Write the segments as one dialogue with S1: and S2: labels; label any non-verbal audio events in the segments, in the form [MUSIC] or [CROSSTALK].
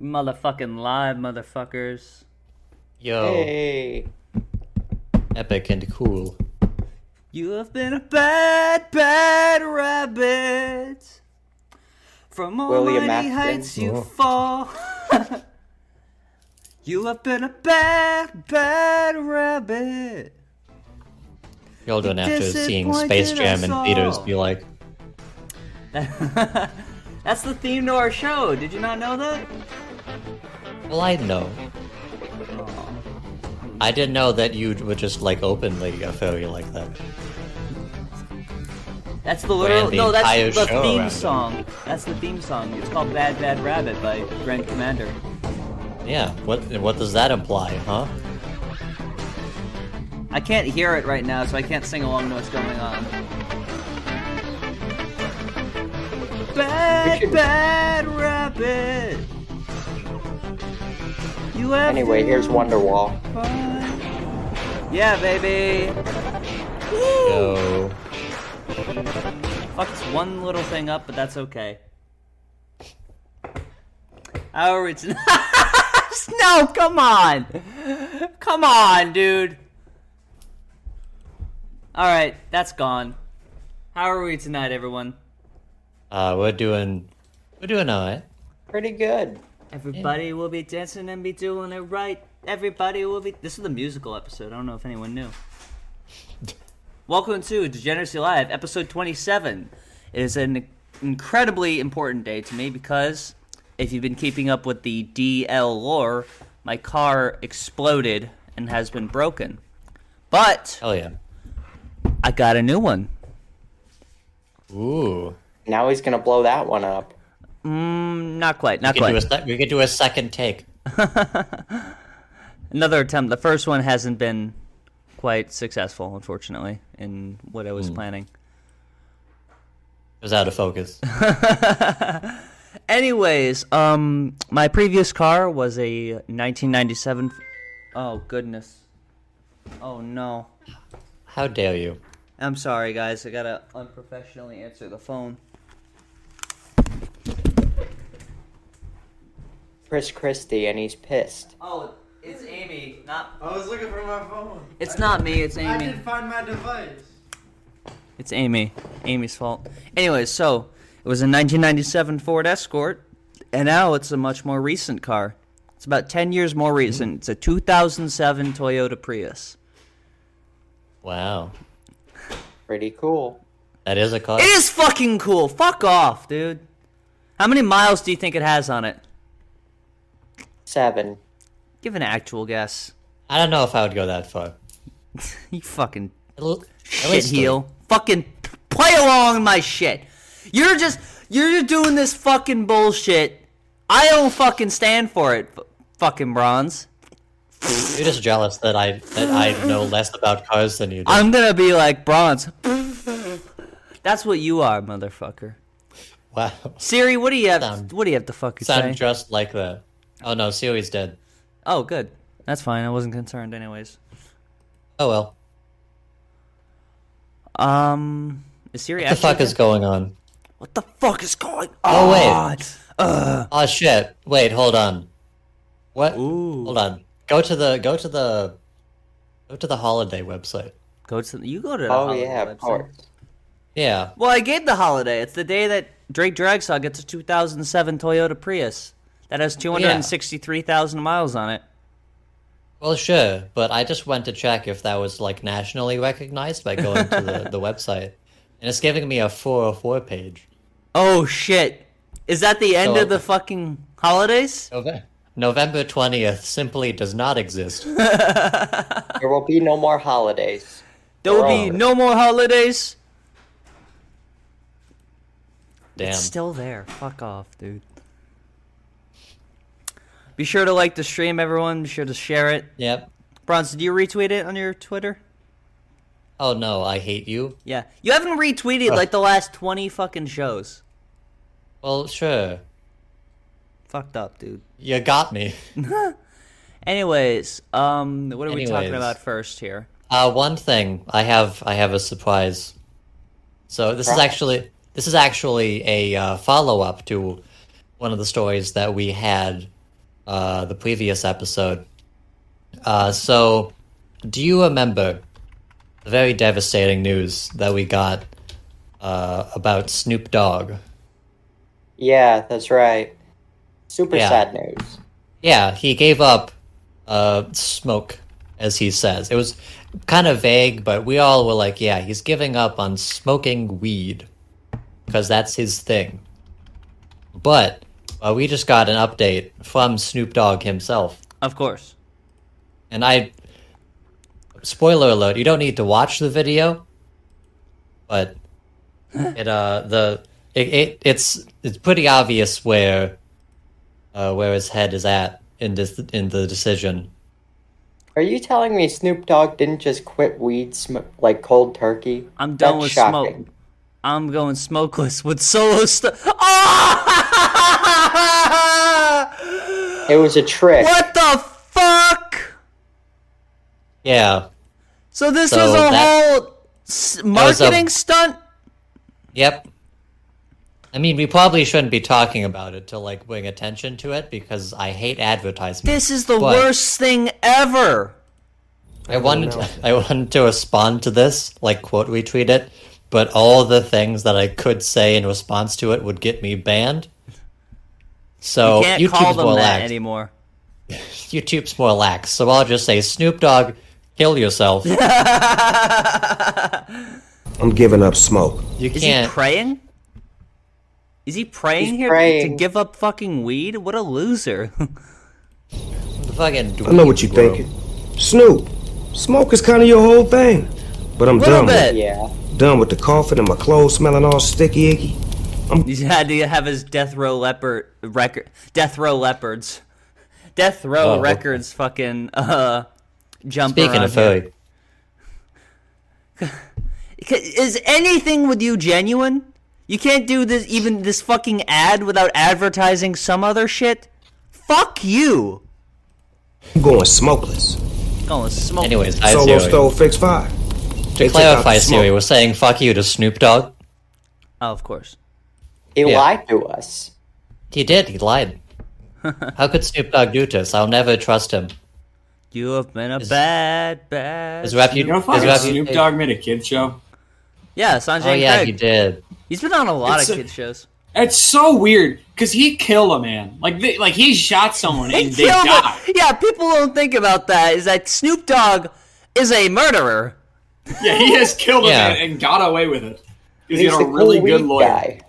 S1: Motherfucking live, motherfuckers.
S2: Yo,
S3: Hey.
S2: epic and cool.
S1: You have been a bad, bad rabbit. From
S3: William
S1: almighty
S3: Afton.
S1: heights you
S2: Oh.
S1: fall. [LAUGHS] you have been a bad, bad rabbit. [LAUGHS]
S2: Y'all don't have to seeing
S1: Disappointed
S2: Space Jam in
S1: us
S2: theaters
S1: all.
S2: be like,
S1: That's the theme to our show. Did you not know that?
S2: well, I know. I didn't know that you would just like openly a failure like that.
S1: That's the literal.
S2: the
S1: no,
S2: entire
S1: that's the
S2: show
S1: theme
S2: around it.
S1: song. That's the theme song. It's called Bad Bad Rabbit by Grand Commander.
S2: Yeah, what what does that imply, huh?
S1: I can't hear it right now, so I can't sing along to what's going on.
S3: We
S1: Bad,
S3: should-
S1: bad rabbit. You have
S3: Anyway,
S1: to
S3: here's Wonderwall.
S1: find- Yeah, baby.
S2: Yo,
S1: Fucked one little thing up, but that's okay. Our original. [LAUGHS] no, come on, come on, dude. All right, that's gone. How are we tonight, everyone?
S2: uh, we're doing we're doing alright.
S3: Pretty good.
S1: Everybody will be dancing and be doing it right. Everybody will be. This is the musical episode. I don't know if anyone
S2: [LAUGHS]
S1: knew. Welcome to Degeneracy Live, episode 27. It is an incredibly important day to me because if you've been keeping up with the DL lore, my car exploded and has been broken. But
S2: Hell yeah.
S1: I got a new one.
S2: Ooh,
S3: Now he's gonna blow that one up.
S1: Mm, not quite, not
S2: we could, do a
S1: quite.
S2: sec- we could do a second take.
S1: another attempt. The first one hasn't been quite successful, unfortunately, in what I was
S2: Hmm.
S1: planning.
S2: It was out of focus.
S1: [LAUGHS] Anyways, um, my previous car was a 1997. Oh goodness. Oh no.
S2: How dare you?
S1: I'm sorry, guys. I gotta unprofessionally answer the phone.
S3: Chris Christie, and he's pissed.
S1: Oh, it's Amy. Not.
S4: I was looking for my phone.
S1: It's not me. It's
S4: I
S1: Amy.
S4: didn't find my device.
S1: It's Amy. Amy's fault. Anyways, so it was a 1997 Ford Escort, and now it's a much more recent car. It's about 10 years more recent. It's a 2007 Toyota Prius.
S2: Wow,
S3: Pretty cool.
S2: that is a car.
S1: It is fucking cool. Fuck off, dude. How many miles do you think it has on it?
S3: Seven.
S1: Give an actual guess. [LAUGHS]
S2: I don't know if I would go that far.
S1: You fucking
S2: At l- at
S1: shit
S2: least three.
S1: heel. Fucking play along with my shit. You're just you're doing this fucking bullshit. I don't fucking stand for it. f- fucking bronze.
S2: You're just jealous that I that
S1: [LAUGHS]
S2: I know less about cars than you do.
S1: I'm gonna be like bronze. [LAUGHS] That's what you are, motherfucker.
S2: wow. [LAUGHS]
S1: Siri, what do you have?
S2: Sound-
S1: what do you have to fucking say?
S2: Sound just like that. Oh no, Siri's dead.
S1: oh, good. That's fine. I wasn't concerned, anyways.
S2: Oh well.
S1: Um, is Siri
S2: What the
S1: actually?
S2: fuck is going on?
S1: what the fuck is going? on?
S2: Oh, wait. Oh shit. Wait, hold on. What?
S1: Ooh.
S2: Hold on. Go to the go to the go to the holiday website.
S1: Go to the, you go to. The
S3: Oh
S1: holiday
S3: yeah, of
S1: website.
S3: course.
S2: Yeah.
S1: Well, I gave the holiday. It's the day that Drake Dragsaw gets a 2007 Toyota Prius that has 263,000 miles on it.
S2: Well sure, but I just went to check if that was like nationally recognized by going to the,
S1: [LAUGHS]
S2: the website. And it's giving me a four oh four page.
S1: Oh shit! Is that the end
S2: So-
S1: of the fucking holidays?
S2: Nove- November twentieth simply does not
S1: [LAUGHS]
S2: exist.
S3: There will be no more holidays.
S1: There will be
S3: Wrong.
S1: no more holidays.
S2: Damn.
S1: It's still there. Fuck off, dude. Be sure to like the stream, everyone. Be sure to share it.
S2: Yep.
S1: Bronson, do you retweet it on your Twitter?
S2: Oh no, I hate you.
S1: Yeah. You haven't retweeted like the last 20 fucking shows.
S2: Well, sure.
S1: Fucked up, dude.
S2: You got me.
S1: Anyways, um, what are we talking
S2: Anyways.
S1: about first here?
S2: Uh, one thing I have, I have a surprise. So this is
S3: Surprise.
S2: actually this is actually a uh, follow up to one of the stories that we had uh, the previous episode. Uh, so, do you remember the very devastating news that we got uh, about Snoop Dogg?
S3: Yeah, that's right. Super
S2: Yeah.
S3: sad news.
S2: Yeah, he gave up uh, smoke, as he says. It was kind of vague, but we all were like, yeah, he's giving up on smoking weed because that's his thing. But uh, we just got an update from Snoop Dogg himself.
S1: Of course.
S2: And I. Spoiler alert, you don't need to watch the video, but it uh the it, it it's it's pretty obvious where uh where his head is at in this in the decision.
S3: Are you telling me Snoop Dogg didn't just quit weed sm- like cold turkey?
S1: I'm done with smoke. I'm going smokeless with solo [LAUGHS] stuff. Ah!
S3: It was a trick.
S1: What the fuck?
S2: Yeah.
S1: So this
S2: So
S1: was a
S2: that-
S1: whole s-
S2: was a-
S1: marketing stunt.
S2: Yep. I mean, we probably shouldn't be talking about it to like bring attention to it because I hate advertisements.
S1: This is the
S2: What?
S1: worst thing ever.
S2: I wanted I wanted to [LAUGHS] respond to this, like quote retweet it, but all the things that I could say in response to it would get me banned. So
S1: you can't
S2: YouTube's
S1: call them
S2: more
S1: that
S2: lax.
S1: anymore.
S2: YouTube's more lax. So I'll just say Snoop Dogg, kill
S1: [LAUGHS]
S2: yourself.
S5: I'm giving up smoke.
S2: You
S1: Is
S2: can't.
S1: he praying? Is he praying
S3: He's
S1: here to
S3: praying.
S1: give up fucking weed? What a loser. [LAUGHS]
S2: fucking
S5: I know what you're
S2: dweeb, bro.
S5: thinking. Snoop, smoke is kind of your whole thing. But I'm
S1: Little
S5: done with
S1: bit.
S5: it.
S3: Yeah.
S5: Done with the coughing and my clothes smelling all sticky icky.
S1: He had to have his death row leopard record, death row leopards, death row
S2: Oh,
S1: records. Fucking uh, jump
S2: Speaking
S1: around
S2: of
S1: here.
S2: food,
S1: C- Is anything with you genuine? You can't do this even this fucking ad without advertising some other shit. Fuck you.
S5: I'm going smokeless.
S1: Going smoke.
S2: anyways, I
S5: Solo
S2: Siri.
S5: stole fix five.
S2: to
S5: took out
S2: clarify,
S5: the smoke.
S2: Siri was saying "fuck you" to Snoop Dogg.
S1: Oh, of course.
S3: He
S2: Yeah.
S3: lied to us.
S2: He did.
S1: [LAUGHS]
S2: He lied. How could Snoop Dogg do this? I'll never trust him.
S1: You have been a bad, bad.
S2: His repu-
S6: You know,
S2: his
S6: fucking
S2: repu-
S6: Snoop Dogg made a kid show.
S1: yeah, Sanjay.
S2: Oh yeah,
S1: Craig.
S2: he did.
S1: He's been on a lot
S6: It's
S1: of
S6: a-
S1: kid shows.
S6: It's so weird because he killed a man. Like, they, like he shot someone and they
S1: Yeah, but-
S6: died.
S1: Yeah, people don't think about that. Is that Snoop Dogg is a murderer?
S6: Yeah, he has killed
S2: Yeah.
S6: a man and got away with it. Because he
S3: He's
S6: had
S3: the
S6: a really
S3: cool
S6: good
S3: weed
S6: lawyer.
S3: guy.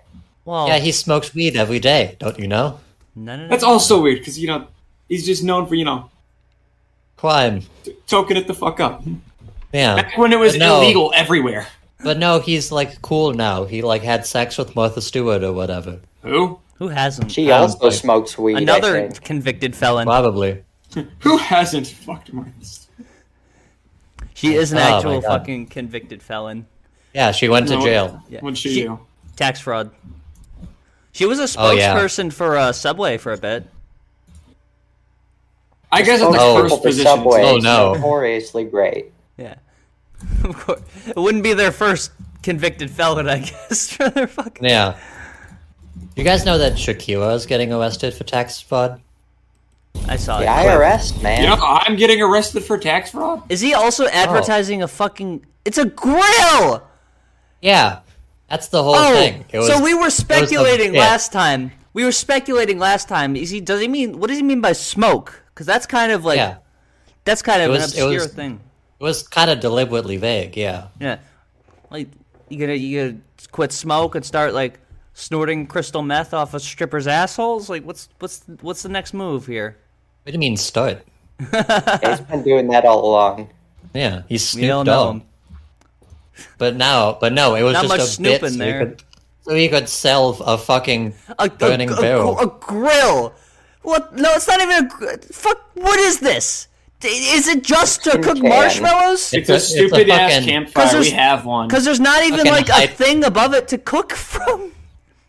S1: Well,
S2: Yeah, he smokes weed every day, don't you know?
S1: no, no, no.
S6: That's also weird because you know he's just known for you know
S2: Crime.
S6: toking it the fuck up.
S2: Yeah.
S6: Back when it was
S2: But no.
S6: illegal everywhere.
S2: But no, he's like cool now. He like had sex with Martha Stewart or whatever.
S6: Who?
S1: Who hasn't?
S3: She
S2: Um,
S3: also
S2: like,
S3: smokes weed. I
S1: Another
S3: think.
S1: convicted felon.
S2: Probably.
S6: Who hasn't fucked Martha?
S1: She is an
S2: Oh, my
S1: actual
S2: God.
S1: fucking convicted felon.
S2: Yeah, she went to
S6: No.
S2: jail.
S1: Yeah.
S6: What'd she,
S1: She-
S6: do?
S1: Tax fraud. She was a
S2: Oh, yeah.
S1: spokesperson for uh, Subway for a bit. [LAUGHS]
S6: I guess in the
S2: Oh.
S6: first
S3: People for
S6: position.
S3: Subway
S2: Oh,
S3: is
S2: no.
S3: notoriously great.
S1: Yeah. of course. It wouldn't be their first convicted felon, I [LAUGHS] guess, for their fucking.
S2: Yeah. You guys know that Shakira is getting arrested for tax fraud?
S1: I saw
S3: The
S1: it.
S3: IRS, man.
S6: You know, I'm getting arrested for tax fraud.
S1: Is he also advertising a fucking. It's a grill!
S2: Yeah. That's the whole
S1: Oh,
S2: thing. It was-
S1: so we were
S2: the-
S1: speculating
S2: yeah.
S1: last time. We were speculating last time. Is he? Does he mean? What does he mean by smoke? Because that's kind of like
S2: Yeah.
S1: that's kind of
S2: was- it
S1: an obscure
S2: was-
S1: thing.
S2: It was kind of deliberately vague, yeah.
S1: Yeah, like you gonna you gonna quit smoke and start like snorting crystal meth off a stripper's assholes? Like what's what's what's the next move here?
S2: What do you mean start?
S3: He's been doing that all along.
S2: Yeah, he's Snoop
S1: We don't know
S2: Dogg.
S1: him.
S2: But now, but no, it was
S1: Not
S2: just
S1: much
S2: a
S1: Snoop
S2: bit
S1: in
S2: so
S1: there.
S2: He could, so he could sell a fucking
S1: A, a-
S2: burning
S1: a-
S2: barrel.
S1: a grill. What? No, it's not even a gr- fuck. What is this? D- Is it just to cook
S3: can.
S1: marshmallows?
S6: It's,
S2: a-
S6: a,
S2: it's a
S6: stupid ass
S2: fucking-
S1: Cause
S6: campfire.
S1: there's-
S6: We have one.
S1: Because there's not even
S2: Fucking
S1: like a
S2: hype.
S1: thing above it to cook [LAUGHS] from.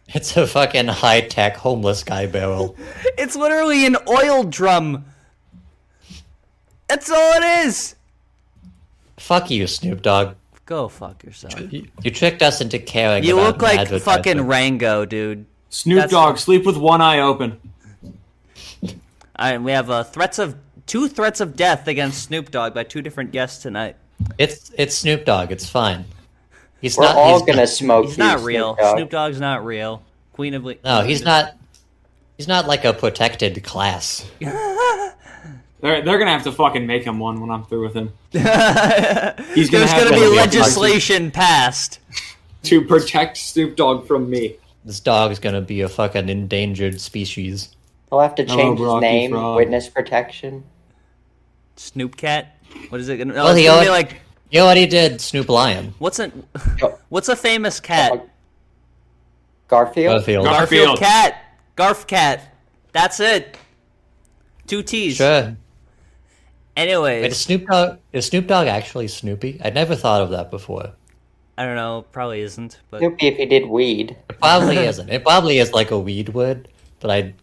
S2: It's a fucking high tech homeless guy barrel.
S1: It's literally an oil drum. That's all it is.
S2: Fuck you, Snoop Dogg.
S1: Go fuck yourself.
S2: You, you tricked us into caring.
S1: You
S2: about
S1: look
S2: an
S1: like
S2: advertisement.
S1: fucking Rango, dude.
S6: Snoop
S1: That's-
S6: Dogg sleep with one eye open.
S1: All right, we have uh, threats of two threats of death against Snoop Dogg by two different guests tonight.
S2: It's it's Snoop Dogg. It's fine. He's
S3: We're
S2: not.
S3: all
S2: he's
S3: gonna
S2: not-
S3: smoke.
S1: He's
S3: you,
S1: not
S3: Snoop
S1: real.
S3: Dogg.
S1: Snoop Dogg's not real. Queen of Le-
S2: No, he's not. He's not like a protected class.
S6: They're they're gonna have to fucking make him one when I'm through with
S1: [LAUGHS]
S6: him
S1: There's
S6: He's gonna have
S1: going
S6: to
S1: to be
S6: be a
S1: legislation passed.
S6: to protect Snoop Dogg from me.
S2: This dog is gonna be a fucking endangered species.
S3: He'll have to
S6: Hello,
S3: change his
S6: Rocky
S3: name.
S6: Frog.
S3: Witness protection.
S1: Snoop Cat. What is it going to? No,
S2: Well,
S1: it's
S2: he
S1: going to be
S2: al-
S1: like
S2: You know what he did? Snoop Lion.
S1: what's a [LAUGHS] what's a famous cat?
S3: Garfield.
S2: Garfield.
S6: Gar-
S1: Garfield
S6: Garfield.
S1: Cat. Garf Cat. That's it. Two T's.
S2: Sure. Wait, is
S1: Anyways,
S2: Snoop Dogg is Snoop Dogg actually Snoopy? I'd never thought of that before.
S1: I don't know. Probably isn't, but
S3: Snoopy if he did weed.
S2: It probably isn't. It probably is like a weed word, but I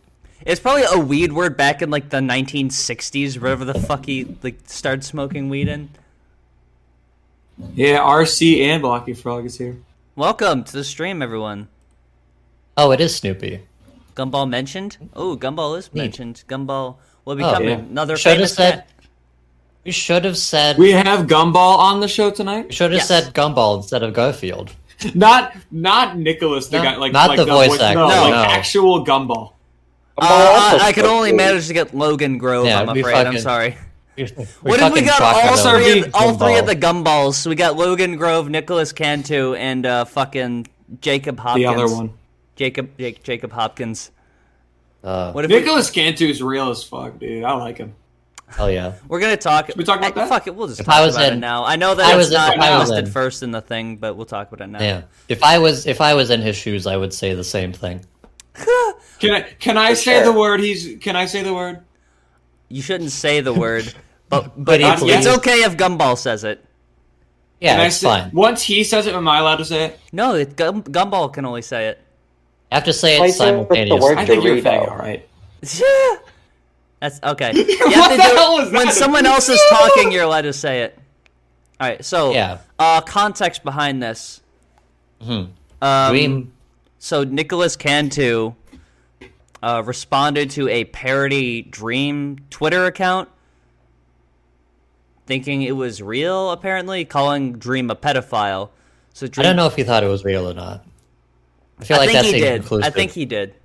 S1: It's probably a weed word back in like the 1960s, whatever the fuck he like started smoking weed in.
S6: Yeah, RC and Blocky Frog is here.
S1: Welcome to the stream, everyone.
S2: oh, it is Snoopy.
S1: Gumball mentioned. Oh, Gumball is mentioned. Gumball will become
S2: Oh, yeah.
S1: another
S2: Should have
S1: famous
S2: said.
S1: cat.
S2: We should have said.
S6: We have Gumball on the show tonight. [LAUGHS]
S2: should have
S1: Yes.
S2: said Gumball instead of Garfield.
S6: Not not Nicholas, the
S2: No,
S6: guy like
S2: not
S6: like
S2: the voice actor,
S6: No, like
S2: no.
S6: actual Gumball.
S1: Uh,
S3: Oh,
S1: I, I could
S3: also
S1: only
S3: Snoopy.
S1: manage to get Logan Grove.
S2: Yeah,
S1: I'm
S2: we
S1: afraid. I'm
S2: fucking-
S1: sorry.
S2: We, we
S1: What if we
S2: fucking
S1: got
S2: crocodile.
S1: all three, of,
S6: Big
S1: all three of
S2: Gumball.
S1: the Gumballs? So we got Logan Grove, Nicholas Cantu, and uh, fucking Jacob
S6: The
S1: Hopkins.
S6: other one.
S1: Jacob Jake, Jacob Hopkins.
S2: Uh,
S1: What if we,
S6: Nicholas Cantu's real as fuck, dude. I like him.
S2: hell yeah.
S1: We're gonna talk. Should
S6: we talk about
S1: I,
S6: that?
S1: Fuck it. We'll just
S2: If
S1: talk
S2: I was
S1: about it
S2: in-
S1: now. I know
S2: I
S1: that it's
S2: was in-
S1: not
S2: if I was
S1: listed
S2: in-
S1: first in the thing, but we'll talk about it now.
S2: Yeah. If I was if I was in his shoes, I would say the same thing.
S6: Can I can I say
S3: sure.
S6: the word he's can I say the word?
S1: You shouldn't say the word,
S2: [LAUGHS]
S1: but
S2: But he
S6: Not yet.
S1: it's
S2: believes-
S1: okay if Gumball says it.
S2: Yeah,
S6: Can I
S2: it's
S6: say-
S2: fine.
S6: Once he says it, am I allowed to say it?
S1: No, it, Gum, Gumball can only say it.
S2: I have to say
S3: Play
S2: it
S3: through with the
S2: simultaneously.
S3: word-
S6: I think you're
S3: Dorito.
S6: fang, all right.
S1: [LAUGHS] That's okay. You
S6: [LAUGHS]
S1: have
S6: What
S1: to
S6: the
S1: do-
S6: hell was
S1: when
S6: that?
S1: someone else is talking, you're allowed to say it. All right. So,
S2: Yeah.
S1: uh, context behind this.
S2: Dream.
S1: So Nicholas Cantu uh, responded to a parody Dream Twitter account, thinking it was real. Apparently, calling Dream a pedophile. So
S2: I
S1: Dream,
S2: don't know if he thought it was real or not. I feel
S1: I
S2: like
S1: think
S2: that's
S1: he did.
S2: inconclusive.
S1: I think he did.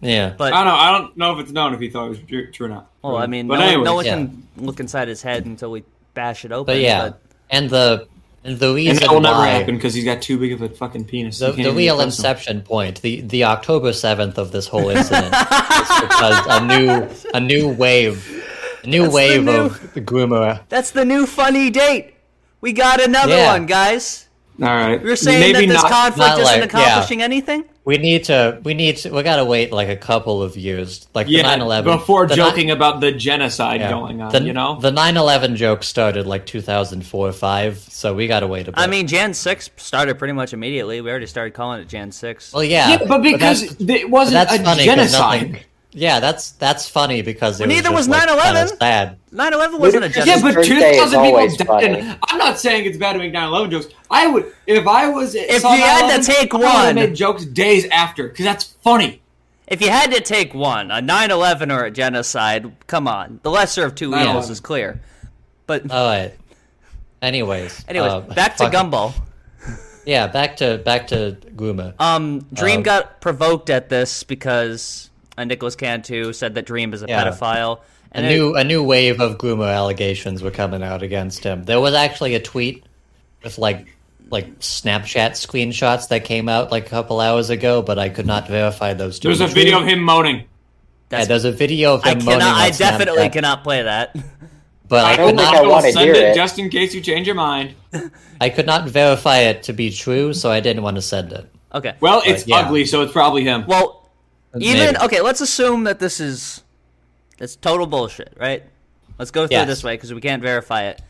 S2: Yeah.
S1: But
S6: I don't know. I don't know if it's known if he thought it was true, true or not.
S1: well, I mean,
S6: but
S1: no, one, no
S6: anyways.
S1: one
S2: yeah.
S1: can look inside his head until we bash it open.
S2: But yeah, and the and the
S6: And
S2: reason
S6: that will never happen
S2: why
S6: because he's got too big of a fucking penis.
S2: the,
S6: He can't
S2: the
S6: even
S2: real
S6: get personal.
S2: inception point, the the October seventh of this whole incident, is because a new a new wave, a new
S1: That's the
S2: wave
S1: new-
S2: of the groomer.
S1: that's the new funny date. We got another
S2: Yeah.
S1: one, guys.
S6: All right.
S1: You're saying
S6: Maybe
S1: that this
S6: not.
S1: conflict
S2: not
S1: isn't
S2: like- yeah.
S1: accomplishing anything?
S2: We need to we need to we gotta wait like a couple of years, like the nine
S6: yeah,
S2: eleven
S6: before joking about the genocide going on,
S2: the,
S6: you know?
S2: the 9-11 joke started like two thousand four five, so we gotta wait a bit.
S1: I mean, Jan 6 started pretty much immediately. We already started calling it Jan 6.
S2: well, yeah,
S6: yeah, but because
S2: that's-
S6: it wasn't
S2: that's
S6: a
S2: funny 'cause
S6: genocide.
S2: nothing- yeah, that's that's funny because it
S1: neither
S2: was,
S1: was
S2: just, like, kinda
S1: 9/11
S2: sad.
S1: 9 11 wasn't a
S3: Ludicrous.
S1: genocide.
S6: Yeah, but
S3: Birthday
S6: two
S3: is
S6: thousand
S3: always
S6: people died.
S3: funny.
S6: and- I'm not saying it's bad to make 9/11 jokes. I would, if I was, if
S1: you had to take
S6: I
S1: one.
S6: would've made jokes days after because that's funny.
S1: If you had to take one, a 9 11 or a genocide, come on. The lesser of two evils
S6: 9/11.
S1: is clear. But,
S2: All right. Anyways.
S1: anyways,
S2: uh,
S1: back to
S2: fuck-
S1: Gumball.
S2: Yeah, back to back to Guma.
S1: Um, Dream
S2: Um,
S1: got provoked at this because uh, Nicholas Cantu said that Dream is a
S2: Yeah.
S1: pedophile.
S2: a
S1: And it-
S2: new a new wave of Guma allegations were coming out against him. There was actually a tweet with like like Snapchat screenshots that came out like a couple hours ago, but I could not verify those. to
S6: There's
S2: be
S6: a
S2: true.
S6: video of him moaning.
S2: Yeah, there's a video of him
S1: I
S2: moaning
S1: cannot. I
S2: on
S1: definitely
S2: Snapchat,
S1: cannot play that. [LAUGHS]
S2: But I
S3: don't
S2: could
S3: think
S2: not.
S3: I wanna
S6: send
S3: hear
S6: it,
S3: it.
S6: just in case you change your mind.
S2: I could not verify it to be true, so I didn't want to send it.
S1: Okay.
S6: Well, it's
S2: yeah.
S6: ugly, so it's probably him.
S1: Well, even
S2: Maybe.
S1: okay. Let's assume that this is that's total bullshit, right? Let's go through
S2: Yes.
S1: this way because we can't verify it.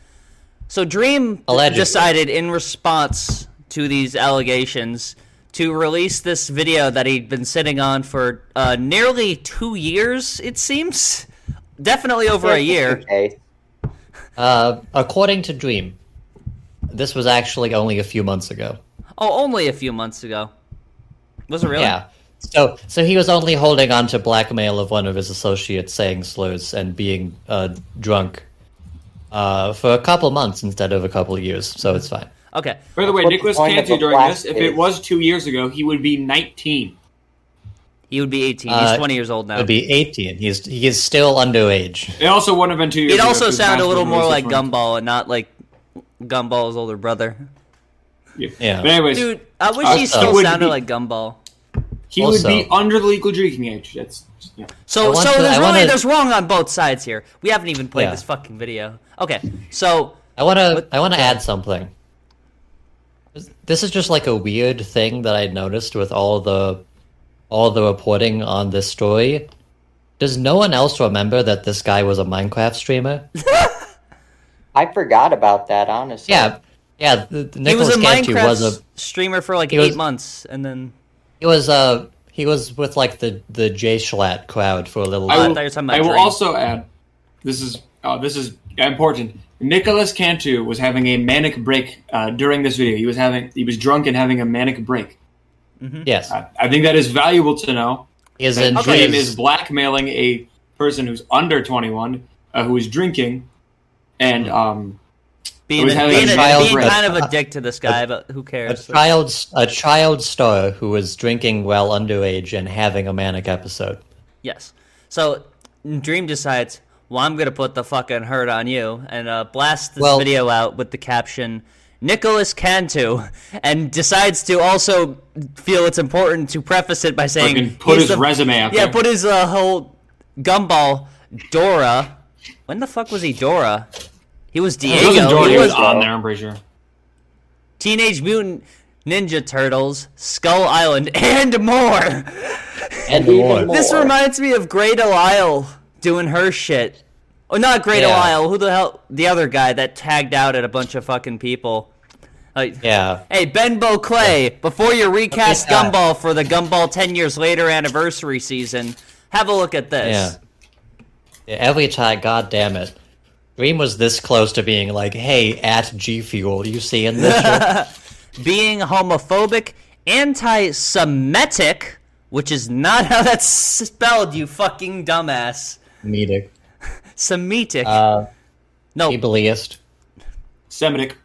S1: So Dream
S2: Allegedly.
S1: decided in response to these allegations to release this video that he'd been sitting on for uh, nearly two years. It seems definitely over a
S2: [LAUGHS]
S1: year.
S3: Okay.
S2: Uh, according to Dream, this was actually only a few months ago.
S1: Oh, only a few months ago. Was it really?
S2: Yeah. So, so he was only holding on to blackmail of one of his associates saying slurs and being uh, drunk uh, for a couple months instead of a couple years. So it's fine.
S1: Okay.
S6: By the way,
S3: What the
S6: Nicholas
S3: point of
S6: Cantu
S3: a
S6: during
S3: blast
S6: this, if it
S3: is-
S6: was two years ago, he would be 19.
S1: He would be 18. He's
S2: Uh,
S1: 20 years old now.
S2: It'll be eighteen. He's he is still underage.
S6: It also wouldn't have been two years
S1: It
S6: ago.
S1: also
S6: because
S1: sounded a
S6: Master
S1: little more
S6: Race
S1: like
S6: is one-
S1: Gumball and not like Gumball's older brother.
S6: Yeah.
S2: Yeah.
S6: But anyways,
S1: Dude, I wish he
S2: Also-
S1: still
S6: Would
S1: sounded
S6: be-
S1: like Gumball.
S6: he
S2: Also-
S6: would be under the legal drinking age. That's yeah.
S1: So,
S2: I want
S1: so
S2: to-
S1: there's
S2: I
S1: really
S2: wanna-
S1: there's wrong on both sides here. We haven't even played
S2: Yeah.
S1: this fucking video. Okay, so
S2: I want to
S1: What-
S2: I want to add something. This is just like a weird thing that I noticed with all the all the reporting on this story. Does no one else remember that this guy was a
S1: [LAUGHS]
S2: Minecraft streamer?
S3: I forgot about that, honestly.
S2: Yeah. Yeah, th-
S1: he was
S2: Nicholas
S1: a
S2: Cantu
S1: Minecraft
S2: was a
S1: streamer for like
S2: he
S1: eight
S2: was-
S1: months, and then
S2: he was uh he was with like the the J Schlatt crowd for a little
S6: I
S1: Oh, I
S6: will,
S2: while.
S1: thought you were talking about
S6: I will
S1: Dream.
S6: also add this is uh, this is important. Nicholas Cantu was having a manic break uh, during this video. He was having he was drunk and having a manic break.
S2: Yes,
S6: I, I think that is valuable to know.
S2: he is in
S1: Okay.
S6: Jim is blackmailing a person who's under twenty one uh, who is drinking, and
S1: Hmm.
S6: um,
S1: being,
S6: was
S1: a,
S6: having
S1: being,
S6: a
S1: a-
S2: child
S1: being
S2: rape.
S1: kind of a dick to this guy, but who
S2: a
S1: cares?
S2: child a child star who was drinking while underage and having a manic episode.
S1: Yes. So Dream decides, well, I'm going to put the fucking hurt on you and uh, blast this
S2: Well-
S1: video out with the caption, Nicholas Cantu, [LAUGHS] and decides to also feel it's important to preface it by saying,
S6: Fucking put
S1: he's
S6: his resume out
S1: [LAUGHS] Yeah,
S6: there.
S1: put his uh, whole gumball Dora. When the fuck was he Dora? He was
S6: he
S1: Diego.
S6: wasn't Jordan,
S1: He
S6: he was
S1: was
S6: on there. I'm pretty sure.
S1: Teenage Mutant Ninja Turtles, Skull Island, [LAUGHS] and more.
S2: And
S3: even
S2: more.
S3: more.
S1: This reminds me of Great Lyle doing her shit. Oh, not Great
S2: Yeah.
S1: Lyle. Who the hell? The other guy that tagged out at a bunch of fucking people. Like,
S2: Yeah.
S1: Hey, Benbow Clay, before you recast
S2: Yeah.
S1: Gumball for the Gumball 10 years later anniversary season, have a look at
S2: Yeah.
S1: this.
S2: Yeah, Every time, god damn it. Dream was this close to being like, hey, at G Fuel, you see in this
S1: [LAUGHS]
S2: shit?
S1: Being homophobic, anti Semitic, which is not how that's spelled, you fucking dumbass.
S2: Comedic.
S1: Semitic.
S2: Uh,
S1: no,
S2: ableist.
S6: Semitic.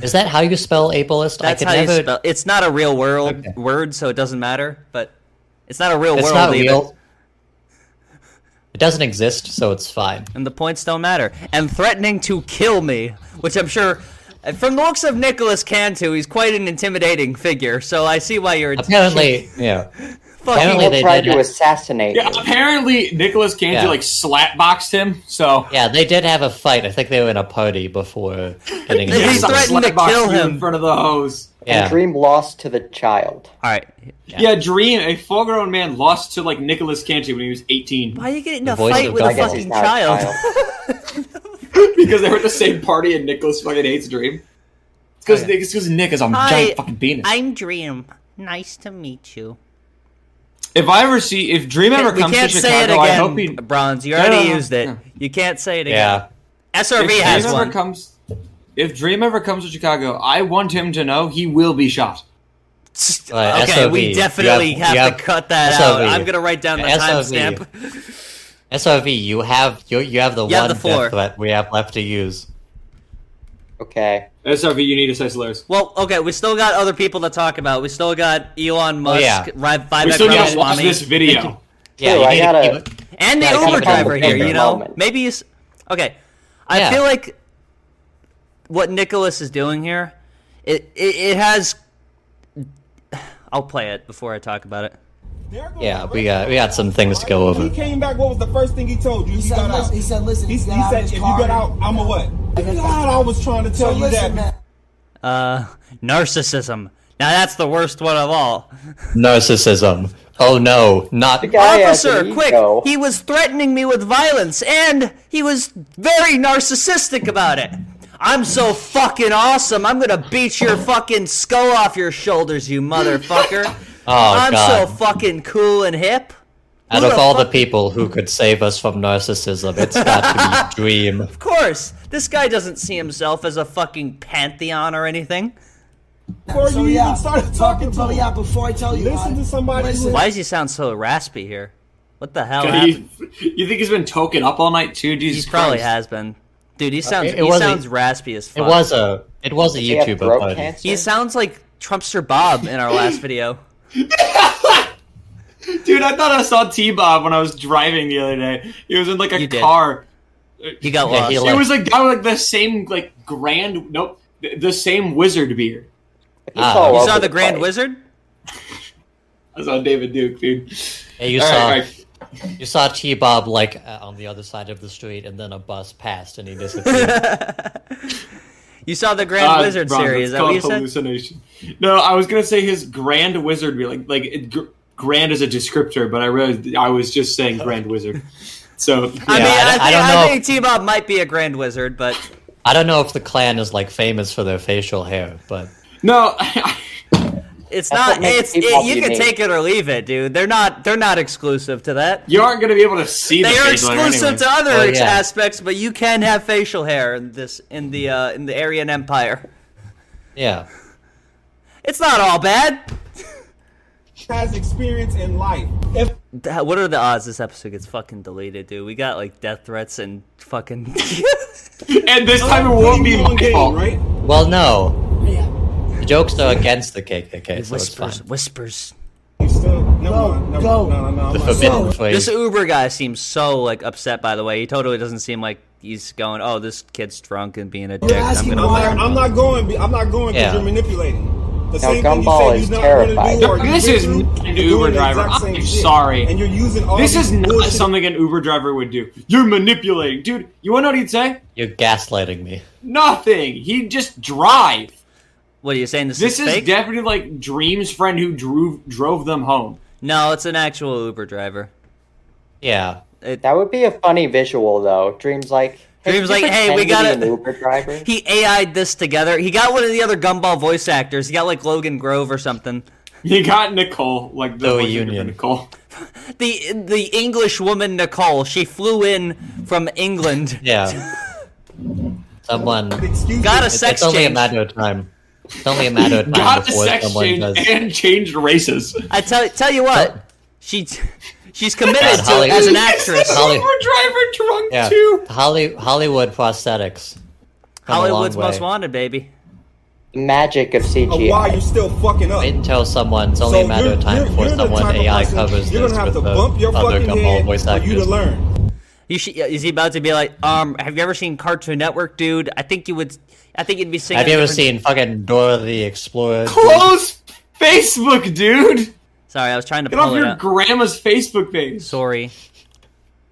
S2: Is that how you spell ableist?
S1: That's
S2: I
S1: how
S2: could
S1: you
S2: never.
S1: spell. It's not a real world
S2: Okay.
S1: word, so it doesn't matter. But it's not a real
S2: it's
S1: world
S2: not
S1: either,
S2: real. It doesn't exist, so it's fine.
S1: and the points don't matter. And threatening to kill me, which I'm sure, from the looks of Nicholas Cantu, he's quite an intimidating figure. So I see why you're [LAUGHS]
S2: Apparently, yeah.
S1: fucking.
S2: apparently
S3: People
S2: they
S3: tried
S2: did
S3: to
S2: that.
S3: assassinate
S6: Yeah,
S3: me.
S6: apparently Nicholas Cantu
S2: Yeah.
S6: like slapboxed him. So
S2: Yeah, they did have a fight. I think they were in a party before getting
S1: They
S2: into
S1: He
S2: this.
S1: threatened to
S6: Slapboxed
S1: kill
S6: you
S1: him.
S6: in front of the hose.
S3: And
S2: Yeah.
S3: Dream lost to the child.
S1: All right,
S6: Yeah, Dream, a full grown man, lost to like Nicholas Cantu when he was 18
S1: why are you getting in a
S2: voice
S1: fight
S2: of
S1: with
S2: God.
S1: a
S3: I guess he's
S1: fucking
S3: not
S1: child?
S3: a
S6: [LAUGHS]
S3: child.
S6: because they were at the same party and Nicholas fucking hates Dream. It's because
S1: Oh, yeah.
S6: Nick is on
S1: Hi,
S6: giant fucking penis.
S1: [LAUGHS] I'm Dream. Nice to meet you.
S6: if I ever see, if Dream ever
S1: we
S6: comes to
S1: can't say it
S6: Chicago, I hope
S1: again,
S6: he.
S1: Bronze. You
S6: No, no,
S1: already
S6: no,
S1: used it.
S6: no.
S1: You can't say it again.
S2: Yeah.
S1: SRV
S6: If
S1: has
S6: Dream
S1: one.
S6: ever comes, if Dream ever comes to Chicago, I want him to know he will be shot.
S2: Uh,
S1: okay,
S2: SOV.
S1: we
S2: You
S1: definitely
S2: have-
S1: have,
S2: you
S1: to
S2: have
S1: cut that out.
S2: SOV.
S1: I'm gonna write down the
S2: SOV.
S1: timestamp.
S2: SOV, you have you, you have the
S1: You have
S2: one
S1: the floor.
S2: death threat we have left to use.
S3: Okay.
S6: SRV, you need to say slurs.
S1: Well, okay, we still got other people to talk about. We still got Elon Musk,
S2: Oh, yeah.
S1: Ry- Vivek
S6: We still gotta watch
S1: Ramaswamy,
S6: this video.
S2: Yeah,
S3: True,
S2: you
S3: I
S2: need to
S3: gotta-
S2: keep it-
S1: and the
S3: Yeah, I
S1: Uber
S3: gotta come
S1: driver
S3: up
S1: here.
S3: with
S1: You
S3: a
S1: know,
S3: moment.
S1: maybe you. s- Okay, I
S2: Yeah.
S1: feel like what Nicholas is doing here. It it, it has. I'll play it before I talk about it.
S2: Yeah, we got we got some things to go
S7: When
S2: over.
S7: he came back, what was the first thing he told you?
S8: He said,
S7: got out.
S8: listen, he said, listen,
S7: He,
S8: get
S7: he
S8: out of
S7: said,
S8: this
S7: if you
S8: car.
S7: get out, I'm a what? God, I was trying to tell you
S8: Listen,
S7: that.
S8: man.
S1: Uh, narcissism. Now that's the worst one of all.
S2: Narcissism. Oh no, not
S3: guy- I have
S1: Officer,
S3: an
S1: quick!
S3: ego.
S1: He was threatening me with violence, and he was very narcissistic about it. I'm so fucking awesome. I'm gonna beat your fucking skull off your shoulders, you motherfucker.
S2: [LAUGHS] Oh
S1: I'm
S2: god.
S1: so fucking cool and hip.
S2: Out
S1: who
S2: of
S1: the
S2: all the
S1: fuck-
S2: people who could save us from narcissism, it's got
S3: [LAUGHS]
S2: to be Dream.
S1: Of course, this guy doesn't see himself as a fucking pantheon or anything.
S7: Before
S8: So,
S7: you
S8: yeah,
S7: even started talking to
S8: But
S7: me,
S8: yeah, before I tell you,
S7: listen
S8: I-
S7: to somebody.
S8: listen.
S7: who-
S1: Why does he sound so raspy here? What
S6: [LAUGHS]
S1: the hell
S6: you,
S1: happened?
S6: you think he's been token up all night too?
S1: He
S6: Jesus
S1: probably
S6: Christ.
S1: has been. Dude, he sounds
S2: Uh, it
S1: he
S2: was a-
S1: sounds raspy as
S2: It
S1: fuck.
S2: was a it was a
S3: They have
S2: YouTube
S3: throat
S2: upload.
S3: cancer?
S1: He sounds like Trumpster Bob in our
S2: [LAUGHS]
S1: last video.
S6: Dude, I thought I saw T Bob when I was driving the other day. He was in like a
S1: You did.
S6: car.
S1: He got
S2: Yeah,
S1: lost.
S2: he
S6: It was a guy with like the same like grand nope th- the same wizard beard.
S3: He's
S2: Ah,
S3: all
S2: you
S1: you
S3: over
S1: saw the Grand
S3: place.
S1: Wizard?
S6: I saw David Duke, dude.
S2: Yeah, you
S6: All
S2: saw
S6: right, all right.
S2: you saw T Bob like uh, on the other side of the street, and then a bus passed and he disappeared.
S1: You saw the Grand
S6: Uh,
S1: Wizard
S6: Ron,
S1: series. Is
S6: it's
S1: that what you
S6: called
S1: said?
S6: hallucination. No, I was gonna say his grand wizard beard. Like like it, gr- grand is a descriptor, but I realized I was just saying grand wizard.
S1: [LAUGHS]
S6: So
S1: I
S2: Yeah,
S1: mean,
S2: I-
S1: I, think,
S2: I
S1: I,
S2: don't know.
S1: think T Bob might be a Grand Wizard, but
S2: I don't know if the clan is like famous for their facial hair, but
S6: no, [LAUGHS]
S1: it's
S3: That's what
S1: not.
S3: makes
S1: It's
S3: T
S1: it,
S3: Bob
S1: you can
S3: unique.
S1: take it or leave it, dude. They're not. They're not exclusive to that.
S6: you aren't gonna be able to see.
S1: They
S6: the
S1: are
S6: facial hair
S1: exclusive
S6: anyway.
S1: to other
S2: Oh,
S1: ex-
S2: yeah.
S1: aspects, but you can have facial hair in this in the uh, in the Aryan Empire.
S2: yeah.
S1: It's not all bad.
S7: has experience in life. If
S1: Th- What are the odds this episode gets fucking deleted, dude? We got like death threats and [LAUGHS] fucking.
S6: And this time it won't be my fault.
S7: right?
S2: Well, no,
S8: Yeah.
S2: the jokes are against the KKK, so it's
S1: whispers,
S2: fine.
S1: whispers.
S7: You still never
S8: Go,
S7: mind. Never,
S8: go.
S7: No, no, no. I'm
S2: The
S7: not-
S2: forbidden
S8: So-
S1: This
S2: phrase.
S1: Uber guy seems so like upset. By the way, he totally doesn't seem like he's going. Oh, this kid's drunk and being a dick. I'm
S8: asking
S1: gonna.
S7: I'm
S8: why-
S7: not, I'm not going. be- I'm not going because
S2: Yeah.
S7: you're manipulating. The
S3: Now,
S7: same thing you
S3: Gumball
S7: said
S3: is
S7: you're not
S3: terrified.
S7: going to do. or you
S6: This
S7: did
S6: is
S7: do,
S6: not an
S7: you're
S6: Uber
S7: doing the
S6: driver.
S7: exact
S6: I'm
S7: same shit.
S6: sorry.
S7: And you're using all
S6: This
S7: these
S6: is not
S7: bullshit-
S6: something an Uber driver would do. You're manipulating, dude. You want to know what he'd say?
S2: You're gaslighting me.
S6: Nothing. He'd just drive.
S1: What are you saying? This,
S6: This is
S1: fake?
S6: definitely like Dream's friend who drove drove them home.
S1: no, it's an actual Uber driver.
S2: Yeah,
S3: That would be a funny visual, though. Dreams like.
S1: Dream's
S3: could you
S1: like, "Hey, we
S3: pretend to be
S1: gotta-
S3: an Uber driver.
S1: He AI'd this together. He got one of the other gumball voice actors. He got like Logan Grove or something.
S6: He got Nicole, like the
S2: No
S6: voice actor for
S2: union.
S6: Nicole.
S1: The the English woman Nicole. She flew in from England.
S2: yeah. Someone.
S7: Excuse
S1: Got
S7: me.
S1: a sex
S2: it's only a
S1: change.
S2: matter of time. It's only a matter
S7: [LAUGHS]
S2: of time
S6: Got the
S2: before
S6: sex
S2: someone
S6: change
S2: does.
S6: and changed races.
S1: I tell tell you
S2: Oh.
S1: what, she she's committed
S2: God,
S1: to
S2: Holly-
S6: [LAUGHS]
S1: as an actress.
S2: Holly-
S6: Uber driver drunk
S2: Yeah,
S6: too.
S2: Holly, Hollywood prosthetics. Come a long
S1: Hollywood's most
S2: way.
S1: wanted, baby.
S3: The magic of
S7: Of Oh, Why
S3: CGI.
S7: you're still fucking up?
S2: Wait until someone. It's only a matter
S7: you're-
S2: of time
S7: you're-
S2: before
S7: you're the
S2: someone
S7: type of
S2: AI
S7: person-
S2: covers
S7: You're
S2: this
S7: gonna have
S2: with
S7: to
S2: the
S7: bump your
S2: other
S7: fucking
S2: gumball
S7: head
S2: voice
S7: for you to
S2: actors.
S7: learn.
S1: You should, is he about to be like, um, have you ever seen Cartoon Network, dude? I think you would, I think you'd be singing.
S2: Have you
S1: a
S2: ever
S1: different-
S2: seen fucking Dora the Explorer?
S6: Close Facebook, dude.
S1: Sorry, I was trying to
S6: Get off
S1: pull it
S6: your
S1: up.
S6: grandma's Facebook page.
S1: Sorry,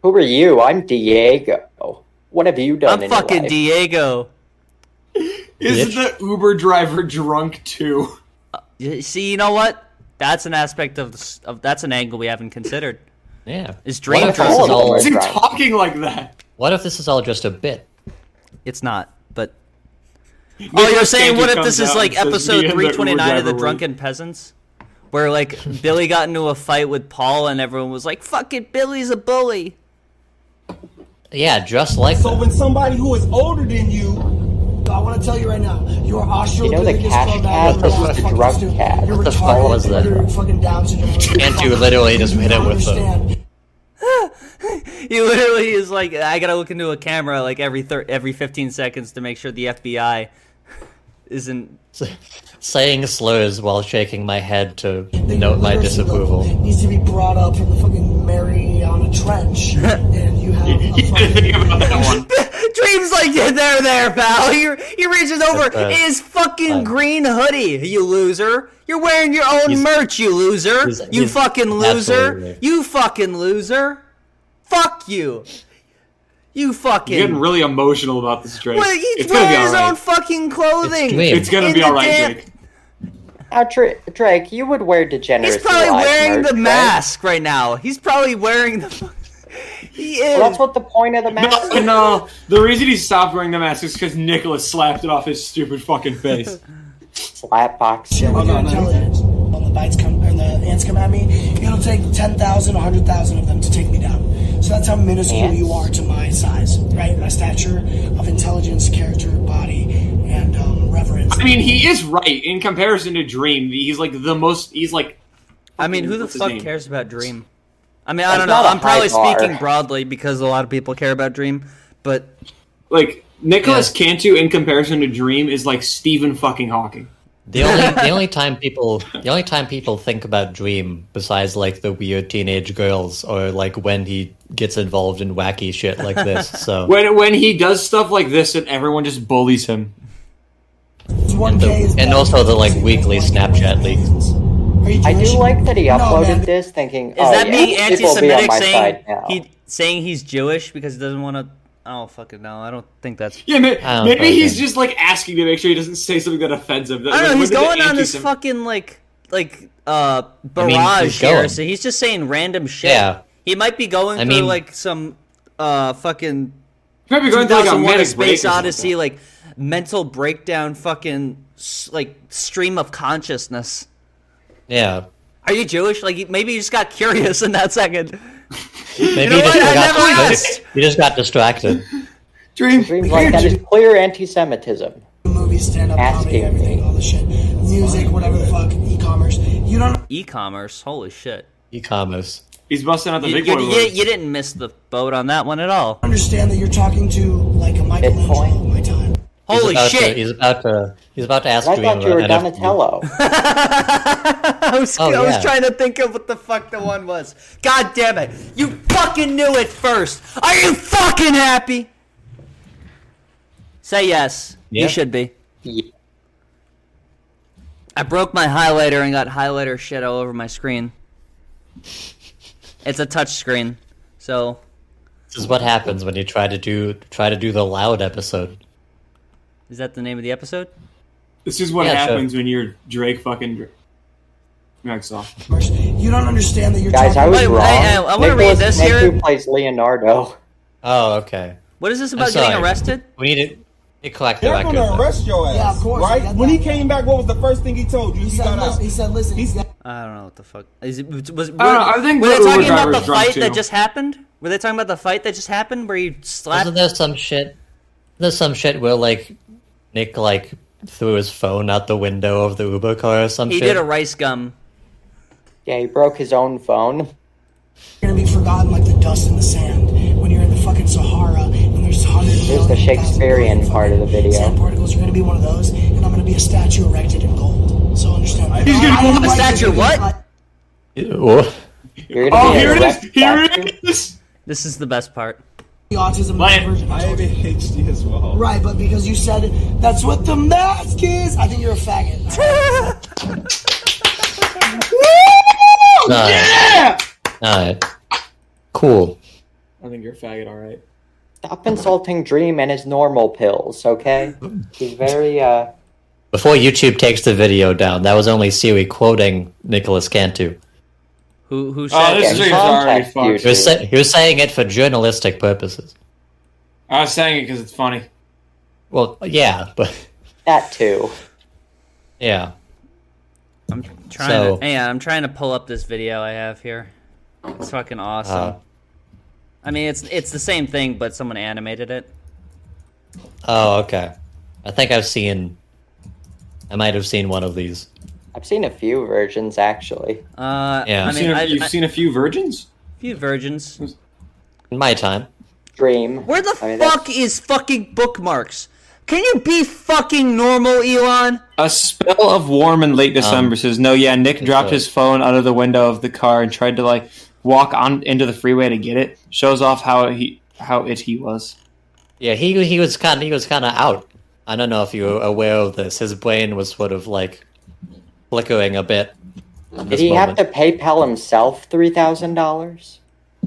S3: Who are you? I'm Diego. What have you done?
S1: I'm
S3: in
S1: fucking
S3: your life?
S1: Diego.
S6: Is the
S2: Bitch.
S6: Uber driver drunk too?
S1: You- See, you know what? That's an aspect of, the, s- of that's an angle we haven't considered.
S2: Yeah.
S1: Is Dream
S2: what if, this
S1: Dress
S2: is
S3: all of
S2: all,
S6: Is he
S3: Right.
S6: talking like that?
S2: what if this is all just a bit?
S1: It's not, but oh, you're saying what if this is like episode 329 of the Drunken Peasants, where like Billy got into a fight with Paul and everyone was like, "Fucking Billy's a bully."
S2: Yeah, just like
S7: So
S2: that.
S7: when somebody who is older than you,
S8: I want to tell you right now, you are
S3: You
S8: Australopithecus
S3: know the cash
S8: club
S3: cat?
S8: member,
S3: This
S8: you're
S3: is the
S8: fucking
S3: drug
S8: stupid.
S3: cat.
S8: You're
S2: What the fuck
S8: retarded,
S2: was that?
S8: You're fucking Down syndrome.
S2: And you literally just hit it with the-
S8: Understand.
S1: He literally is like, I gotta look into a camera like every thir- every 15 seconds to make sure the FBI [LAUGHS] isn't.
S2: saying slurs while shaking my head to note my
S8: literacy
S2: disapproval.
S8: level Needs to be brought up from the fucking Mariana
S2: [LAUGHS]
S8: Trench, and you have a
S6: Think
S8: fucking
S6: about that one.
S1: Dream's like, yeah, there, there, pal. [LAUGHS] He, he reaches over
S2: That's, uh,
S1: in his fucking
S2: fine.
S1: green hoodie, you loser. You're wearing your own
S2: He's-
S1: merch, you loser.
S2: he's-
S1: you
S2: he's
S1: fucking loser.
S2: absolutely-
S1: You fucking loser. Fuck you. You fucking.
S6: I'm getting really emotional about this, Drake.
S1: Well, he's
S6: it's gonna be
S1: wearing his own
S6: alright.
S1: fucking clothing.
S2: It's Dream.
S6: It's gonna
S1: in
S6: be
S1: the
S6: alright,
S1: damn-
S6: Drake.
S3: Now, Dra- Drake, you would wear degenerate.
S1: He's probably
S3: Alive
S1: wearing
S3: merch,
S1: the
S3: right?
S1: mask right now. He's probably wearing the. [LAUGHS] he is.
S3: Well, that's what the point of the mask.
S6: No, no, the reason he stopped wearing the mask is because Nicholas slapped it off his stupid fucking face.
S3: Slap box.
S8: shit when you're intelligent. When the bites come and the ants come at me, it'll take 10,000, 100,000 of them to take me down. So that's how minuscule
S3: Ants?
S8: you are to my size, right? My stature of intelligence, character, body, and um, reverence.
S6: I mean, he is right in comparison to Dream. He's like the most. He's like
S1: I mean, who the
S6: What's his
S1: fuck
S6: name?
S1: cares about Dream? I mean, I don't
S3: It's
S1: know.
S3: not a
S1: I'm probably
S3: high bar.
S1: speaking broadly because a lot of people care about Dream, but
S6: like Nicholas Cantu in comparison to Dream is like Stephen fucking Hawking.
S2: The only the only time people the only time people think about Dream besides like the weird teenage girls or like when he gets involved in wacky shit like this.
S1: [LAUGHS]
S2: So
S6: When when he does stuff like this and everyone just bullies him.
S8: It's 1K
S2: the-
S8: is
S2: and
S8: better
S2: also
S8: than
S2: the, like,
S8: 1K.
S2: weekly Snapchat leaks.
S8: Are you
S3: I do
S8: Jewish?
S3: like that he
S8: No,
S3: uploaded
S8: man.
S3: this thinking,
S1: Is
S3: oh,
S1: that
S3: yeah,
S1: being
S3: people will be on
S1: anti-Semitic
S3: my
S1: saying
S3: side now.
S1: he saying he's Jewish because he doesn't want to? I don't fucking know. I don't think that's.
S6: Yeah,
S2: I
S6: ma-
S2: don't
S6: maybe
S2: fucking-
S6: he's just like asking to make sure he doesn't say something that offensive.
S1: I don't know. He's going on this
S6: fucking.
S1: fucking like like uh
S2: mean,
S1: barrage
S2: he's
S1: here,
S2: going.
S1: so he's just saying random shit.
S2: Yeah.
S1: He might be going
S2: I
S1: through
S2: mean-
S1: like some uh fucking
S6: Maybe going to like a
S1: 2001: A
S6: manic
S1: Space
S6: break or something.
S1: Odyssey like mental breakdown fucking s- like stream of consciousness.
S2: yeah.
S1: Are you Jewish? Like maybe you just got [LAUGHS] curious in that second.
S2: Maybe
S1: know
S2: he, just
S1: what? I never
S2: got
S1: asked.
S2: he just got distracted.
S6: Dream.
S3: Dreams like that is clear anti-Semitism.
S8: movies, stand up comedy,
S3: Asking
S8: everything,
S3: me.
S8: all the shit, music, whatever the fuck, e-commerce. You don't
S1: E-commerce. Holy shit.
S2: E-commerce.
S6: He's busting out the
S1: You,
S6: big
S1: you-
S6: boy.
S1: you-
S6: words.
S1: you didn't miss the boat on that one at all.
S8: understand that you're talking to like a Michelangelo
S3: Bitcoin.
S8: of my time.
S2: He's
S1: Holy
S2: about To,
S1: shit!
S2: he's about to he's about to ask
S3: I
S2: Dream
S3: thought you were
S2: about NFT.
S3: Donatello.
S1: [LAUGHS] I was,
S2: Oh,
S1: I was
S2: yeah.
S1: trying to think of what the fuck the one was. God damn it! You fucking knew it first. Are you fucking happy? Say yes.
S2: Yeah.
S1: You should be.
S3: Yeah.
S1: I broke my highlighter and got highlighter shit all over my screen. It's a touch screen, so
S2: This is what happens when you try to do try to do the loud episode.
S1: is that the name of the episode?
S6: This is what
S2: Yeah, sure.
S6: happens when you're Drake fucking. Dra- Next off.
S8: First, You don't understand that you're
S3: Guys, I
S8: talking
S3: was
S1: Wait,
S3: wrong.
S1: I- I- I wanna read
S3: Nicolas
S1: this
S3: Cage
S1: here.
S3: who plays Leonardo.
S2: Oh, okay.
S1: What is this about
S2: sorry.
S1: getting arrested?
S2: We need to we collect the
S7: They're
S2: record.
S7: gonna
S2: though.
S7: arrest your ass.
S8: Yeah, of course, I
S7: Right?
S8: got
S7: When he
S8: that.
S7: came back, what was the first thing he told you?
S8: He
S7: He
S8: said,
S7: got
S8: listen,
S7: out.
S8: he said, listen, he's got
S1: I don't know what the fuck is it. Was, was,
S6: I don't know, I think
S1: were
S6: the
S1: they
S6: Uber
S1: talking about
S6: driver's
S1: the
S6: drunk,
S1: fight that
S6: too.
S1: just happened? Were they talking about the fight that just happened where you slapped?
S2: Isn't there some shit? There's some shit where like Nick like threw his phone out the window of the Uber car or some
S1: He
S2: shit.
S1: did a rice gum.
S3: Yeah, he broke his own phone.
S8: gonna be forgotten like the dust in the sand when you're in the fucking Sahara and there's hundreds.
S3: There's the Shakespearean part of the video.
S8: Sand particles. You're gonna be one of those, and I'm gonna be a statue erected in gold. So understand.
S6: He's gonna
S8: I- I-
S6: be a
S8: I-
S1: statue of what?
S8: I-
S2: Ooh.
S3: You're gonna
S6: Oh,
S3: be
S6: here it
S3: a
S6: is!
S3: wreck
S6: Here
S3: statue.
S6: it is!
S1: This is the best part.
S8: The autism
S6: Lion.
S8: version. I
S7: I
S8: told
S7: have
S8: you.
S7: ADHD as well.
S8: Right, but because you said it, that's what the mask is. I think you're a faggot.
S2: [LAUGHS] Nice. Alright. Cool.
S6: I think you're a faggot, alright.
S3: Stop insulting Dream and his normal pills, okay? He's very, uh...
S2: Before YouTube takes the video down, that was only Siri quoting Nicholas Cantu.
S1: Who who said?
S6: Oh, this
S3: Yeah,
S6: is
S3: you
S6: is already
S3: contact you.
S6: fucked.
S2: He was, sa- he was saying it for journalistic purposes.
S6: I was saying it because it's funny.
S2: Well, yeah, but
S3: That too.
S2: yeah.
S1: I'm trying.
S2: So-
S1: to, hang on, I'm trying to pull up this video I have here. It's fucking awesome.
S2: Uh,
S1: I mean, it's it's the same thing, but someone animated it.
S2: oh, okay. I think I've seen. I might have seen one of these.
S3: I've seen a few versions, actually.
S1: Uh,
S2: Yeah.
S1: I
S2: You've
S6: You've, seen,
S1: mean,
S6: a,
S1: I,
S6: you've
S1: I-
S6: seen a few virgins?
S1: few virgins.
S2: In my time.
S3: Dream.
S1: Where the
S3: I mean, that's-
S1: fuck is fucking bookmarks? Can you be fucking normal, Elon?
S6: A spell of warm in late December says, no, yeah, Nick dropped
S2: a-
S6: his phone out of the window of the car and tried to, like, walk on into the freeway to get it. Shows off how he how it he was.
S2: Yeah, he he was kind he was kind of out. I don't know if you were aware of this. His brain was sort of like flickering a bit. at
S3: Did
S2: this
S3: he have
S2: moment.
S3: to PayPal himself $3,000?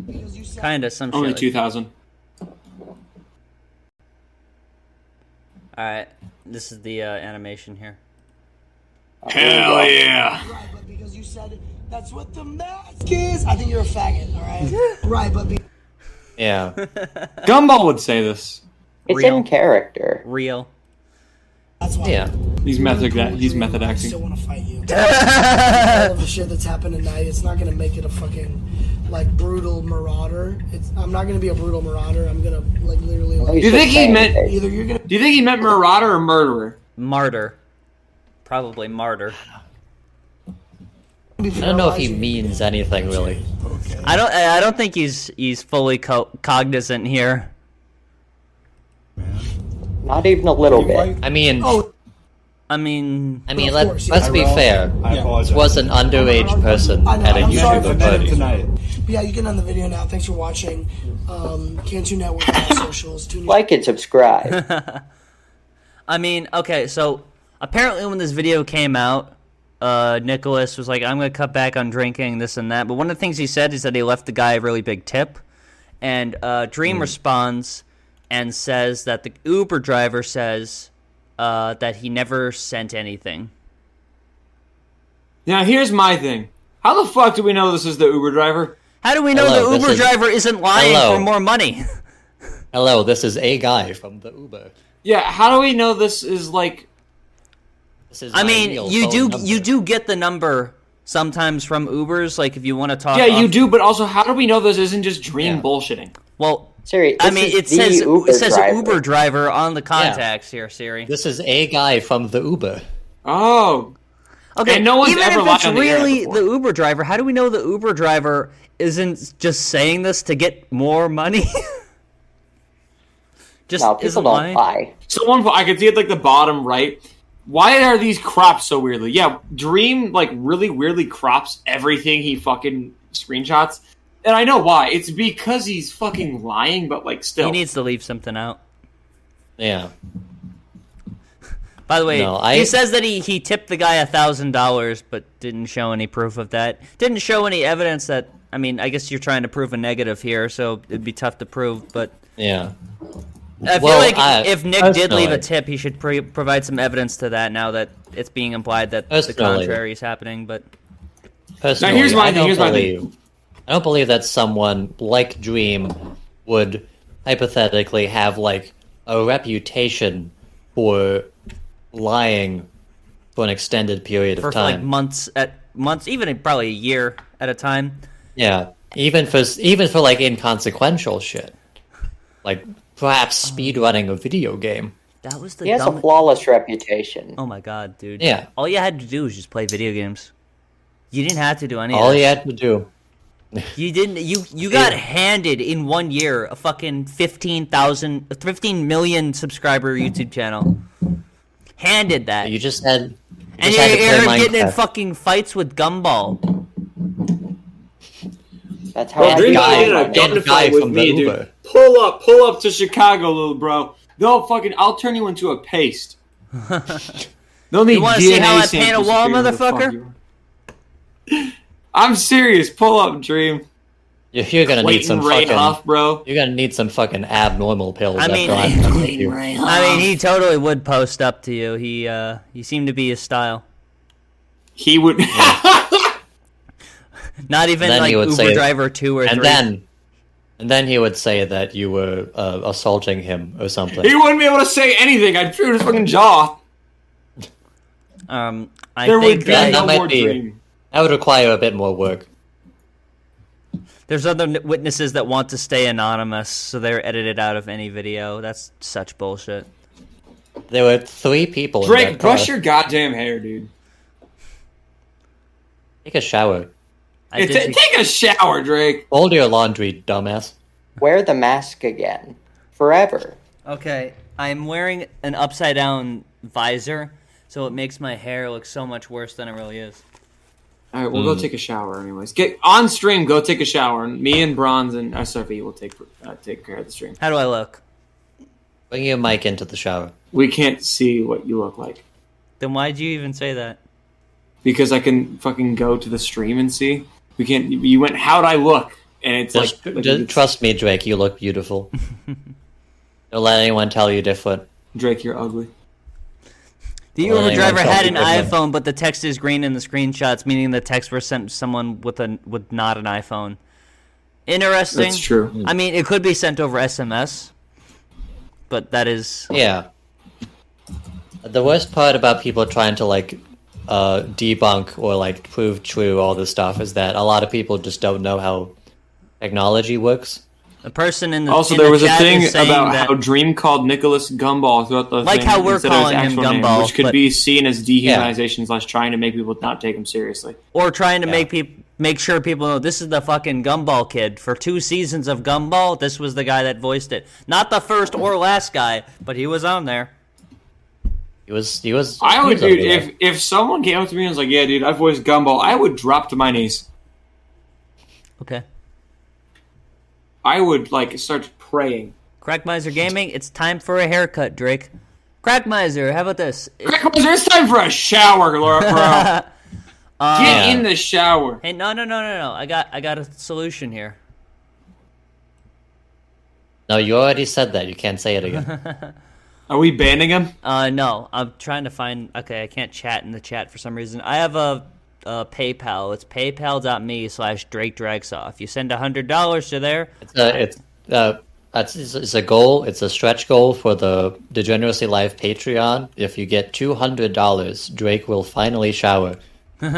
S8: Because you said
S1: Kinda some shit.
S6: Only
S1: like- [LAUGHS]
S6: 2,000.
S1: All right, this is the uh, animation here.
S6: Hell yeah!
S8: right, but because you said that's what the mask is. I think you're a faggot. All
S2: [LAUGHS]
S8: right. right, but be-
S2: Yeah,
S6: Gumball would say this.
S3: It's
S1: Real.
S3: in character.
S1: Real.
S8: that's why.
S2: yeah.
S6: He's method, he's method
S8: I still
S6: acting.
S8: want to fight
S2: [LAUGHS]
S8: you. All of the shit that's happened tonight, it's not gonna make it a fucking like brutal marauder. It's I'm not gonna be a brutal marauder. I'm gonna like literally
S3: Do
S8: like
S6: you think he meant-
S8: either you're gonna
S6: Do you think he meant marauder or murderer?
S1: Martyr. Probably martyr.
S2: I don't know if he means anything really.
S1: I don't. I don't think he's he's fully co- cognizant here.
S3: Not even a little bit.
S2: I mean,
S8: Oh,
S1: I mean,
S2: I mean,
S8: of
S2: let,
S8: course, yeah.
S2: let's be
S5: Tyrell,
S2: fair.
S5: I apologize.
S2: This was an underage person
S8: I know,
S2: at a
S8: I'm sorry for
S2: YouTuber
S8: that
S2: party.
S5: tonight.
S8: yeah, you can end the video now. Thanks for watching. Um, Cantu Network on
S2: [LAUGHS]
S8: all socials. Tune in.
S3: Like
S1: [LAUGHS]
S3: and subscribe.
S1: I mean, okay. So apparently, when this video came out, uh, Nicholas was like, "I'm gonna cut back on drinking, this and that." But one of the things he said is that he left the guy a really big tip, and uh, Dream responds and says that the Uber driver says uh, that he never sent anything.
S6: Now here's my thing. How the fuck do we know this is the Uber driver?
S1: How do we know
S2: Hello,
S1: the
S2: this
S1: Uber
S2: is-
S1: driver isn't lying
S2: Hello.
S1: for more money? [LAUGHS]
S2: Hello, this is a guy from the Uber.
S6: Yeah, how do we know this is like
S2: This is
S1: I
S2: my
S1: mean,
S2: real
S1: you
S2: phone
S1: do
S2: number.
S1: you do get the number sometimes from Ubers, like if you want to talk.
S6: Yeah, you
S1: off-
S6: do, but also how do we know this isn't just dream
S2: Yeah.
S6: bullshitting?
S1: Well,
S3: Siri,
S1: I
S3: this
S1: mean,
S3: is
S1: it
S3: the
S1: says
S3: Uber
S1: it says
S3: driver.
S1: Uber driver on the contacts here, Siri.
S2: This is a guy from the Uber.
S6: Oh.
S1: Okay,
S6: And no one's
S1: even
S6: ever
S1: if
S6: lied
S1: it's
S6: on the air
S1: really
S6: before.
S1: the Uber driver, how do we know the Uber driver isn't just saying this to get more money? [LAUGHS] just
S3: No,
S1: isn't
S3: people don't
S1: lying?
S3: lie.
S6: So one I could see it like the bottom right. Why are these crops so weirdly? Yeah, Dream like really weirdly crops everything he fucking screenshots. And I know why. It's because he's fucking lying, but like still
S1: He needs to leave something out.
S2: Yeah.
S1: By the way,
S2: No, I-
S1: he says that he, he tipped the guy a thousand dollars, but didn't show any proof of that. Didn't show any evidence that. I mean, I guess you're trying to prove a negative here, so it'd be tough to prove. But
S2: Yeah.
S1: I feel
S2: Well,
S1: like
S2: I-
S1: if Nick did
S2: personally-
S1: leave a tip, he should pre- provide some evidence to that. Now that it's being implied that the
S2: Personally.
S1: contrary is happening, but
S2: Personally,
S6: here's my
S2: I
S6: thing,
S2: don't
S6: here's my thing.
S2: believe. I don't believe that someone like Dream would hypothetically have like a reputation for lying for an extended period
S1: for
S2: of time.
S1: like months at months, even probably a year at a time.
S2: Yeah, even for even for like inconsequential shit, like perhaps speed running a video game.
S1: That was the
S3: He has a
S1: dumb-
S3: flawless reputation.
S1: Oh my god, dude!
S2: Yeah.
S1: all you had to do was just play video games. You didn't have to do any.
S2: All
S1: of that.
S2: he had to do.
S1: You didn't. You you got handed in one year a fucking 15,000, 15 million subscriber YouTube channel. Handed that,
S2: You just had. You
S1: and
S2: just
S1: you're,
S2: had to
S1: you're
S2: play
S1: getting in
S2: Minecraft.
S1: fucking fights with Gumball.
S3: That's how
S6: Well,
S3: I
S6: Dream
S2: guy-
S6: guy,
S3: feel.
S6: a
S3: right now.
S2: gun-
S6: gun
S2: and
S6: fight
S2: guy
S6: with
S2: from
S6: me,
S2: the
S6: dude.
S2: Uber.
S6: Pull up, pull up to Chicago, little bro. They'll fucking, I'll turn you into a
S1: [LAUGHS]
S6: paste. They'll need
S1: You wanna
S6: DNA
S1: see how I paint
S6: samples to
S1: a wall,
S6: figure out who the fuck
S1: motherfucker?
S6: you are. [LAUGHS] I'm serious. Pull up, Dream.
S2: You're, you're gonna
S6: Clayton
S2: need some
S6: Ray
S2: fucking.
S6: Huff, bro.
S2: You're gonna need some fucking abnormal pills.
S1: I
S2: after
S1: mean- [LAUGHS]
S2: I'm done with you.
S1: I mean, he totally would post up to you. He uh, he seemed to be his style.
S6: He would.
S1: Not even
S2: Then
S1: like
S2: he would
S1: Uber
S2: say-
S1: driver two or
S2: and
S1: three.
S2: then, and then he would say that you were uh, assaulting him or something.
S6: he wouldn't be able to say anything. I'd throw his fucking jaw.
S1: um, I
S6: There
S1: think
S6: would be
S1: that
S2: that
S6: no
S2: might
S6: more
S2: be-
S6: Dream.
S2: that would require a bit more work.
S1: there's other n- witnesses that want to stay anonymous, so they're edited out of any video. That's such bullshit.
S2: There were three people. in
S6: Drake,
S2: that car.
S6: brush your goddamn hair, dude.
S2: Take a shower.
S1: I
S6: Yeah,
S1: did
S6: ta-
S1: see-
S6: take a shower, Drake.
S2: Fold your laundry, dumbass.
S3: Wear the mask again. Forever.
S1: Okay, I'm wearing an upside down visor, so it makes my hair look so much worse than it really is.
S6: All right, we'll
S2: Hmm.
S6: go take a shower, anyways. Get on stream. Go take a shower. and Me and Bronze and SRV will take uh, take care of the stream.
S1: How do I look?
S2: Bring your mic into the shower.
S6: We can't see what you look like
S1: Then why'd you even say that?
S6: because I can fucking go to the stream and see. We can't. You went. How'd I look? And it's
S2: Just,
S6: like, like
S2: just
S6: it's-
S2: trust me, Drake. You
S6: [LAUGHS]
S2: look beautiful. Don't let anyone tell you different.
S6: Drake, you're ugly.
S1: The
S2: Well,
S1: Uber
S2: anyone
S1: driver
S2: tell
S1: had an
S2: people that.
S1: iPhone, but the text is green in the screenshots, meaning the text was sent to someone with a with not an iPhone. Interesting.
S6: That's true.
S1: I mean, it could be sent over SMS, but that is
S2: Yeah. The worst part about people trying to like uh, debunk or like prove true all this stuff is that a lot of people just don't know how technology works.
S1: The person [LAUGHS] in the
S6: Also,
S1: in
S6: there
S1: the
S6: was a
S1: chat
S6: thing
S1: is saying
S6: about
S1: that,
S6: how Dream called Nicholas Gumball throughout the
S1: Like
S6: thing
S1: how we're
S6: instead of his
S1: calling him
S6: actual name,
S1: Gumball,
S6: which could
S1: but-
S6: be seen as dehumanization slash trying to make people not take him seriously.
S1: or trying to make people make sure people know this is the fucking Gumball kid. For two seasons of Gumball, this was the guy that voiced it. Not the first or last guy, but he was on there.
S2: He was. He was.
S6: I
S2: he
S6: would,
S2: was over
S6: dude.
S2: there.
S6: If if someone came up to me and was like, "Yeah, dude, I voiced Gumball," I would drop to my knees.
S1: Okay.
S6: I would like start praying.
S1: Crackmiser Gaming, it's time for a haircut, Drake. Crackmiser, how about this?
S6: Crackmiser, it's time for a shower, Laura,
S1: [LAUGHS]
S6: bro.
S1: Um,
S6: Get in the shower.
S1: Hey, Eh, no, no, no, no, no. I got I got a solution here.
S2: No, you already said that. You can't say
S6: [LAUGHS]
S2: it again.
S6: Are we banning him?
S1: Uh, no, I'm trying to find. Okay, I can't chat in the chat for some reason. I have a, a PayPal. It's paypal.me slash Drake Dragsoff. You send hundred dollars to there.
S2: it's a, it's, uh, that's, it's, it's a goal. It's a stretch goal for the Degeneracy Live Patreon. If you get two hundred dollars, Drake will finally shower.
S6: For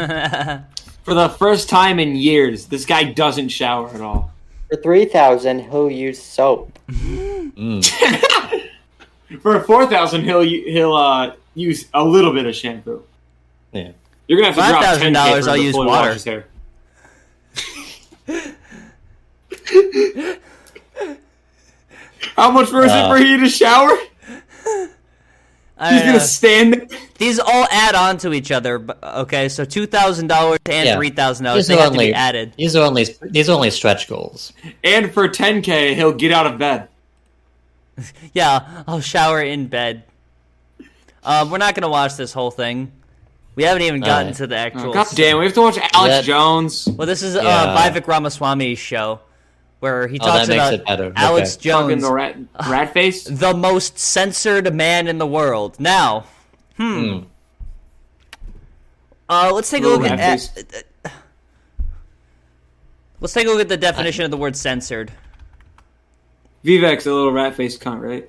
S6: the first time in years, this guy doesn't shower at all.
S3: For 3000 he'll use soap.
S6: For four thousand, he'll he'll uh, use a little bit of shampoo.
S2: Yeah.
S6: You're gonna have to drop ten
S1: $5,000
S6: dollars.
S1: I'll use water.
S6: There. How much for is it
S2: Uh,
S6: for you to shower?
S1: I
S6: He's
S1: uh, don't
S6: gonna
S1: know.
S6: stand there.
S1: These all add on to each other. but- Okay, so two thousand dollars and
S2: Yeah.
S1: three thousand dollars
S2: These
S1: they
S2: are
S1: have to
S2: only
S1: be added.
S2: these are only these are only stretch goals.
S6: And for ten k, he'll get out of bed.
S1: Yeah, I'll shower in bed. Uh, we're not gonna watch this whole thing. We haven't even gotten
S2: right.
S1: to the actual.
S6: God damn, we have to watch Alex
S2: That-
S6: Jones.
S1: Well, this is uh,
S2: Yeah.
S1: Vivek Ramaswamy's show, where he
S2: Oh,
S1: talks
S2: that makes
S1: about
S2: it better.
S1: Alex
S2: Okay.
S6: Fucking
S1: Jones,
S6: the rat, rat face.
S1: the most censored man in the world. Now,
S2: Hmm.
S1: hmm. Uh, let's take a
S6: Little
S1: look at.
S6: rat face.
S1: Let's take a look at the definition of the word censored.
S6: Vivek's a little rat face cunt, right?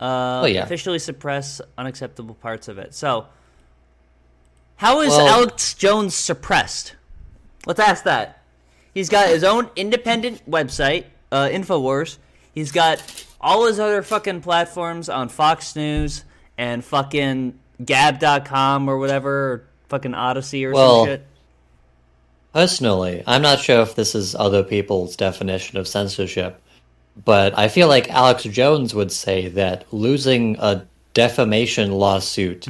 S1: Uh,
S2: Oh, yeah.
S1: Officially suppress unacceptable parts of it. So, how is
S2: Well-
S1: Alex Jones suppressed? Let's ask that. He's got his own independent website, uh, Infowars. He's got all his other fucking platforms on Fox News and fucking Gab.com or whatever, or fucking Odyssey or
S2: Well,
S1: some shit.
S2: Personally, I'm not sure if this is other people's definition of censorship, but I feel like Alex Jones would say that losing a defamation lawsuit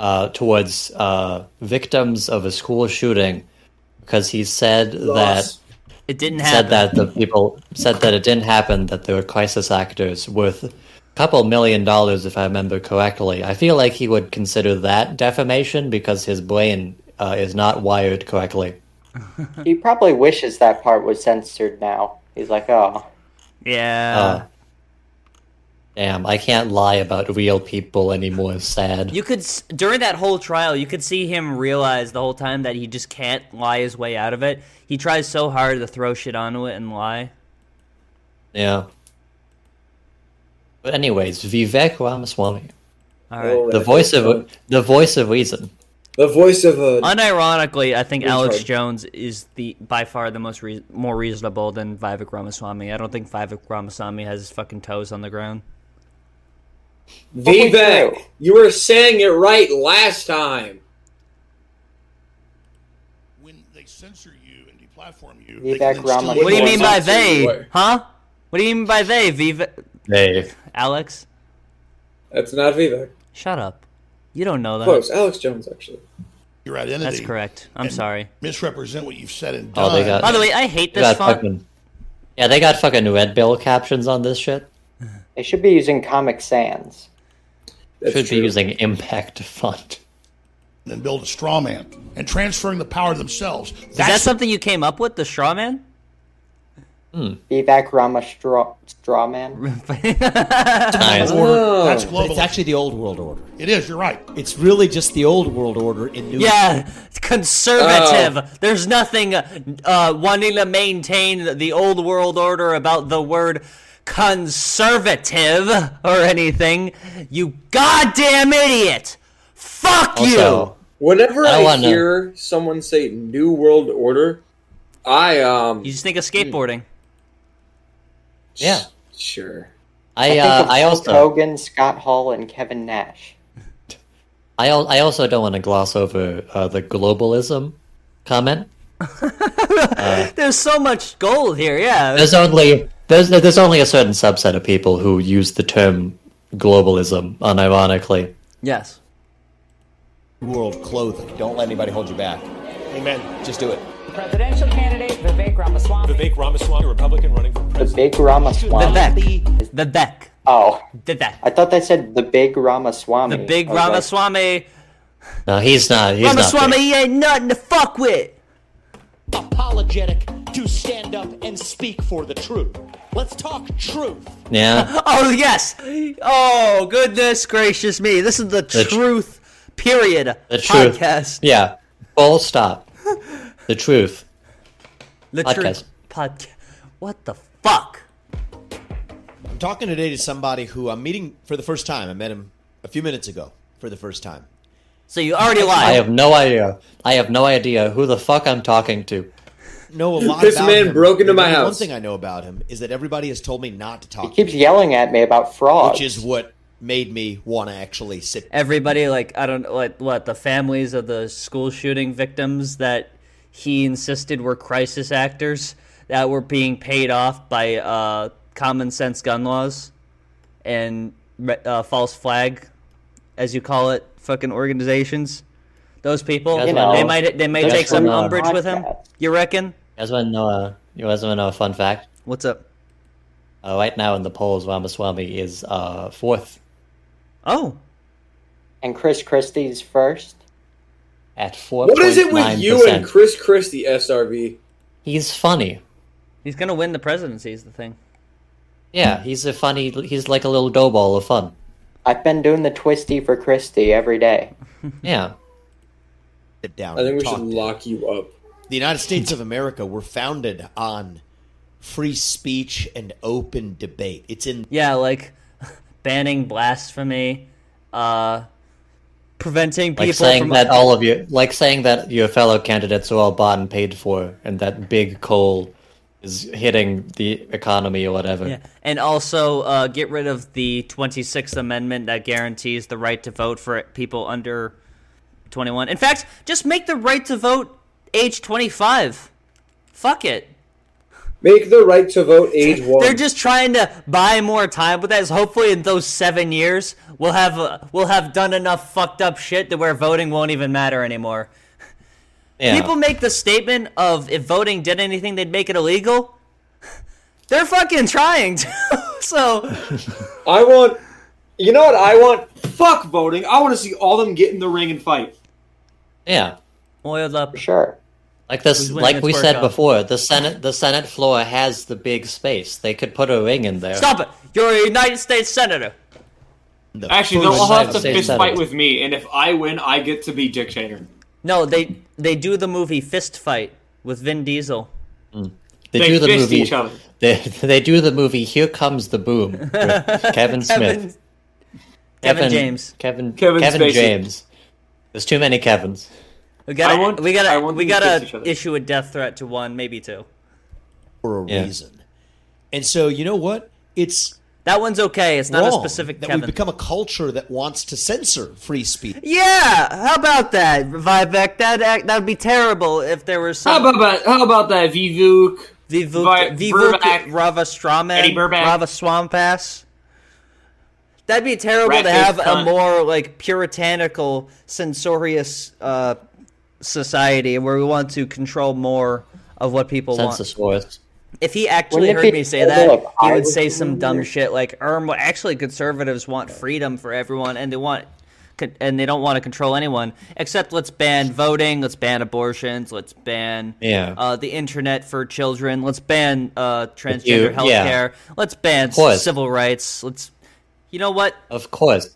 S2: uh, towards uh, victims of a school shooting because he said that
S1: It didn't
S2: said
S1: happen.
S2: that the people said that it didn't happen that there were crisis actors worth a couple million dollars if i remember correctly i feel like he would consider that defamation because his brain uh, is not wired correctly
S3: He probably wishes that part was censored now. He's like, oh.
S1: Yeah.
S2: uh, damn i can't lie about real people anymore sad
S1: You could s- during that whole trial, you could see him realize the whole time that he just can't lie his way out of it. He tries so hard to throw shit onto it and lie.
S2: yeah but anyways vivek ramaswamy
S1: All right.
S2: the voice of the voice of reason
S9: the voice of a
S1: Unironically, I think Alex
S9: hard.
S1: Jones is the by far the most rea- more reasonable than Vivek Ramaswamy. I don't think Vivek Ramaswamy has his fucking toes on the ground.
S3: Vivek,
S9: You were saying it right last time.
S10: when they censor you and deplatform you.
S3: Vivek
S10: they can
S3: Ramaswamy.
S10: instill-
S3: What
S1: What do you mean by
S9: Well,
S1: they?
S9: what?
S1: Huh? What do you mean by they, Vivek?
S2: hey
S1: Alex,
S9: That's not Vivek.
S1: shut up. You don't know that.
S9: Close. Alex Jones, actually.
S10: Your identity.
S1: That's correct. I'm
S10: and
S1: sorry.
S10: Misrepresent what you've said and done.
S2: Oh, they got-
S1: By the way, I hate
S2: They
S1: this
S2: got
S1: font.
S2: fucking- yeah, they got fucking Red Bill captions on this shit.
S3: They should be using Comic Sans.
S9: That's
S2: Should
S9: true.
S2: be using impact
S1: [LAUGHS]
S2: font.
S10: and build a straw man and transferring the power to themselves. That's
S1: Is that something you came up with, the straw man?
S3: Vivek Rama Straw, straw Man.
S2: Nice.
S10: global order. That's global.
S11: It's actually the old world order.
S10: It is. You're right.
S11: It's really just the old world order in new.
S1: Yeah, conservative. There's nothing uh, wanting to maintain the old world order about the word conservative or anything. You goddamn idiot! Fuck
S2: Also,
S9: Whenever
S2: I
S9: I,
S2: wanna-
S9: hear someone say New World Order, I, um,
S1: you! You just think of skateboarding.
S2: Yeah.
S9: Sure.
S2: I
S3: think
S2: uh,
S3: of
S2: I
S3: Hulk
S2: also
S3: Hogan, Scott Hall, and Kevin Nash.
S2: I, al- I also don't want to gloss over uh, the globalism comment.
S1: There's so much gold here. Yeah.
S2: There's only there's there's only a certain subset of people who use the term globalism unironically.
S1: Yes.
S11: World clothing. Don't let anybody hold you back. Amen. Just do it.
S12: Presidential candidate Vivek Ramaswamy.
S13: Vivek Ramaswamy, Republican running for
S3: The Big Ramaswamy.
S1: Vivek. Vivek.
S3: Oh.
S1: Vivek.
S3: I thought they said the Big Ramaswamy.
S1: The big
S3: I was like,
S1: Ramaswamy.
S2: No, he's not. He's
S1: Ramaswamy,
S2: not.
S1: he ain't nothing to fuck with.
S11: Apologetic to stand up and speak for the truth. Let's talk truth.
S2: big. Yeah.
S1: [LAUGHS] Oh yes. Oh goodness gracious me! This is the,
S2: The tr-
S1: truth. period.
S2: The truth.
S1: Podcast.
S2: Yeah. Full stop. The truth.
S1: The
S2: Podcast.
S1: truth. Podcast. What the fuck?
S11: I'm talking today to somebody who I'm meeting for the first time. I met him a few minutes ago for the first time.
S1: So you already
S2: I
S1: lied.
S2: have no idea. I have no idea who the fuck I'm talking to.
S11: Know a lot
S2: This
S11: about
S2: man
S11: him.
S2: broke into
S11: The
S2: my
S11: One
S2: house.
S11: thing I know about him is that everybody has told me not to talk.
S3: He keeps yelling at me about fraud.
S11: which is what made me want to actually sit.
S1: Everybody like I don't like what the families of the school shooting victims that he insisted were crisis actors that were being paid off by uh, common sense gun laws and re- uh, false flag, as you call it, fucking organizations. Those people,
S2: You know,
S1: they might they may
S2: that's
S1: take some
S2: what I'm
S1: umbrage with him. You reckon?
S2: You guys want to know a, you guys want to know a fun fact?
S1: What's up?
S2: Uh, right now in the polls, Ramaswamy is uh, fourth
S1: Oh.
S3: And Chris Christie's first.
S2: at four.
S9: What is it with you and Chris Christie, SRV?
S2: He's funny.
S1: He's gonna win the presidency. Is the thing.
S2: Yeah, he's a funny. He's like a little dough ball of fun.
S3: I've been doing the twisty for Christie every day.
S2: Yeah.
S11: Sit down.
S9: I think
S11: and
S9: we
S11: talk
S9: should lock you up.
S11: The United States of America were founded on free speech and open debate. It's in
S1: Yeah, like [LAUGHS] banning blasphemy, uh, preventing
S2: Like
S1: people
S2: saying
S1: from
S2: that all of you, like saying that your fellow candidates are all bought and paid for, and that big coal is hitting the economy or whatever.
S1: Yeah, and also uh, get rid of the Twenty Sixth Amendment that guarantees the right to vote for people under twenty one. In fact, just make the right to vote age twenty five. Fuck it.
S9: Make the right to vote age
S1: [LAUGHS]
S9: one.
S1: They're just trying to buy more time with us. Hopefully, in those seven years, we'll have uh, we'll have done enough fucked up shit that where voting won't even matter anymore.
S2: Yeah.
S1: People make the statement of if voting did anything, they'd make it illegal. [LAUGHS] They're fucking trying [LAUGHS] to. so
S6: I want. You know what I want? Fuck voting. I want to see all them get in the ring and fight.
S2: Yeah.
S1: oiled up.
S3: Sure.
S2: Like this,
S1: Who's winning
S2: like
S1: its
S2: we said
S1: workout?
S2: before, the Senate, the Senate floor has the big space. They could put a ring in there.
S1: Stop it! You're a United States senator.
S6: Actually,
S2: full
S6: they'll all have to
S2: United States
S6: fist fight
S2: Senate.
S6: with me, and if I win, I get to be Dick Cheney.
S1: No, they they do the movie Fist Fight with Vin Diesel.
S2: They,
S1: They
S2: do the
S1: fist
S2: movie.
S1: each other.
S2: [LAUGHS] They, they do the movie. Here comes the
S1: [LAUGHS]
S2: boom. with Kevin Smith.
S1: Kevin James.
S2: Kevin.
S1: Kevin
S2: Kevin,
S1: Spacey.
S2: James. There's too many Kevins.
S1: We gotta
S6: I want-
S1: we gotta
S6: I want
S1: we
S6: them to fist each
S1: gotta
S6: other.
S1: issue a death threat to one, maybe two.
S11: for a reason. And so, you know what? It's
S1: That one's okay. It's not a
S11: wrong
S1: specific
S11: that
S1: Kevin.
S11: we've become a culture that wants to censor free speech.
S1: Yeah, how about that, Vivek? That act that would be terrible if there was some.
S6: How about how about that, Vivuk? Vi-
S1: Vivek, Vivek
S6: Burback. Eddie
S1: Ravastraman,
S6: Burback.
S1: Ravaswampass? That'd be terrible to
S6: Rat-faced
S1: have a
S6: cunt.
S1: more like puritanical, censorious uh, society where we want to control more of what people
S2: Census
S1: want.
S2: wars.
S1: If he actually
S3: Wouldn't it
S1: heard
S3: be
S1: me say
S3: terrible
S1: that,
S3: if
S1: he
S3: I
S1: would
S3: was
S1: say
S3: doing
S1: some dumb
S3: this?
S1: shit like, "Erm, well, actually, conservatives want freedom for everyone, and they want, con- and they don't want to control anyone. Except let's ban voting, let's ban abortions, let's ban
S2: Yeah.
S1: uh, the internet for children, let's ban uh, transgender
S2: You-
S1: healthcare,
S2: yeah.
S1: let's ban
S2: Of course.
S1: civil rights. Let's, you know what?
S2: Of course.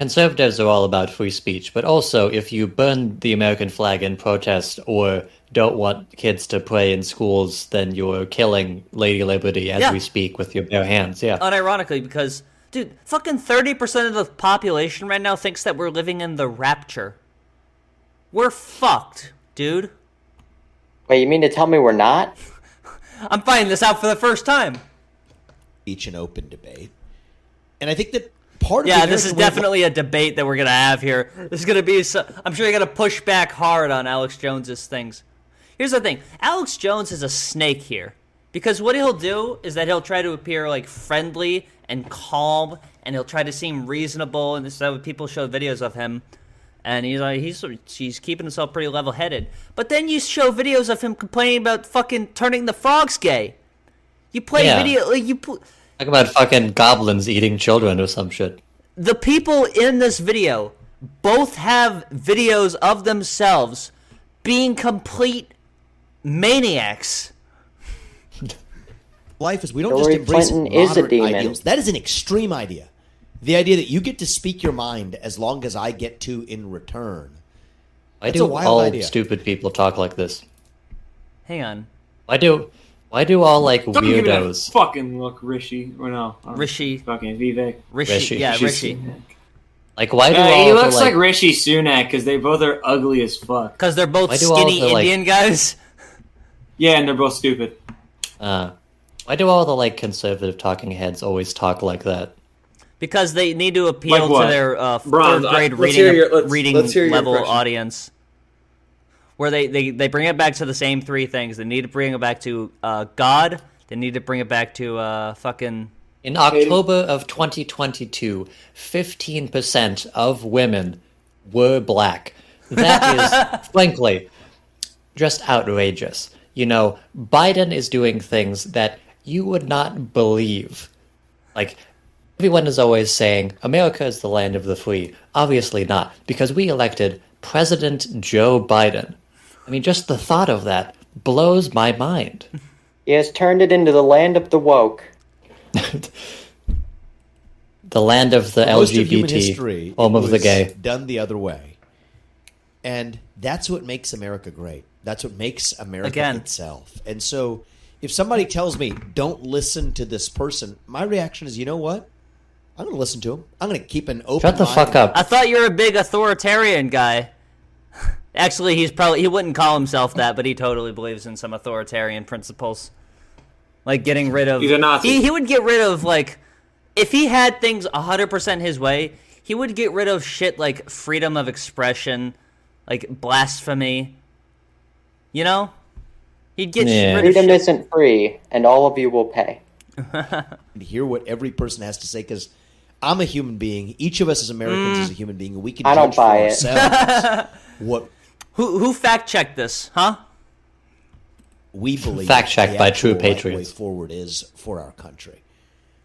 S2: Conservatives are all about free speech, but also if you burn the American flag in protest or don't want kids to pray in schools, then you're killing Lady Liberty as
S1: Yeah. Uh,
S2: we speak with your bare hands. Yeah.
S1: Unironically, because dude, fucking thirty percent of the population right now thinks that we're living in the rapture. We're fucked, dude.
S3: Wait, you mean to tell me we're not?
S1: I'm finding this out for the first time.
S11: speech and open debate. And I think that part of
S1: yeah,
S11: the
S1: this is
S11: American way of
S1: definitely a debate that we're gonna have here. This is gonna be. So, I'm sure you're gonna push back hard on Alex Jones's things. Here's the thing: Alex Jones is a snake here because what he'll do is that he'll try to appear like friendly and calm, and he'll try to seem reasonable. And this is how people show videos of him, and he's like, he's he's keeping himself pretty level-headed. But then you show videos of him complaining about fucking turning the frogs gay. You play
S2: Yeah.
S1: video. Like you pl-
S2: Talk about fucking goblins eating children or some shit.
S1: the people in this video both have videos of themselves being complete maniacs.
S11: life is we don't
S1: Hillary
S11: just embrace
S1: Clinton
S11: moderate
S1: is a demon.
S11: ideals. That is an extreme idea. The idea that you get to speak your mind as long as I get to in return.
S2: Why
S11: That's
S2: do
S11: a wild
S2: all
S11: idea.
S2: stupid people talk like this?
S1: Hang on.
S2: Why do why do all like
S6: Don't give me that
S2: weirdos?
S6: fucking look, Rishi. Or no, I don't know.
S1: Rishi.
S6: Fucking Vivek.
S1: Rishi.
S2: Rishi.
S1: Yeah,
S2: Rishi.
S1: Rishi.
S2: Like why do
S6: Uh,
S2: all
S6: he
S2: the,
S6: looks
S2: like,
S6: like, Rishi Sunak because they both are ugly as fuck.
S1: Because they're both
S2: Why do all
S1: skinny
S2: the, like-
S1: Indian guys. [LAUGHS]
S6: Yeah, and they're both stupid.
S2: uh, why do all the like conservative talking heads always talk like that?
S1: Because they need to
S2: Like
S1: appeal
S2: what?
S1: to their uh,
S2: Bronze,
S1: third
S2: I-
S1: grade
S2: let's hear
S1: reading,
S2: your- let's-
S1: reading
S2: let's hear your
S1: level
S2: impression.
S1: audience. Where they, they, they bring it back to the same three things. They need to bring it back to uh, God. They need to bring it back to uh, fucking.
S2: In October of 2022, 15% of women were black.
S11: [LAUGHS]
S2: That is, frankly, just outrageous. You know, Biden is doing things that you would not believe. Like, everyone is always saying, America is the land of the free. Obviously not, because we elected President Joe Biden. I mean, just the thought of that blows
S11: [LAUGHS]
S2: my mind.
S3: He has turned it into the land of the woke.
S2: The land of the
S11: Most of human
S2: LGBT,
S11: history,
S2: home
S11: it
S2: of the
S11: was
S2: gay.
S11: done the other way, and that's what makes America great. That's what makes America
S1: Again.
S11: itself. And so, if somebody tells me don't listen to this person, my reaction is, you know what? I'm going to listen to him. I'm going to keep an open. mind.
S1: I thought you were a big authoritarian guy. Actually, he's probably he wouldn't call himself that, but he totally believes in some authoritarian principles, like getting rid of.
S6: He's a Nazi.
S1: He, he would get rid of like, if he had things hundred percent his way, he would get rid of shit like freedom of expression, like blasphemy. You know, he'd get rid of
S3: Freedom
S1: shit.
S3: isn't free, and all of you will pay.
S11: to hear what every person has to say because I'm a human being. Each of us as Americans
S1: Mm.
S11: is a human being, and we can
S3: I don't
S11: judge for
S3: buy it.
S11: ourselves
S1: [LAUGHS]
S11: what
S1: Who who fact checked this, huh?
S11: we believe
S2: Fact checked
S11: the
S2: by true
S11: actual right
S2: patriots.
S11: way forward is for our country.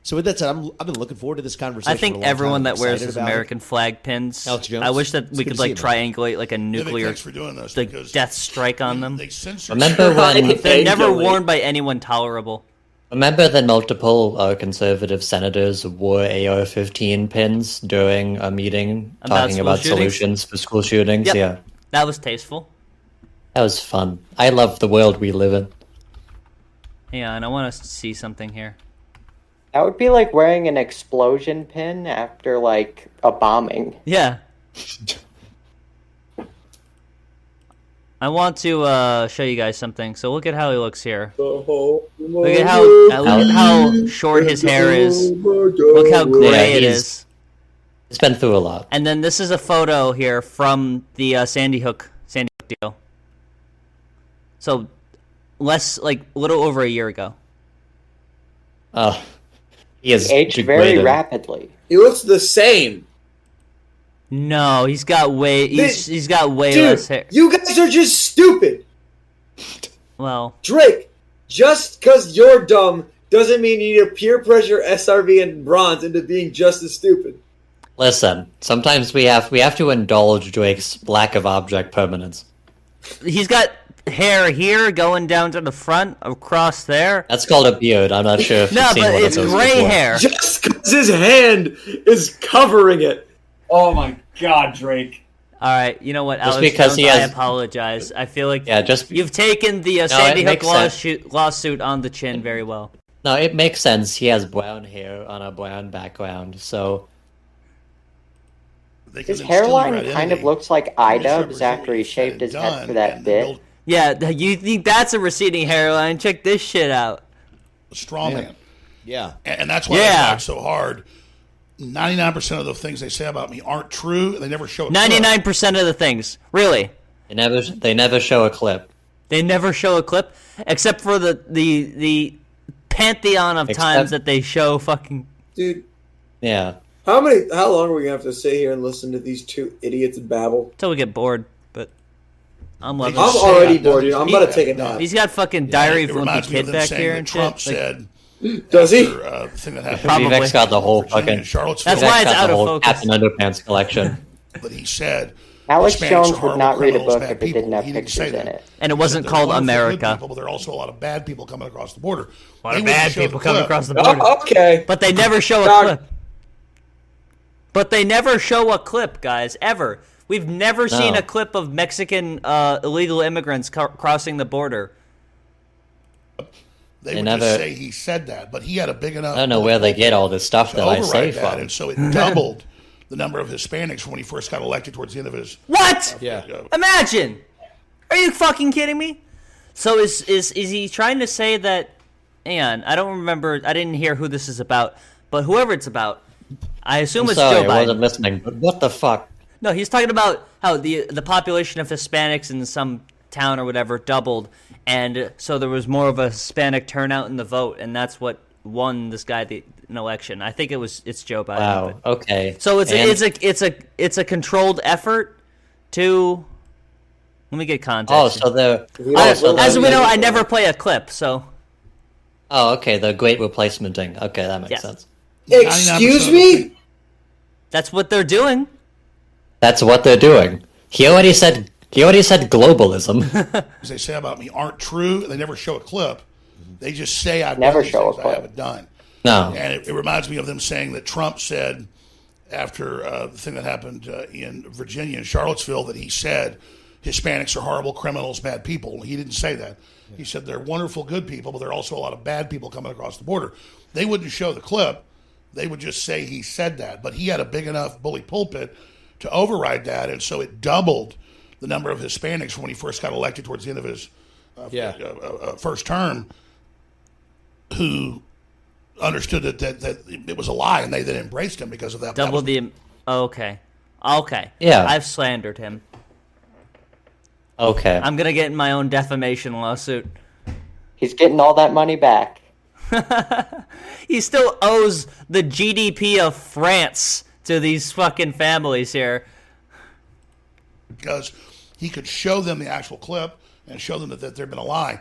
S11: So with that said, I'm, I've been looking forward to this conversation.
S1: I think
S11: for a long
S1: everyone
S11: time. I'm
S1: that wears
S11: excited
S1: his
S11: about it.
S1: American flag pins.
S11: Alex Jones,
S1: I wish that
S11: it's
S1: we
S11: good
S1: could
S11: to see
S1: like
S11: you,
S1: triangulate like a nuclear
S10: thanks for doing this,
S1: like
S10: because
S1: death strike on them. [LAUGHS]
S2: Remember when-
S1: they're never
S2: Triangulate.
S1: worn by anyone tolerable.
S2: Remember that multiple uh, conservative senators wore AR-15 pins during a meeting
S1: About
S2: talking
S1: school
S2: about
S1: shootings?
S2: solutions for school shootings.
S1: Yep.
S2: Yeah,
S1: That was tasteful.
S2: that was fun. I love the world we live in.
S1: Hang on, I want to see something here.
S3: That would be like wearing an explosion pin after like a bombing.
S1: Yeah. I want to uh, show you guys something. So look at how he looks here. Look at how uh, look at how short his hair is. Look how gray
S2: Yeah,
S1: it
S2: he's-
S1: is.
S2: It's been through a lot.
S1: And then this is a photo here from the uh, Sandy Hook Sandy Hook deal. So less like a little over a year ago.
S2: Oh, he is
S3: Aged very
S2: degraded.
S3: rapidly.
S9: He looks the same.
S1: No, he's got way he's,
S9: Thi-
S1: he's got way
S9: Dude,
S1: less hair.
S9: you guys are just stupid.
S1: Well,
S9: Drake, just because you're dumb doesn't mean you need to peer pressure SRV and Bronze into being just as stupid.
S2: Listen, sometimes we have we have to indulge Drake's lack of object permanence.
S1: he's got hair here going down to the front across there.
S2: That's called a beard. I'm not sure
S1: [LAUGHS]
S2: if
S1: No,
S2: you've seen
S1: but
S2: one
S1: it's
S2: of those
S1: gray
S2: before.
S1: hair.
S9: Just because his hand is covering it. Oh my god, Drake.
S1: All right, you know what,
S2: Just
S1: Alex
S2: because
S1: Jones,
S2: he has-
S1: I apologize. I feel like
S2: Yeah, just
S1: you've taken the uh,
S2: No,
S1: Sandy
S2: it
S1: Hook
S2: makes
S1: lawsuit, lawsuit on the chin very well.
S2: No, it makes sense. He has brown hair on a brown background, so
S3: His hairline kind of looks like Idubbbz after he shaved his head for that bit.
S1: Yeah, th- you think that's a receding hairline? Check this shit out.
S10: Straw man.
S11: Yeah.
S10: And, and that's why
S11: Yeah.
S10: I tried so hard. 99% of the things they say about me aren't true. They never show a clip.
S1: Ninety-nine percent of the things, really.
S2: They never they never show a clip.
S1: They never show a clip, except for the the the pantheon of
S2: Except-
S1: times that they show fucking.
S9: Dude,
S2: Yeah.
S9: how many? How long are we gonna have to sit here and listen to these two idiots babble?
S1: Till we get bored. But I'm loving. it.
S9: I'm already bored, dude. I'm about to take a nap.
S1: He's got fucking
S10: Yeah,
S1: diary
S10: it
S1: of Wimpy
S10: reminds me of
S1: Kid
S10: them
S1: back
S10: saying
S1: here
S10: that
S1: and
S10: Trump
S1: shit. Like,
S10: said.
S9: Does he?
S10: after, uh, the thing that happened-
S1: Probably.
S2: Vivek's got the whole fucking
S10: Charlottesville. That's
S2: Vivek's
S10: why it's
S2: got
S10: out
S2: the
S10: of
S2: whole
S10: focus.
S2: Captain Underpants collection.
S10: but he said
S3: Alex
S10: Hispanics
S3: Jones
S10: are
S3: would
S10: horrible
S3: not read a
S10: criminals,
S3: book
S10: bad
S3: if it
S10: people.
S3: didn't have
S10: He
S3: pictures
S10: say
S3: in
S10: that.
S3: it.
S1: And it
S10: He
S1: wasn't
S10: said
S1: called
S10: there are wonderful good
S1: America.
S10: people, but there are also a lot of bad people coming across the border.
S1: A lot
S10: They
S1: of
S10: wouldn't
S1: bad
S10: show the
S1: people coming
S10: clip.
S1: across the border.
S9: Oh, okay.
S1: But they never show a
S9: Dog.
S1: clip. But they never show a clip, guys, ever. We've never
S2: No.
S1: seen a clip of Mexican uh, illegal immigrants co- crossing the border.
S10: They,
S2: They
S10: would
S2: never-
S10: just say he said that, but he had a big enough.
S2: I don't know where they get all this stuff
S10: to
S2: that I say
S10: override that,
S2: from.
S10: and so
S3: [LAUGHS]
S10: it doubled the number of Hispanics from when he first got elected towards the end of his.
S1: What?
S10: Yeah.
S1: Imagine. Are you fucking kidding me? So is is is he trying to say that? And I don't remember. I didn't hear who this is about, but whoever it's about, I assume
S2: I'm
S1: it's
S2: sorry,
S1: Joe
S2: I
S1: Biden.
S2: wasn't listening. But what the fuck?
S1: No, he's talking about how the the population of Hispanics in some town or whatever doubled, and so there was more of a Hispanic turnout in the vote, and that's what won this guy the an election. I think it was it's Joe Biden.
S2: Wow.
S1: but-
S2: Oh, Okay.
S1: So it's
S2: And-
S1: it's a it's a it's a controlled effort to. Let me get context.
S2: oh, so the
S1: I-
S2: oh, so
S1: as
S2: the-
S1: we know, I never play a clip, so
S2: Oh, okay. The great replacement thing. Okay, that makes
S1: Yes.
S2: sense.
S9: Excuse me?
S1: that's what they're doing.
S2: That's what they're doing. He already said. He already said globalism. [LAUGHS]
S10: As they say about me aren't true. and They never show a clip. They just say I've
S3: Never
S10: done these
S3: show a
S10: things I
S3: clip.
S10: haven't done.
S2: No.
S10: And it, it reminds me of them saying that Trump said after uh, the thing that happened uh, in Virginia and Charlottesville that he said Hispanics are horrible criminals, bad people. He didn't say that. He said they're wonderful, good people, but there are also a lot of bad people coming across the border. They wouldn't show the clip. They would just say he said that. But he had a big enough bully pulpit to override that, and so it doubled the number of Hispanics from when he first got elected towards the end of his uh, uh, uh, uh, first term who understood that, that that it was a lie and they then embraced him because of that.
S1: Double the. Okay. Okay.
S2: Yeah.
S1: I've slandered him.
S2: okay.
S1: I'm gonna get in my own defamation lawsuit.
S3: He's getting all that money back.
S1: He still owes the GDP of France to these fucking families here.
S10: because he could show them the actual clip and show them that, that there'd been a lie.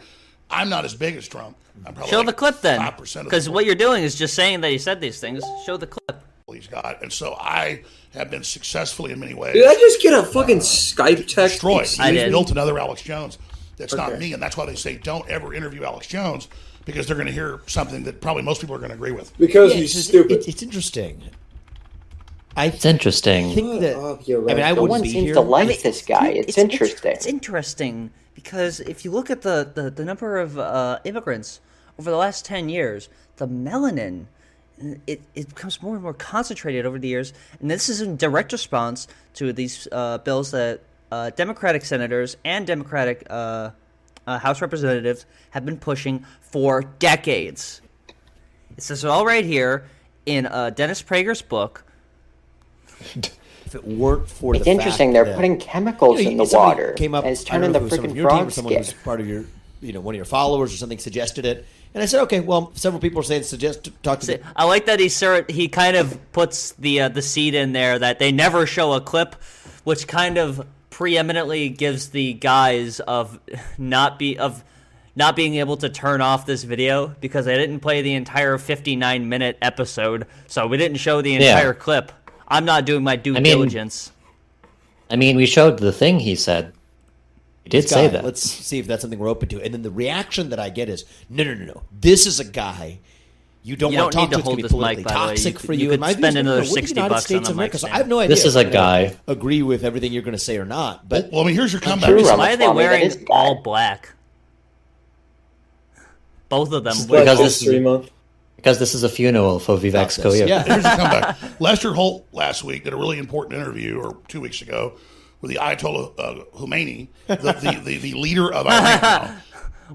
S10: I'm not as big as Trump. I'm probably
S1: Show
S10: like
S1: the clip then,
S10: 5% of the
S1: because what you're doing is just saying that he said these things. Show the clip.
S10: people he's got, and so I have been successfully in many ways. uh,
S9: Did I just get a fucking Skype text?
S10: destroyed.
S9: Excuse
S10: I
S9: me?
S10: built another Alex Jones. That's not
S9: Okay.
S10: me, and that's why they say don't ever interview Alex Jones because they're going to hear something that probably most people are going to agree with.
S9: Because
S11: Yeah,
S9: he's
S11: it's-
S9: stupid.
S11: it- it's interesting. I
S2: It's interesting.
S11: think that
S9: you're
S11: I
S9: right.
S11: mean I
S3: No
S11: wouldn't
S3: one
S11: be
S3: seems
S11: here.
S3: to like this guy. It's, interesting.
S1: It's interesting because if you look at the the, the number of uh, immigrants over the last ten years, the melanin. It, it becomes more and more concentrated over the years, and this is in direct response to these uh, bills that uh, Democratic senators and Democratic uh, uh, House representatives have been pushing for decades. It says it all right here in uh, Dennis Prager's book,
S11: if it weren't for
S3: It's
S11: the
S3: interesting.
S11: fact
S3: They're
S11: that-
S3: putting chemicals
S11: you
S3: in
S11: mean
S3: the
S11: somebody
S3: water,
S11: Came up,
S3: and it's
S11: I don't
S3: turning
S11: know if it
S3: the
S11: was someone
S3: freaking
S11: from your team or
S3: frogs
S11: someone who's
S3: scared.
S11: part of your, you know, one of your followers or something suggested it, and I said, okay, well, several people are saying suggest talk to. The,
S1: I like that he sir he kind of puts the uh, the seed in there that they never show a clip, which kind of preeminently gives the guise of not be of not being able to turn off this video because they didn't play the entire 59 minute episode, so we didn't show the
S2: Yeah.
S1: entire clip. I'm not doing my due
S2: I mean-
S1: diligence.
S2: I mean, we showed the thing he said. He did
S11: Guy,
S2: say that.
S11: Let's see if that's something we're open to. And then the reaction that I get is, no, no, no, no. This is a guy you don't
S1: You
S11: want
S1: don't need
S11: to talk
S1: to
S11: to.
S1: hold
S11: It's
S1: this mic,
S11: going to be politically
S1: by the way. You
S11: toxic
S1: could-
S11: for
S1: you
S11: you.
S1: could
S11: And my
S1: spend
S11: view is, no, no,
S1: another
S11: we're the
S1: 60
S11: United
S1: bucks on
S11: States
S1: the
S11: of America,
S1: mic
S11: so I
S1: stand.
S11: have no idea.
S2: This is a
S11: if I'm gonna
S2: guy.
S11: Agree with everything you're going to say or not? But
S10: Well, here's your comeback.
S3: True,
S1: Why are they
S3: Ramaswamy, that
S1: wearing
S3: is-
S1: all black? Both of them.
S9: Just
S1: with-
S9: like
S2: Because
S9: this
S2: this-
S9: three month.
S2: Because this is a funeral for Vivek's career.
S10: Here's the comeback. Lester Holt last week did a really important interview, or two weeks ago, with the Ayatollah uh, Khomeini, the,
S1: [LAUGHS]
S10: the, the, the leader of Iran now.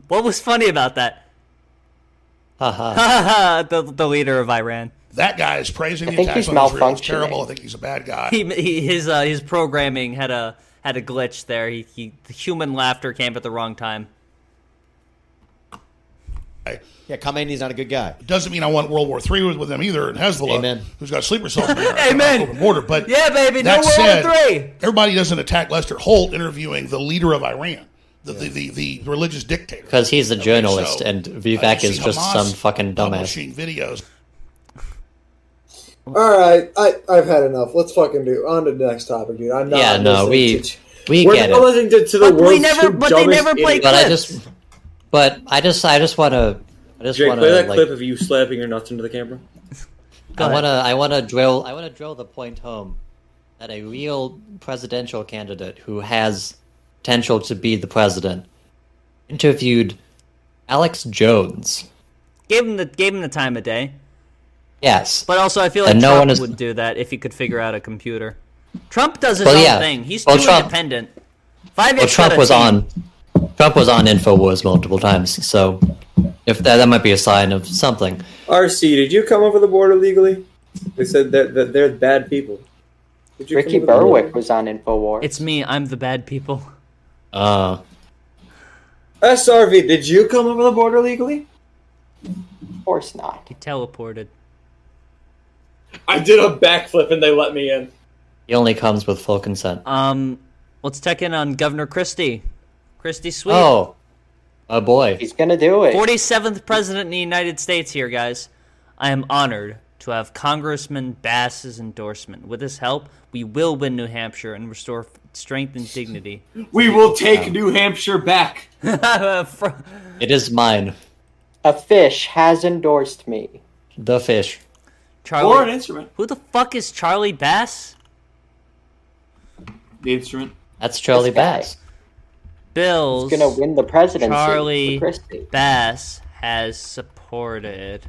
S1: What was funny about that? the, the leader of Iran.
S10: That guy is praising
S1: I
S10: the
S1: think
S10: attack
S1: he's
S10: on Israel. It's
S1: malfunctioning.
S10: terrible. I think he's a bad guy.
S1: He, he his uh, his programming had a had a glitch there. He, he the human laughter came at the wrong time.
S11: Yeah, Khomeini's not a good guy.
S10: Doesn't mean I want World War III with, with them either. And Hezbollah, who's got sleeper cells in
S1: [LAUGHS]
S10: there,
S1: Amen.
S10: open border. But
S1: yeah, baby,
S10: that
S1: no World
S10: said,
S1: War III.
S10: Everybody doesn't attack Lester Holt interviewing the leader of Iran, the the, the, the religious dictator.
S2: Because he's a journalist, and Vivek
S10: you
S2: is
S10: see
S2: just
S10: Hamas
S2: some fucking dumbass.
S10: Publishing videos.
S9: All right, I I've had enough. Let's fucking do on to the next topic, dude. I'm not.
S2: Yeah, no,
S9: listening
S2: we
S9: to-
S2: we
S9: We're
S2: get
S9: not
S2: it.
S9: listening to, to the
S2: But we
S9: world's
S2: never-
S9: two
S2: but they
S9: dumbest
S2: never play
S9: idiots.
S2: But I clips. just- But I just I just want to I just
S9: Jake,
S2: want
S9: play
S2: to
S9: that
S2: like
S9: clip of you slapping your nuts into the camera. Go
S2: I
S9: ahead.
S2: want to I want to drill I want to drill the point home that a real presidential candidate who has potential to be the president interviewed Alex Jones.
S1: Gave him the gave him the time of day.
S2: Yes,
S1: but also I feel like
S2: And no
S1: Trump
S2: one is-
S1: would do that if he could figure out a computer. Trump does his
S2: Well,
S1: own
S2: yeah.
S1: thing. He's
S2: Well,
S1: too
S2: Trump-
S1: independent. Five
S2: Well,
S1: years.
S2: Trump was on Trump was on Infowars multiple times, so if that that might be a sign of something.
S9: RC, did you come over the border legally? They said that, that they're bad people. Did you come
S3: Ricky
S9: over the border?
S3: Berwick was on Infowars.
S1: It's me. I'm the bad people. [LAUGHS]
S2: Uh,
S9: SRV, Uh, did you come over the border legally?
S3: Of course not.
S1: He teleported.
S9: I did a backflip and they let me in.
S2: he only comes with full consent.
S1: Um, let's check in on Governor Christie. Christie Sweet.
S2: Oh, oh boy,
S3: he's gonna do it.
S1: 47th president in the United States here, guys. I am honored to have Congressman Bass's endorsement. With his help, we will win New Hampshire and restore f- strength and
S6: [LAUGHS]
S1: dignity.
S6: We will take
S1: Um,
S6: New Hampshire back.
S1: Fr-
S2: It is mine.
S3: A fish has endorsed me.
S2: The fish.
S1: Charlie,
S6: Or an instrument.
S1: Who the fuck is Charlie Bass?
S6: The instrument.
S2: That's Charlie
S1: This guy.
S2: Bass.
S1: Bills.
S3: He's gonna win the presidency.
S1: Charlie
S3: for Christie.
S1: Bass has supported.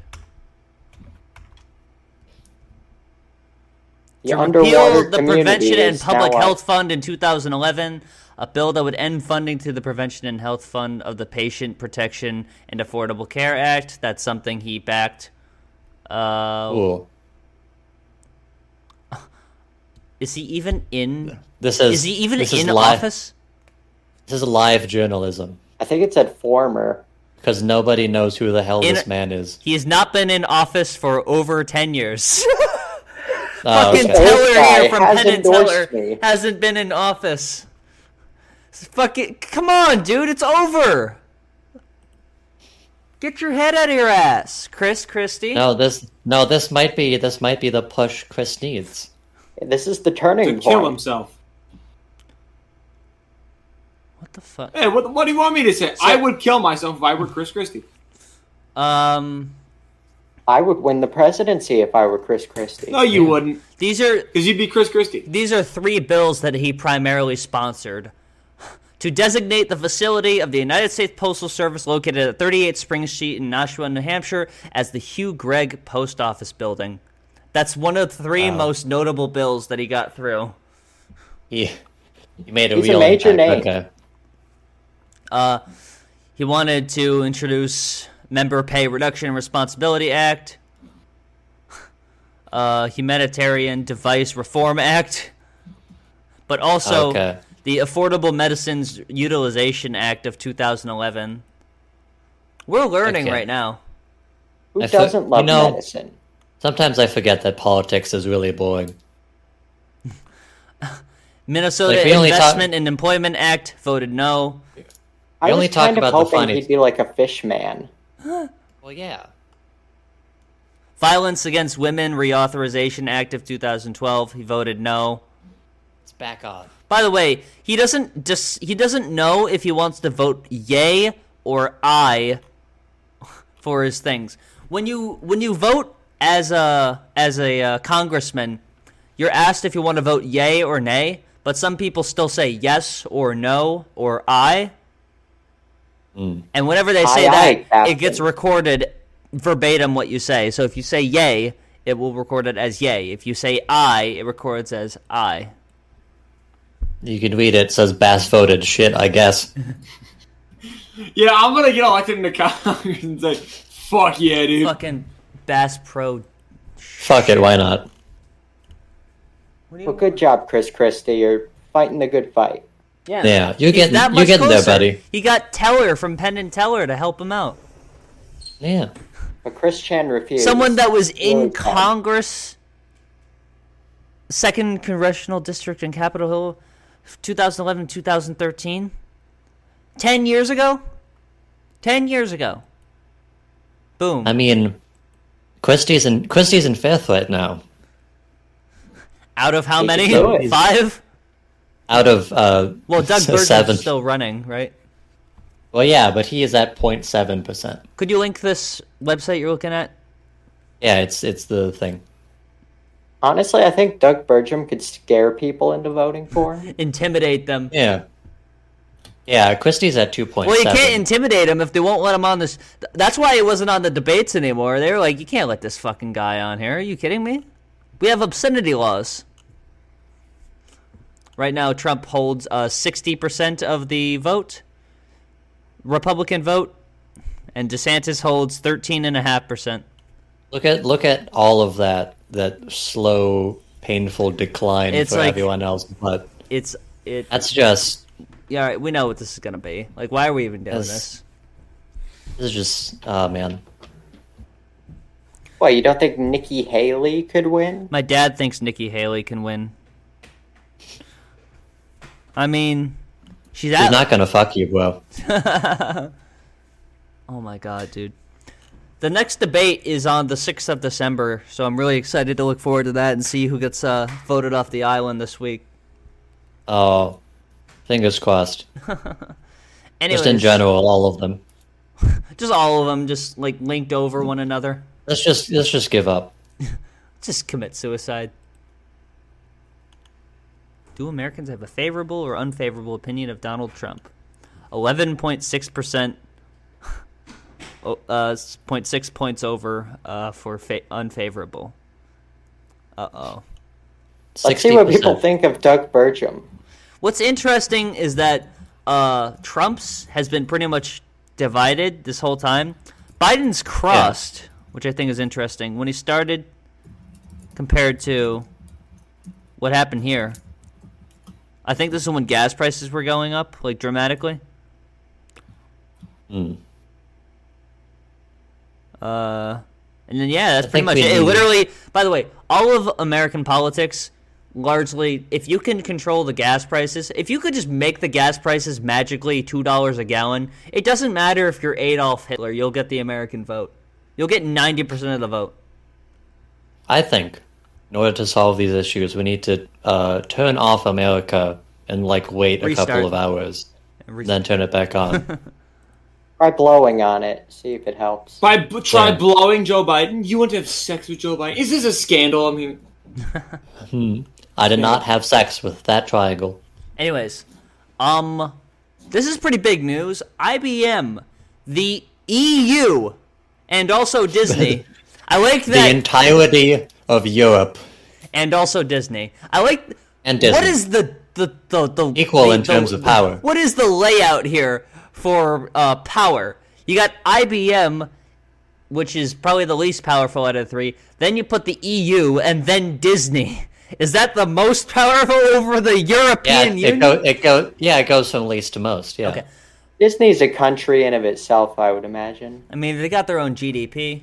S3: The
S1: to
S3: underwater
S1: repeal the
S3: community
S1: Prevention and
S3: is
S1: Public
S3: now a-
S1: Health Fund in 2011, a bill that would end funding to the Prevention and Health Fund of the Patient Protection and Affordable Care Act. That's something he backed. Uh,
S2: Ooh.
S1: Is he even in?
S2: This is
S1: Is he even
S2: this
S1: in
S2: is live,
S1: office?
S2: This is live journalism
S3: I think it said former.
S2: because nobody knows who the hell
S1: In-
S2: this man is.
S1: He has not been in office for over 10
S3: [LAUGHS]
S1: years.
S2: Oh,
S1: fucking
S2: okay.
S1: Teller
S2: Guy
S1: here from
S2: has
S1: Penn and
S2: endorsed
S1: Teller
S2: me.
S1: hasn't been in office. It's Fucking come on, dude, it's over. Get your head out of your ass, Chris Christie.
S2: No, this no, this might be this might be the push Chris needs.
S3: This is the turning
S6: To kill himself.
S1: What the fuck?
S6: Hey, what, what do you want me to say? I would kill myself if I were Chris Christie.
S1: Um,
S3: I would win the presidency if I were Chris Christie.
S6: No, you wouldn't.
S1: These are because
S6: you'd be Chris Christie.
S1: These are three bills that he primarily sponsored. To designate the facility of the United States Postal Service located at 38 Spring Street in Nashua, New Hampshire, as the Hugh Gregg Post Office Building. That's one of the three
S2: Wow.
S1: most notable bills that he got through.
S2: He he made a
S1: He's a
S2: real
S1: major
S2: impact.
S1: name.
S2: Okay.
S1: Uh, he wanted to introduce Member Pay Reduction and Responsibility Act, uh, Humanitarian Device Reform Act, but also
S2: Okay.
S1: the Affordable Medicines Utilization Act of 2011. We're learning
S2: Okay.
S1: right now.
S3: Who
S2: I fo-
S3: doesn't love
S2: you know-
S3: medicine?
S2: Sometimes I forget that politics is really boring.
S1: Minnesota
S2: Like, we only talk-
S1: Investment and Employment Act voted no.
S3: I
S2: only
S3: was
S2: talk
S3: kind
S2: about
S3: of
S2: the
S3: hoping
S2: funny-
S3: he'd be like a fish man.
S2: Well, yeah.
S1: Violence Against Women Reauthorization Act of 2012. He voted no.
S2: It's back off.
S1: By the way, he doesn't dis- he doesn't know if he wants to vote yay or I [LAUGHS] for his things. When you when you vote as a as a uh, congressman, you're asked if you want to vote yay or nay, but some people still say yes or no or I. And whenever they say
S3: Aye, aye,
S1: that,
S3: Captain.
S1: it gets recorded verbatim what you say. So if you say yay, it will record it as yay. If you say I, it records as I.
S2: You can read it. it says Bass voted shit. I guess.
S6: Yeah, I'm gonna get elected into [LAUGHS] Congress and say, Fuck yeah, dude.
S1: Fucking Bass Pro.
S2: Fuck it, why not?
S3: Well, good job, Chris Christie. You're fighting the good fight.
S1: Yeah.
S2: Yeah, you're
S1: He's
S2: getting-
S1: that
S2: you're
S1: much
S2: getting there,
S1: closer.
S2: buddy.
S1: He got Teller from Penn and Teller to help him out.
S2: Yeah.
S3: But Chris Chan refused.
S1: Someone that was in
S3: Really fun.
S1: Congress, second congressional district in Capitol Hill, 2011 2013. Ten years ago? Ten years ago. Boom.
S2: I mean, Christie's in Christie's in fifth right now,
S1: Out of how
S2: He can do
S1: many? [LAUGHS]
S2: it.
S1: Five?
S2: out of uh,
S1: Well, Doug
S2: seven.
S1: Burgum's still running, right?
S2: Well, yeah, but he is at 07 percent.
S1: Could you link this website you're looking at?
S2: Yeah, it's it's the thing.
S3: Honestly, I think Doug Burgum could scare people into voting for him.
S1: Intimidate them.
S2: Yeah, yeah. Christie's at two point
S1: Well, you
S2: seven.
S1: can't intimidate him if they won't let him on this. th- That's why he wasn't on the debates anymore. They were like, you can't let this fucking guy on here. Are you kidding me? We have obscenity laws. Right now, Trump holds uh, 60% of the vote, Republican vote, and DeSantis holds 13.5%.
S2: Look at look at all of that that slow, painful decline
S1: It's
S2: for
S1: like-
S2: everyone else. But
S1: It's. It,
S2: that's just
S1: Yeah, all right, we know what this is going to be. Like, why are we even doing
S2: That's-
S1: this?
S2: this is just oh man.
S3: What, you don't think Nikki Haley could win?
S1: My dad thinks Nikki Haley can win. I mean, she's
S2: He's
S1: at
S2: not gonna fuck you, bro.
S1: oh my god, dude. The next debate is on the 6th of December, so I'm really excited to look forward to that and see who gets uh, voted off the island this week.
S2: Oh, fingers crossed.
S1: Anyways,
S2: just in general, all of them.
S1: just all of them just like linked over one another.
S2: Let's just let's just give up.
S1: Just commit suicide. Do Americans have a favorable or unfavorable opinion of Donald Trump? 11.6% [LAUGHS] oh, uh, s- 0.6 points over uh, for fa- unfavorable. Uh-oh.
S3: Let's see what people think of Doug Burgum.
S1: What's interesting is that uh, Trump's has been pretty much divided this whole time. Biden's crossed, which I think is interesting. When he started, compared to what happened here, I think this is when gas prices were going up like dramatically.
S2: Hmm.
S1: Uh, and then yeah, that's pretty
S2: think
S1: much
S2: we
S1: it. It
S2: need-
S1: Literally, by the way, all of American politics largely, if you can control the gas prices, if you could just make the gas prices magically two dollars a gallon, it doesn't matter if you're Adolf Hitler, you'll get the American vote. You'll get ninety percent of the vote.
S2: I think in order to solve these issues, we need to uh, turn off America and like wait
S1: Restart.
S2: a couple of hours, then turn it back
S3: [LAUGHS]
S2: on.
S3: Try blowing on it, see if it helps.
S6: By b- try blowing Joe Biden, you want to have sex with Joe Biden? Is this a scandal? I mean,
S2: Hmm. I did not have sex with that triangle.
S1: Anyways, um, this is pretty big news. IBM, the EU, and also
S2: [LAUGHS]
S1: Disney. I like
S2: The
S1: that,
S2: entirety of Europe
S1: and also Disney. I like.
S2: and Disney
S1: What is the the the, the
S2: equal
S1: the-
S2: in
S1: the-
S2: terms of power.
S1: What is the layout here for uh, power? You got IBM, which is probably the least powerful out of the three. Then you put the EU, and then Disney. [LAUGHS] Is that the most powerful over the
S2: Yeah,
S1: European Union?
S2: it go, it go, yeah, it goes from least to most. Yeah,
S3: Disney's a country in of itself, I would imagine.
S1: I mean, they got their own GDP.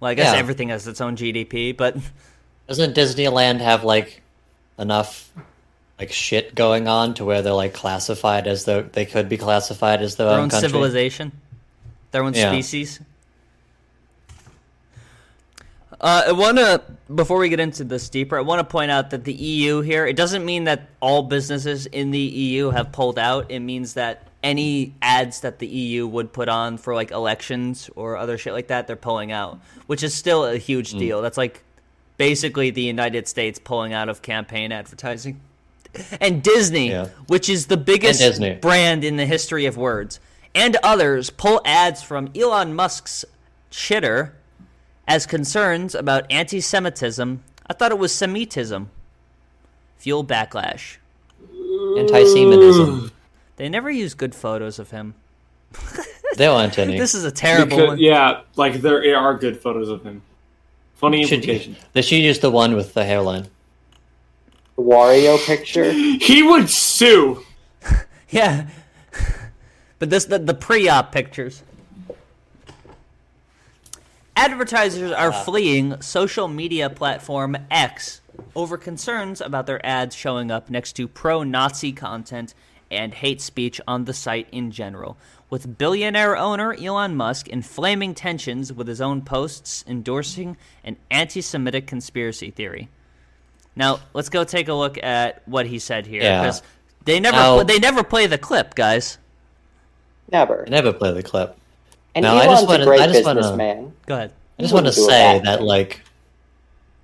S1: Well, I guess
S2: Yeah.
S1: everything has its own GDP, but
S2: doesn't Disneyland have like enough like shit going on to where they're like classified as though they could be classified as their,
S1: their
S2: own,
S1: own
S2: country?
S1: civilization, their own
S2: Yeah.
S1: species. Uh, I want to, before we get into this deeper, I want to point out that the EU here, it doesn't mean that all businesses in the EU have pulled out. It means that any ads that the EU would put on for like elections or other shit like that, they're pulling out, which is still a huge
S2: Mm.
S1: deal. That's like basically the United States pulling out of campaign advertising. And Disney, which is the biggest
S2: And Disney.
S1: brand in the history of words, and others pull ads from Elon Musk's shitter as concerns about anti Semitism. I thought it was Semitism. Fuel backlash.
S2: Anti-Semitism. [LAUGHS]
S1: They never use good photos of him.
S2: there aren't any.
S1: This is a terrible
S6: Because-
S1: one.
S6: Yeah, like there are good photos of him. Funny
S2: Should-
S6: implication.
S2: They should use the one with the hairline.
S3: The Wario
S2: [LAUGHS]
S3: picture.
S6: He would sue.
S1: [LAUGHS] yeah. But this the, the pre-op pictures. Advertisers are fleeing social media platform X over concerns about their ads showing up next to pro-Nazi content and hate speech on the site in general. With billionaire owner Elon Musk inflaming tensions with his own posts endorsing an anti-Semitic conspiracy theory. Now let's go take a look at what he said here
S2: Yeah.
S1: because they never
S2: Now-
S1: they never play the clip, guys.
S3: Never.
S2: I never play the clip.
S3: And
S2: Now, I
S3: Elon's
S2: just wanna-
S3: a great
S2: I just wanna-
S3: businessman.
S1: Go ahead.
S2: I just want to say that like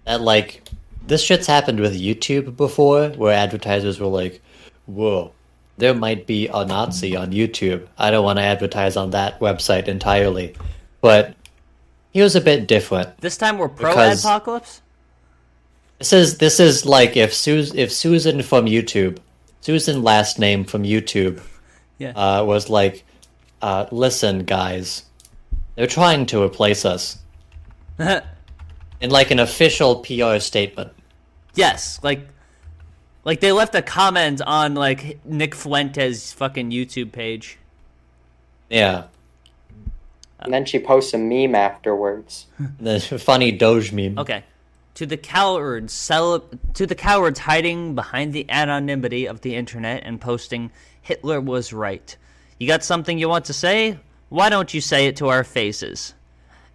S2: that like this shit's happened with YouTube before where advertisers were like, "Whoa, there might be a Nazi on YouTube. I don't want to advertise on that website entirely." But he was a bit different.
S1: This time we're pro
S2: Because-
S1: apocalypse.
S2: This is this is like if Sus- if Susan from YouTube, Susan last name from YouTube,
S1: Yeah.
S2: uh, was like, uh, "Listen, guys, they're trying to
S1: [LAUGHS]
S2: replace us." in like an official PR statement.
S1: Yes, like like they left a comment on like Nick Fuentes' fucking YouTube page.
S2: Yeah.
S3: And then she posts a meme afterwards.
S2: The funny Doge meme.
S1: Okay. To the cowards cel- to the cowards hiding behind the anonymity of the internet and posting Hitler was right. You got something you want to say? Why don't you say it to our faces?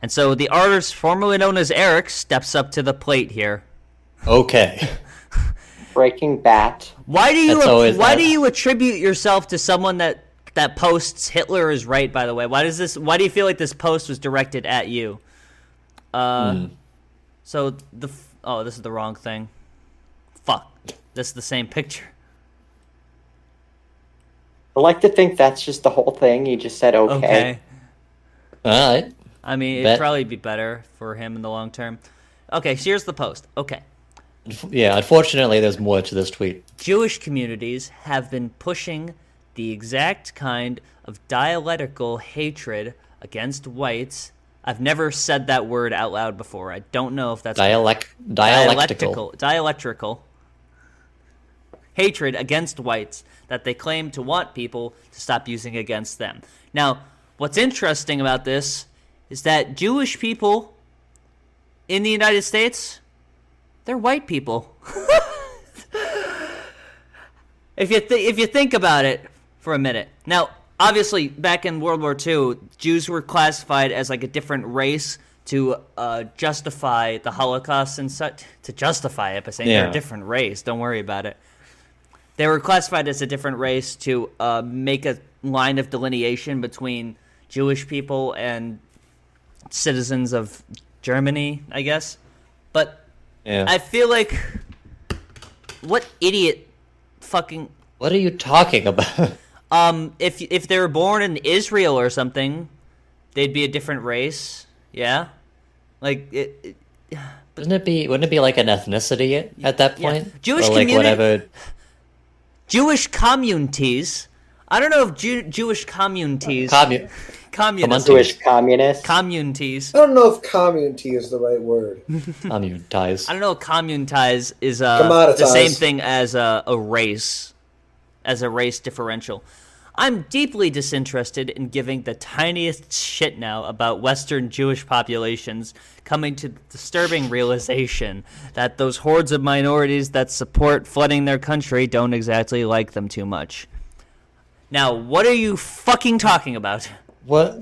S1: And so the artist formerly known as Eric steps up to the plate here. [LAUGHS]
S2: Okay.
S3: Breaking Bat.
S1: Why do you
S3: That's always
S1: why
S3: that.
S1: do you attribute yourself to someone that that posts Hitler is right? By the way, why does this? Why do you feel like this post was directed at you? Uh,
S2: Hmm.
S1: so the f- oh, this is the wrong thing. Fuck, this is the same picture. [LAUGHS]
S3: I like to think that's just the whole thing. He just said okay.
S1: Okay.
S2: All right.
S1: I mean, it'd
S2: Bet.
S1: probably be better for him in the long term. Okay, so here's the post. Okay.
S2: Yeah, unfortunately, there's more to this tweet.
S1: Jewish communities have been pushing the exact kind of dialectical hatred against whites. I've never said that word out loud before. I don't know if that's
S2: Dialect, dialectical.
S1: dialectical, dialectrical hatred against whites that they claim to want people to stop using against them. Now, what's interesting about this is that Jewish people in the United States, they're white people. [LAUGHS] if you th- if you think about it for a minute. Now, obviously, back in World War II, Jews were classified as like a different race to uh, justify the Holocaust and such. To justify it by saying they're
S2: Yeah.
S1: a different race. Don't worry about it. They were classified as a different race to uh, make a line of delineation between Jewish people and citizens of Germany, I guess. But
S2: Yeah.
S1: I feel like what idiot fucking
S2: what are you talking about? [LAUGHS]
S1: um if if they were born in Israel or something, they'd be a different race. Yeah? Like it, it-
S2: Wouldn't it be? Wouldn't it be like an ethnicity at that point?
S1: Jewish
S2: or like
S1: communi-
S2: whatever.
S1: Jewish communities. I don't know if Jew, Jewish communities
S2: Commu-
S1: communists
S3: Jewish communist.
S1: communities.
S9: I don't know if community is the right word.
S2: Communities.
S1: I don't know. if Commune ties is uh,
S9: Commoditize.
S1: the same thing as a, a race, as a race differential. I'm deeply disinterested in giving the tiniest shit now about Western Jewish populations coming to the disturbing realization that those hordes of minorities that support flooding their country don't exactly like them too much. Now, what are you fucking talking about?
S2: What?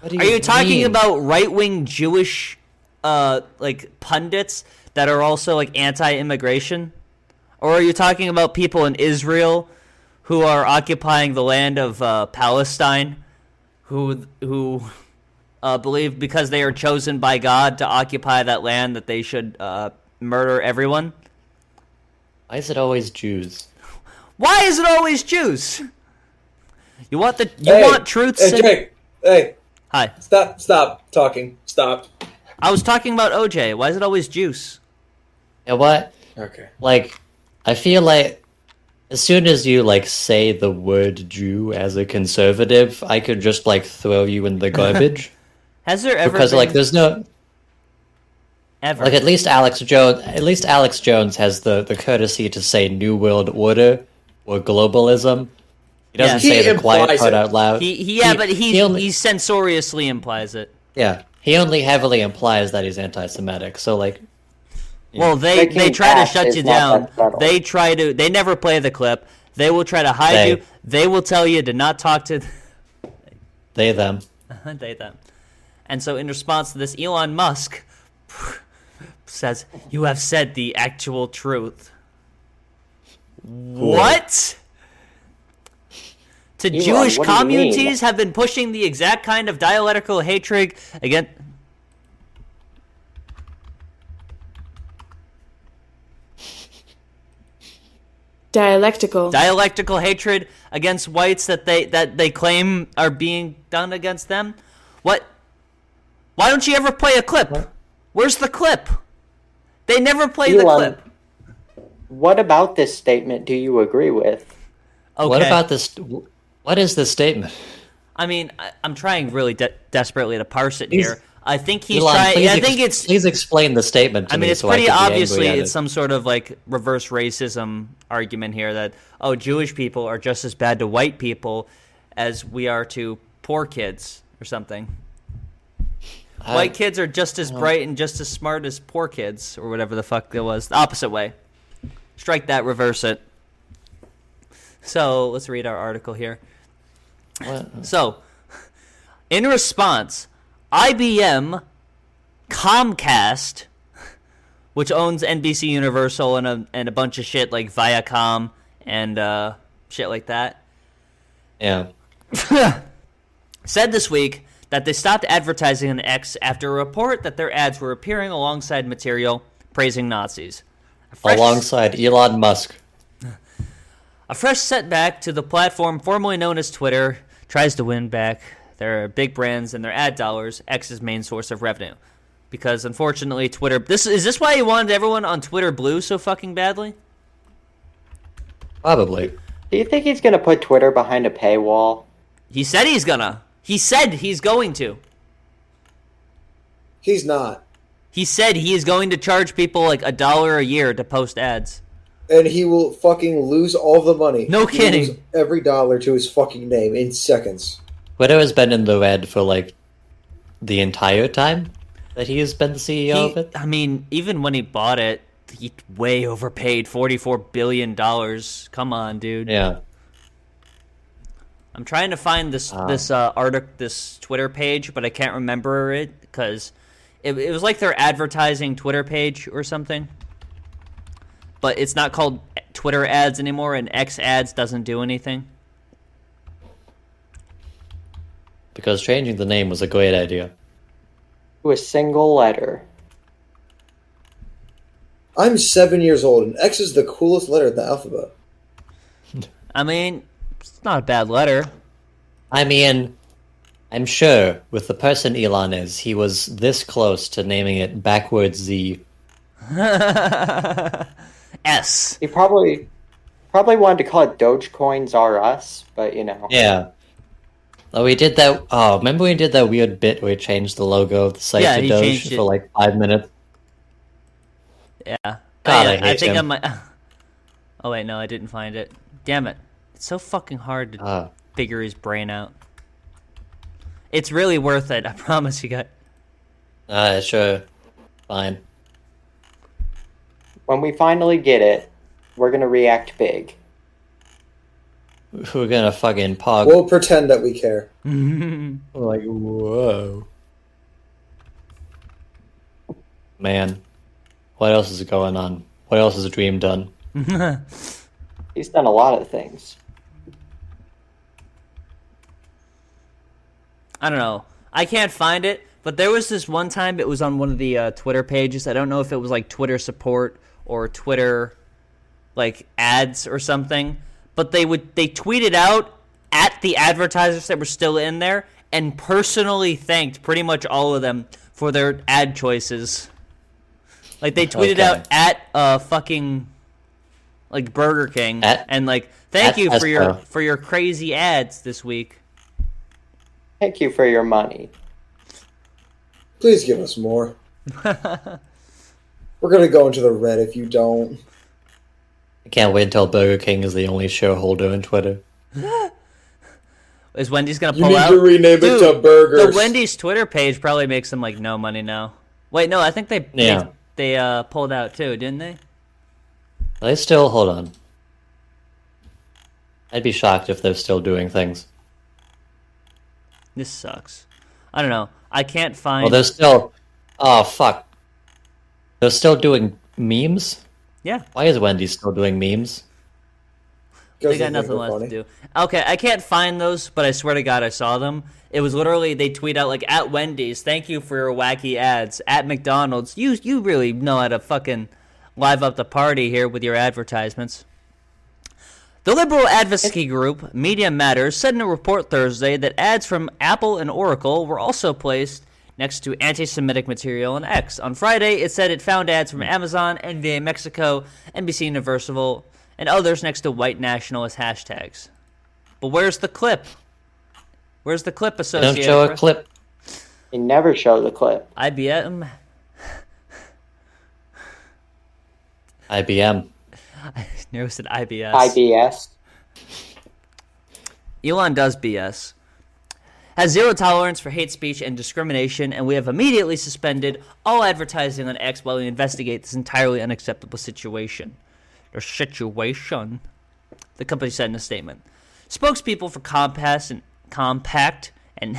S2: what do
S1: Are you talking
S2: mean?
S1: about right wing Jewish, uh, like pundits that are also like anti-immigration, or are you talking about people in Israel who are occupying the land of uh, Palestine, who who uh, believe because they are chosen by God to occupy that land that they should uh, murder everyone?
S2: Why is it always Jews?
S1: Why is it always Jews? You want the you
S9: Hey,
S1: want truth?
S9: Hey,
S1: Sid?
S9: Jake. Hey.
S1: Hi.
S9: Stop. Stop talking. Stop.
S1: I was talking about OJ. Why is it always juice?
S2: You know what?
S9: Okay.
S2: Like, I feel like As soon as you like say the word Jew as a conservative, I could just like throw
S1: [LAUGHS]
S2: you in the garbage.
S1: Has there ever
S2: because like
S1: been-
S2: there's no
S1: ever
S2: like at least Alex Jones at least Alex Jones has the the courtesy to say New World Order or globalism. He doesn't
S1: Yeah.
S2: say the quiet part out loud.
S1: He, he- yeah, but he he, censoriously implies it.
S2: yeah he only heavily implies that he's anti-Semitic. So like
S1: Well, they
S2: Breaking
S1: they try to
S2: Bad
S1: shut
S2: is
S1: you
S2: not
S1: down.
S2: that subtle.
S1: They try to. They never play the clip. They will try to hide
S2: They.
S1: you. They will tell you to not talk [LAUGHS] to.
S2: they them.
S1: they them. And so, in response to this, Elon Musk [LAUGHS] says, "You have said the actual truth." What? To
S14: Elon,
S1: Jewish
S14: what do you
S1: communities
S14: mean?
S1: have been pushing the exact kind of dialectical hatred against.
S15: Dialectical.
S1: dialectical hatred against whites that they that they claim are being done against them. What? Why don't you ever play a clip? Where's the clip? They never play the
S3: Elon,
S1: clip.
S3: What about this statement do you agree with?
S2: What
S1: Okay.
S2: about this? What is this statement?
S1: I mean, I, I'm trying really de- desperately to parse it
S2: Please-
S1: here. I think he's
S2: Elon,
S1: trying.
S2: please
S1: I think
S2: ex-
S1: it's.
S2: please explain the statement. To
S1: I mean,
S2: me
S1: it's
S2: so
S1: pretty
S2: I can be angry
S1: obviously
S2: at
S1: it's
S2: it.
S1: some sort of like reverse racism argument here that oh, Jewish people are just as bad to white people as we are to poor kids or something.
S2: I-
S1: White kids are just as
S2: Well-
S1: bright and just as smart as poor kids, or whatever the fuck it was. The opposite way. Strike that, reverse it. So let's read our article here. So, in response, IBM, Comcast, which owns NBC Universal and a, and a bunch of shit like Viacom and uh, shit like that,
S2: yeah.
S1: said this week that they stopped advertising on X after a report that their ads were appearing alongside material praising Nazis. A fresh-
S2: alongside Elon Musk.
S1: A fresh setback to the platform formerly known as Twitter tries to win back their big brands and their ad dollars, X's main source of revenue. Because unfortunately, Twitter. This is this why he wanted everyone on Twitter blue so fucking badly?
S2: Probably.
S3: Do you think he's gonna put Twitter behind a paywall?
S1: He said he's gonna. He said he's going to.
S9: He's not.
S1: He said he is going to charge people like a dollar a year to post ads.
S9: And he will fucking lose all the money.
S1: No
S9: He will
S1: kidding.
S9: lose every dollar to his fucking name in seconds.
S2: Twitter has been in the red for like the entire time that he has been the CEO
S1: He-
S2: of it.
S1: I mean, even when he bought it, he way overpaid forty-four billion dollars. Come on, dude.
S2: Yeah.
S1: I'm trying to find this
S2: Ah.
S1: this uh, article, this Twitter page, but I can't remember it because it, it was like their advertising Twitter page or something. But it's not called Twitter ads anymore, and X ads doesn't do anything.
S2: Because changing the name was a great idea.
S3: To a single letter.
S9: I'm seven years old, and X is the coolest letter in the alphabet.
S1: I mean, it's not a bad letter.
S2: I mean, I'm sure with the person Elon is, he was this close to naming it backwards Z.
S1: [LAUGHS] S.
S3: He probably probably wanted to call it Dogecoins R Us, but you know.
S2: Yeah. Oh, we did that. Oh, remember we did that weird bit where we changed the logo of the site
S1: Yeah,
S2: to
S1: he
S2: Doge
S1: changed it.
S2: for like five minutes?
S1: Oh, Yeah. God,
S2: God, I
S1: I,
S2: hate
S1: think
S2: him.
S1: I might. [LAUGHS] Oh wait, no, I didn't find it. Damn it! It's so fucking hard to
S2: Ah.
S1: figure his brain out. It's really worth it. I [LAUGHS] promise you guys.
S2: Uh, sure. Fine.
S3: When we finally get it, we're gonna react big.
S2: We're gonna fucking pog.
S9: We'll pretend that we
S1: [LAUGHS]
S9: care.
S2: like, whoa. Man, what else is going on? What else has Dream done?
S3: He's done a lot of things.
S1: I don't know. I can't find it, but there was this one time it was on one of the uh, Twitter pages. I don't know if it was like Twitter support or Twitter like ads or something, but they would they tweeted out at the advertisers that were still in there and personally thanked pretty much all of them for their ad choices. Like they tweeted
S2: Okay.
S1: out at uh fucking like Burger King, and like thank
S3: at
S1: you for your
S3: Tesco.
S1: for your crazy ads this week.
S3: Thank you for your money.
S9: Please give us more. We're gonna go into the red if you don't.
S2: I can't wait until Burger King is the only shareholder in Twitter.
S1: Is Wendy's gonna
S9: You
S1: pull
S9: need
S1: out?
S9: to rename it
S1: Dude,
S9: to Burgers.
S1: The Wendy's Twitter page probably makes them like no money now. Wait, no, I think they they-
S2: Yeah.
S1: they, uh, pulled out too, didn't they?
S2: They still hold on. I'd be shocked if they're still doing things.
S1: This sucks. I don't know. I can't find.
S2: Well, they're still. Oh fuck! They're still doing memes.
S1: Yeah.
S2: Why is Wendy still doing memes?
S1: They got nothing left to do. Okay, I can't find those, but I swear to God, I saw them. It was literally they tweet out like at Wendy's, thank you for your wacky ads. At McDonald's, you you really know how to fucking live up the party here with your advertisements. The liberal advocacy group Media Matters said in a report Thursday that ads from Apple and Oracle were also placed next to anti Semitic material on X. On Friday, it said it found ads from Amazon, NBA Mexico, NBC Universal, and others next to white nationalist hashtags. But where's the clip? Where's the clip associated? with-
S2: clip.
S3: They never show the clip.
S1: [LAUGHS] IBM.
S2: IBM.
S1: I nearly said IBS.
S3: IBS.
S1: Elon does BS. Has zero tolerance for hate speech and discrimination, and we have immediately suspended all advertising on X while we investigate this entirely unacceptable situation. Or situation, the company said in a statement. Spokespeople for Compass and Compact and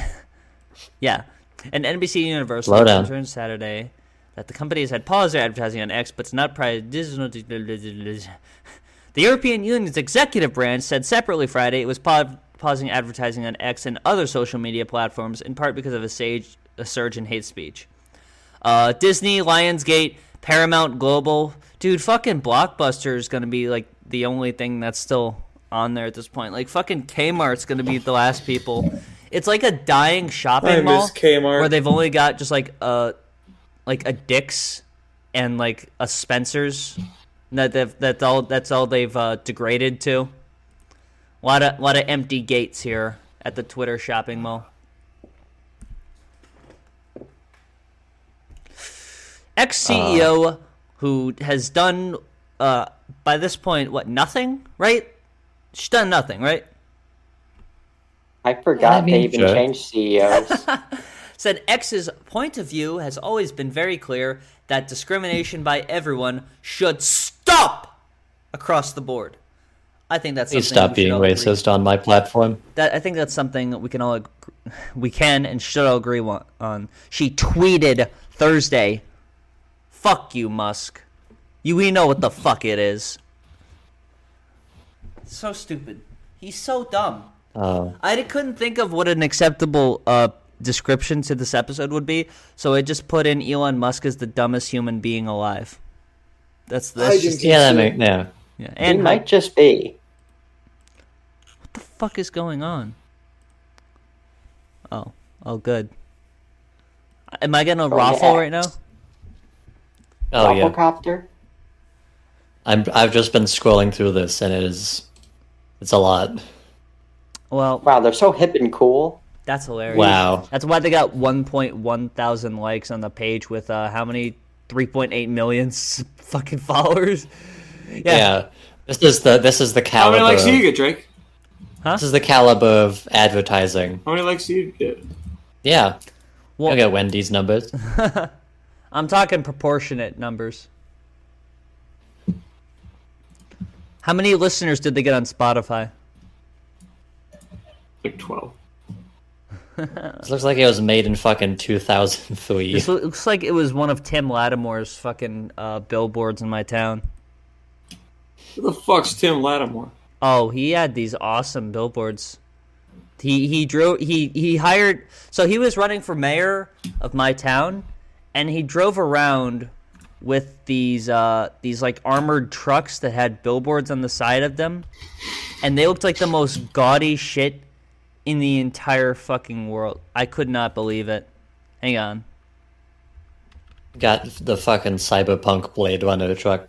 S1: [LAUGHS] yeah, and NBC Universal
S2: Slow down.
S1: returned Saturday that the companies had paused their advertising on X, but it's not prejudicial. to- [LAUGHS] The European Union's executive branch said separately Friday it was pa- pausing advertising on X and other social media platforms in part because of a, sage- a surge in hate speech. Uh, Disney, Lionsgate, Paramount Global, dude, fucking Blockbuster is gonna be like the only thing that's still on there at this point. Like fucking Kmart's gonna be the last people. It's like a dying shopping
S9: I miss
S1: mall
S9: Kmart.
S1: where they've only got just like a like a Dick's and like a Spencer's. That they've- that's all that's all they've uh, degraded to. A lot of lot of empty gates here at the Twitter shopping mall. Ex CEO E
S2: Uh.
S1: who has done uh, by this point what nothing, right? She's done nothing, right?
S3: I forgot
S1: I mean,
S3: they even
S1: Sure.
S3: changed E
S2: [LAUGHS]
S3: CEOs.
S1: said X's point of view has always been very clear that discrimination by everyone should stop across the board. I think that's
S2: Please
S1: something
S2: stop
S1: we should
S2: being
S1: all agree-
S2: racist on my platform.
S1: That I think that's something that we can all ag- we can and should all agree wa- on. She tweeted Thursday, "Fuck you, Musk. You we know what the fuck it is." So stupid. He's so dumb.
S2: Oh.
S1: I couldn't think of what an acceptable uh, description to this episode would be, so I just put in Elon Musk is the dumbest human being alive. That's
S2: I
S1: that's
S2: didn't
S1: just
S2: Yeah, that consider- make- yeah.
S1: yeah.
S3: He
S1: And
S3: might just be.
S1: what the fuck is going on? Oh, oh, good. Am I getting a
S3: Oh,
S1: raffle
S3: yeah.
S1: right now?
S2: Oh yeah.
S3: Doppelcopter?
S2: I'm. I've just been scrolling through this, and it is. It's a lot.
S1: Well,
S3: wow, they're so hip and cool.
S1: That's hilarious.
S2: Wow.
S1: That's why they got 1.1 thousand likes on the page with uh, how many 3.8 million s- [LAUGHS] fucking followers. Yeah.
S2: Yeah. This is the. This is the
S6: How
S2: caliber.
S6: many likes do you
S2: of-
S6: get, Drake?
S2: This is the caliber of advertising.
S6: How many likes do you get?
S2: Yeah.
S1: Well-
S2: Look at Wendy's numbers.
S1: I'm talking proportionate numbers. How many listeners did they get on Spotify?
S6: Like twelve.
S2: This looks like it was made in fucking 2003.
S1: This lo- looks like it was one of Tim Lattimore's fucking uh, billboards in my town.
S6: Who the fuck's Tim Lattimore?
S1: Oh, he had these awesome billboards. He he drove he he hired so he was running for mayor of my town and he drove around with these uh these like armored trucks that had billboards on the side of them and they looked like the most gaudy shit in the entire fucking world. I could not believe it. Hang on.
S2: Got the fucking cyberpunk Blade Runner truck.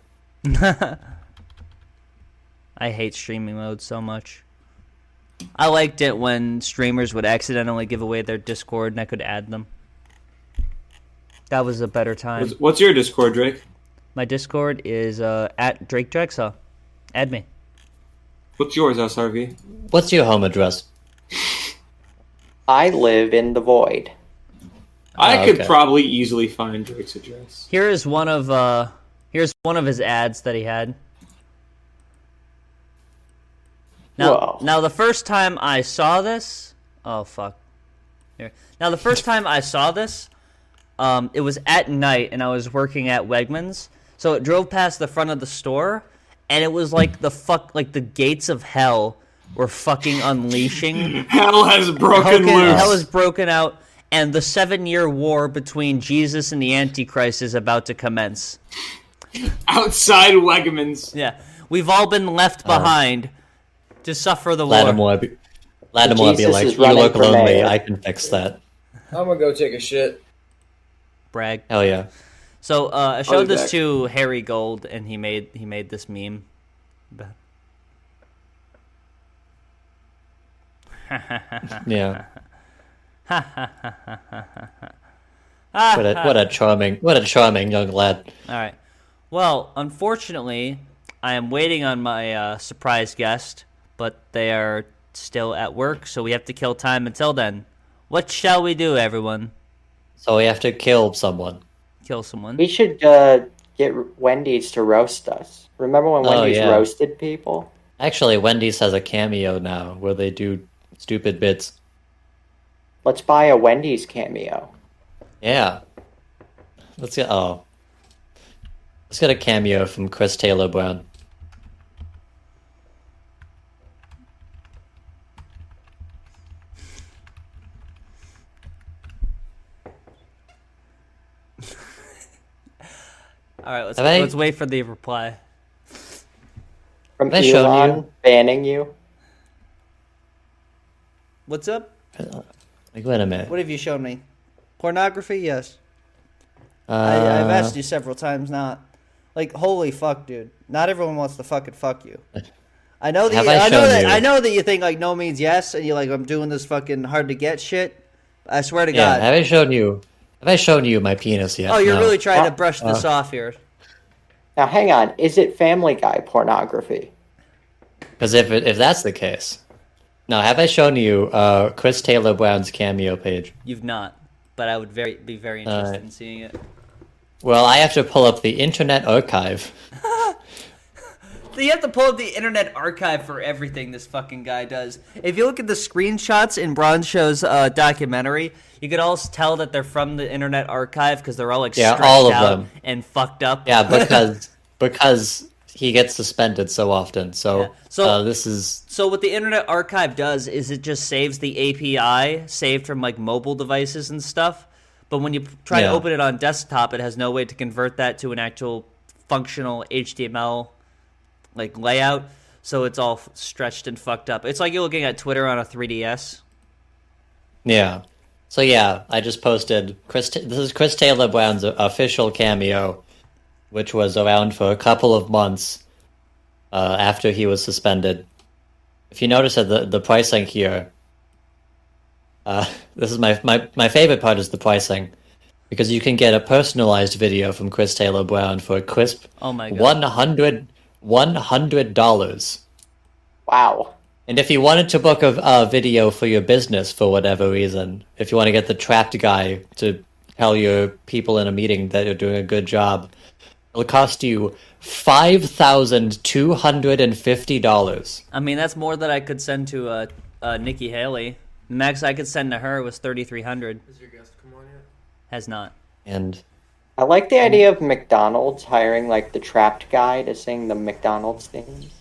S1: I hate streaming mode so much. I liked it when streamers would accidentally give away their Discord and I could add them. That was a better time.
S6: What's, what's your Discord, Drake?
S1: My Discord is uh, at Drake Drexel. Add me.
S6: What's yours, SRV?
S2: What's your home address?
S3: I live in the void.
S6: I
S1: Oh,
S6: could
S1: okay.
S6: probably easily find Drake's address.
S1: Here is one of uh, here's one of his ads that he had. Now, now the first time I saw this, oh fuck. Here. Now the first time I saw this, um, it was at night and I was working at Wegmans, so it drove past the front of the store, and it was like the fuck, like the gates of hell were fucking unleashing.
S6: Hell has broken loose.
S1: Hell is broken out, and the seven-year war between Jesus and the Antichrist is about to commence.
S6: Outside Wegmans.
S1: Yeah, we've all been left behind to suffer the war.
S2: Lattimore, be- Lattimore be
S1: Oh, Jesus
S2: like,
S1: is
S2: you
S1: running
S2: look
S1: for
S2: lonely.
S1: mayor."
S2: I can fix that.
S9: I'm gonna go take a shit.
S1: brag.
S2: Hell yeah.
S1: So uh, I
S9: I'll
S1: showed
S9: be
S1: this
S9: back.
S1: to Harry Gold, and he made he made this meme. But-
S2: Yeah. What a what a
S1: [LAUGHS]
S2: charming what a charming young lad.
S1: All right. Well, unfortunately, I am waiting on my uh, surprise guest, but they are still at work, so we have to kill time until then. What shall we do, everyone?
S2: So we have to kill someone.
S1: Kill someone.
S3: We should uh, get Wendy's to roast us. Remember when
S2: Oh,
S3: Wendy's
S2: yeah.
S3: roasted people?
S2: Actually, Wendy's has a cameo now where they do stupid bits.
S3: Let's buy a Wendy's cameo.
S2: Yeah. Let's get oh. Let's get a cameo from Chris Taylor Brown.
S1: All right, let's
S2: Have I-
S1: let's wait for the reply.
S3: From
S2: Have I shown
S3: Elon
S2: you?
S3: banning you.
S1: What's up?
S2: Like wait a minute.
S1: What have you shown me? Pornography? Yes.
S2: Uh,
S1: I, I've asked you several times not. Like, holy fuck, dude. Not everyone wants to fucking fuck you. I know that
S2: Have
S1: you,
S2: I
S1: I, know
S2: shown
S1: that
S2: you?
S1: I know that you think like no means yes and you're like I'm doing this fucking hard to get shit. I swear to
S2: Yeah,
S1: god.
S2: have I shown you have I shown you my penis yet?
S1: oh, you're
S2: No.
S1: really trying to brush
S2: Uh,
S1: this off here.
S3: Now, hang on. Is it Family Guy pornography?
S2: Because if it, if that's the case, now have I shown you uh, Chris Taylor Brown's cameo page?
S1: You've not, but I would very be very
S2: All
S1: interested
S2: right.
S1: in seeing it.
S2: Well, I have to pull up the Internet Archive.
S1: So you have to pull up the Internet Archive for everything this fucking guy does. If you look at the screenshots in Broncho's uh, documentary, you could all tell that they're from the Internet Archive because they're all like
S2: Yeah,
S1: stretched
S2: all of
S1: out
S2: them.
S1: and fucked up. [LAUGHS]
S2: Yeah, because because he gets suspended so often. So
S1: So-
S2: uh, this is
S1: So what the Internet Archive does is it just saves the API saved from like mobile devices and stuff. But when you p- try to
S2: Yeah.
S1: open it on desktop, it has no way to convert that to an actual functional HTML like layout. So it's all f- stretched and fucked up. It's like you're looking at Twitter on a 3DS.
S2: yeah. So yeah, I just posted Chris. Ta- This is Chris Taylor Brown's official cameo, which was around for a couple of months uh, after he was suspended. If you notice that the the pricing here, uh, [LAUGHS] this is my, my my favorite part is the pricing, because you can get a personalized video from Chris Taylor Brown for a crisp
S1: Oh my god.
S2: one hundred one hundred dollars.
S3: Wow.
S2: And if you wanted to book a, a video for your business for whatever reason, if you want to get the trapped guy to tell your people in a meeting that you're doing a good job, it'll cost you five thousand two hundred and fifty dollars.
S1: I mean, that's more than I could send to uh, uh, Nikki Haley. Max I could send to her was 3,300. Has your guest come on yet? Has not.
S2: And
S3: I like
S2: Mm.
S3: the idea of McDonald's hiring like the trapped guy to sing the McDonald's theme.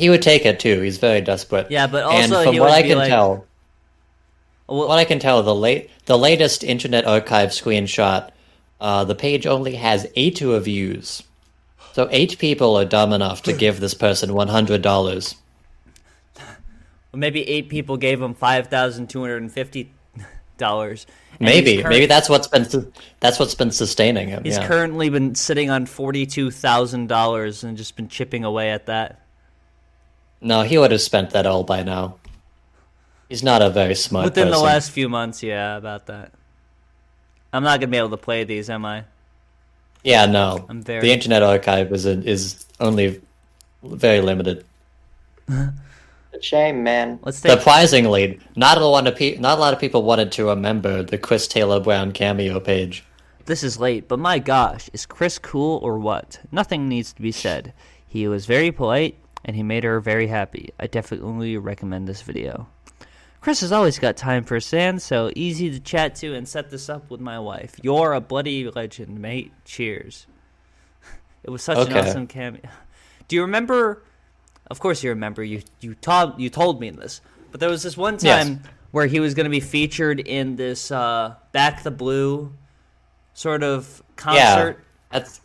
S2: he would take it too. He's very desperate.
S1: Yeah, but
S2: and
S1: also
S2: from
S1: he
S2: what
S1: would
S2: I
S1: be
S2: can
S1: like-
S2: tell, what I can tell, the late the latest Internet Archive screenshot, uh, the page only has eight reviews, so eight people are dumb enough to give this person one hundred dollars.
S1: Maybe eight people gave him five thousand two hundred and fifty dollars.
S2: Maybe, maybe that's what's been su- that's what's been sustaining him.
S1: he's
S2: yeah.
S1: currently been sitting on forty two thousand dollars and just been chipping away at that.
S2: No, he would have spent that all by now. He's not a very smart
S1: Within
S2: person.
S1: the last few months, yeah, about that. I'm not gonna be able to play these, am I?
S2: Yeah, no.
S1: I'm very-
S2: The Internet Archive is a, is only very limited.
S3: It's a shame, man.
S1: Let's
S2: Surprisingly, not a lot of pe- not a lot of people wanted to remember the Chris Taylor Brown cameo page.
S1: This is late, but my gosh, is Chris cool or what? Nothing needs to be said. He was very polite, and he made her very happy. I definitely recommend this video. Chris has always got time for sand, so easy to chat to and set this up with my wife. You're a bloody legend, mate. Cheers. [LAUGHS] It was such an
S2: Okay.
S1: awesome cameo. [LAUGHS] Do you remember? Of course, you remember. You you told you told me this, but there was this one
S2: Yes.
S1: time where he was going to be featured in this uh, Back the Blue sort of concert.
S2: Yeah, that's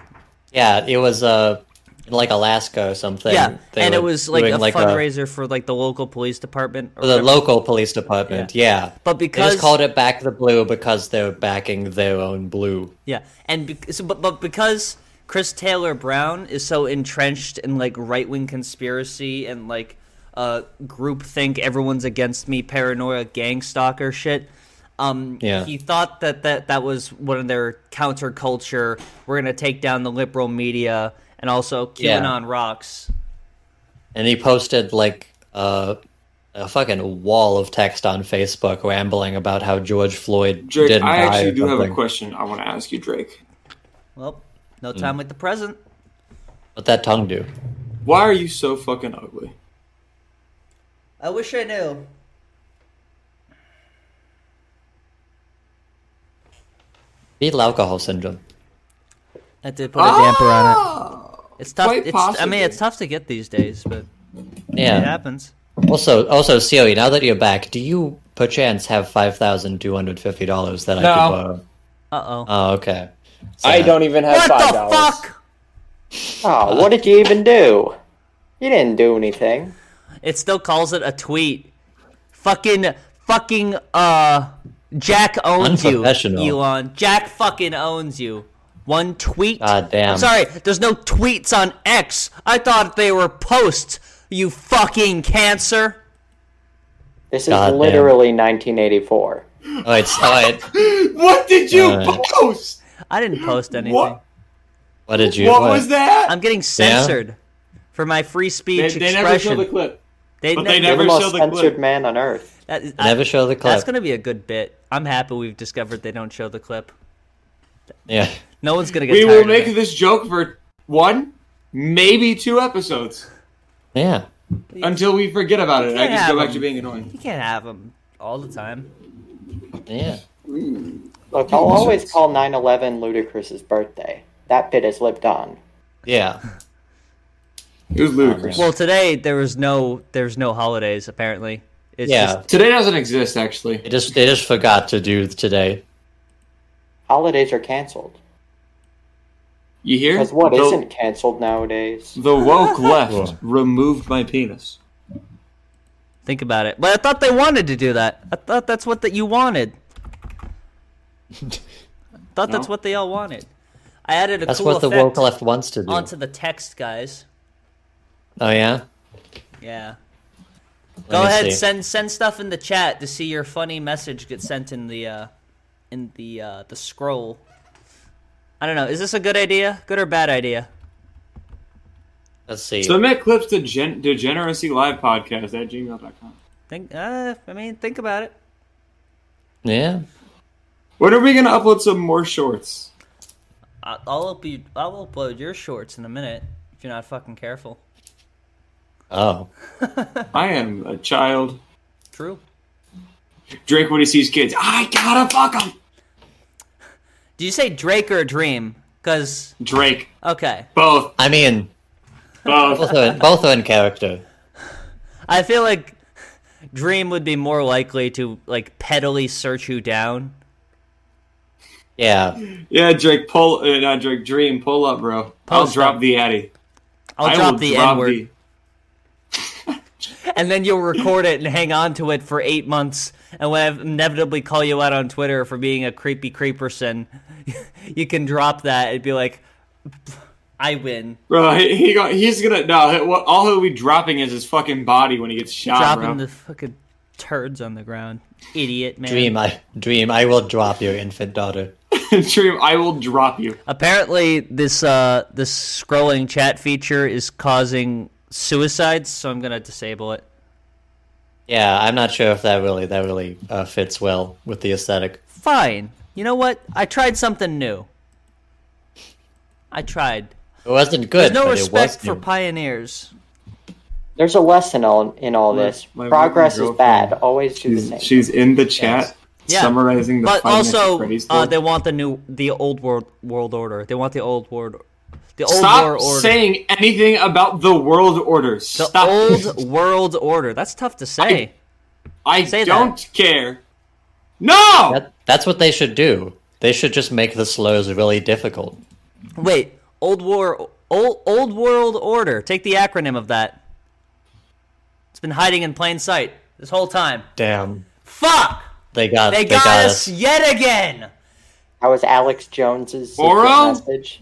S2: yeah. It was uh in, like Alaska or something.
S1: Yeah,
S2: They
S1: and it
S2: were
S1: was like
S2: doing,
S1: a fundraiser for like the local police department. or
S2: for the
S1: whatever.
S2: local police department. Yeah,
S1: But
S2: they
S1: because-
S2: just called it back the blue because they're backing their own blue.
S1: Yeah, and bec so, but but because Chris Taylor Brown is so entrenched in like right wing conspiracy and like uh groupthink, everyone's against me, paranoia, gang stalker shit. Um,
S2: Yeah.
S1: he thought that, that that was one of their counterculture. We're gonna take down the liberal media and also
S2: Yeah.
S1: QAnon rocks.
S2: And he posted like uh, a fucking wall of text on Facebook rambling about how George Floyd
S6: Drake,
S2: didn't
S6: I
S2: die or
S6: actually do have a
S2: something.
S6: question I want to ask you, Drake.
S1: Well, no
S2: Mm.
S1: time like the present.
S2: What that tongue do?
S6: Why are you so fucking ugly?
S1: I wish I knew.
S2: Fetal alcohol syndrome.
S1: That did put a damper on
S6: Oh!
S1: it. It's tough.
S2: quite
S1: It's, I
S2: possibly.
S1: mean, it's tough to get these days, but
S2: Yeah.
S1: it happens.
S2: Also, also, Celia, now that you're back, do you perchance have five thousand two hundred fifty dollars that I
S1: No.
S2: could borrow?
S1: Uh
S2: Oh, okay.
S3: I don't even have
S1: What
S3: five
S1: the
S3: dollars.
S1: fuck?
S3: Oh, what did you even do? You didn't do anything.
S1: oh. It still calls it a tweet. Fucking, fucking, uh, Jack owns you,
S2: Unprofessional.
S1: Elon. Jack fucking owns you. One tweet.
S2: God damn.
S1: I'm sorry. There's no tweets on X. I thought they were posts. You fucking cancer.
S3: This is
S2: God damn.
S3: literally 1984.
S2: All right, so- all right.
S6: What did
S2: you Uh,
S6: post?
S1: I didn't post anything.
S2: What did you?
S6: that?
S1: I'm getting censored for my free speech
S6: They- they never show
S1: expression.
S6: the clip.
S1: They
S6: But
S1: never,
S6: they
S3: You're
S6: never
S3: the most
S6: show the clip.
S3: censored man on earth.
S1: That is,
S2: They never show the clip.
S1: That's gonna be a good bit. I'm happy we've discovered they don't show the clip.
S2: Yeah.
S1: No one's gonna get.
S6: We
S1: tired
S6: will
S1: of
S6: make
S1: it.
S6: this joke for one, maybe two episodes
S2: Yeah.
S6: until we forget about it.
S1: You
S6: and I
S1: can't
S6: just go
S1: have
S6: back
S1: them.
S6: to being annoying.
S1: You can't have them all the time.
S2: Yeah.
S3: Look, I'll always call 9/11 Ludacris's birthday. That bit has lived on.
S2: Yeah.
S6: It was ludicrous.
S1: Well, today there was no there's no holidays apparently. It's
S2: yeah.
S1: just,
S6: Today doesn't exist, actually.
S2: They just they just forgot to do today.
S3: Holidays are canceled.
S6: You hear?
S3: Because what
S6: the,
S3: not canceled nowadays?
S6: the woke left removed my penis.
S1: think about it. But I thought they wanted to do that. I thought that's what that you
S2: [LAUGHS]
S1: wanted. I thought that's
S2: No.
S1: what they all wanted. I added a
S2: That's
S1: cool
S2: what the
S1: effect
S2: woke left wants to do.
S1: onto the text, guys.
S2: Oh yeah.
S1: Yeah.
S2: Let
S1: Go
S2: me
S1: ahead,
S2: see.
S1: send send stuff in the chat to see your funny message get sent in the uh, in the uh, the scroll. I don't know. Is this a good idea? Good or bad idea?
S2: Let's see.
S6: Submit clips to gen- degeneracy live podcast at gmail.com.
S1: Think. Uh, I mean, think about it.
S2: yeah.
S6: When are we going to upload some more shorts?
S1: I- I'll up you, I'll upload your shorts in a minute if you're not fucking careful.
S2: Oh.
S6: I am a child.
S1: True.
S6: Drake when he sees kids. I gotta fuck them.
S1: Do you say Drake or Dream? Cause
S6: Drake.
S1: okay,
S6: Both.
S2: I mean,
S6: Both.
S2: both are in, both are in character.
S1: I feel like [LAUGHS] Dream would be more likely to like pettily search you down.
S2: Yeah.
S6: Yeah, Drake, pull. Uh, not Drake, Dream, pull up, bro. I'll
S1: Post
S6: drop
S1: up.
S6: the Addy.
S1: I'll
S6: I
S1: drop
S6: will
S1: the N word. and then you'll record it and hang on to it for eight months. And when I inevitably call you out on Twitter [LAUGHS] for being a creepy creeperson, you can drop that and be like, I win.
S6: Bro, he, he got, he's gonna no. What, all he'll be dropping is his fucking body when he gets shot,
S1: Dropping
S6: bro.
S1: the fucking turds on the ground. Idiot, man.
S2: Dream, I dream, I will drop your infant daughter.
S6: [LAUGHS] Dream, I will drop you.
S1: Apparently, this uh, this scrolling chat feature is causing suicides, so I'm gonna disable it.
S2: Yeah, I'm not sure if that really that really uh, fits well with the aesthetic.
S1: Fine. You know what? I tried something new. I tried.
S2: It wasn't good,
S1: There's no
S2: but it
S1: respect
S2: was
S1: for
S2: new.
S1: pioneers.
S3: There's a lesson all, in all this.
S6: My
S3: Progress is
S6: girlfriend-
S3: bad. Always do the
S6: She's,
S3: same.
S6: she's in the chat
S1: Yeah.
S6: summarizing the.
S1: but
S6: five minutes
S1: also,
S6: Freddy's
S1: uh,
S6: story.
S1: they want the new, the old world world order. They want the old world, the old
S6: Stop
S1: war order.
S6: saying anything about the world order.
S1: the
S6: Stop.
S1: old world order. That's tough to say.
S6: I
S1: say that.
S6: don't care. No.
S2: That's what they should do. They should just make the slurs really difficult.
S1: Wait, old war, old old world order. Take the acronym of that. It's been hiding in plain sight this whole time.
S2: Damn,
S1: Fuck!
S2: they got
S1: they, got, us yet again.
S3: How was Alex Jones's secret
S1: Oro?
S3: message?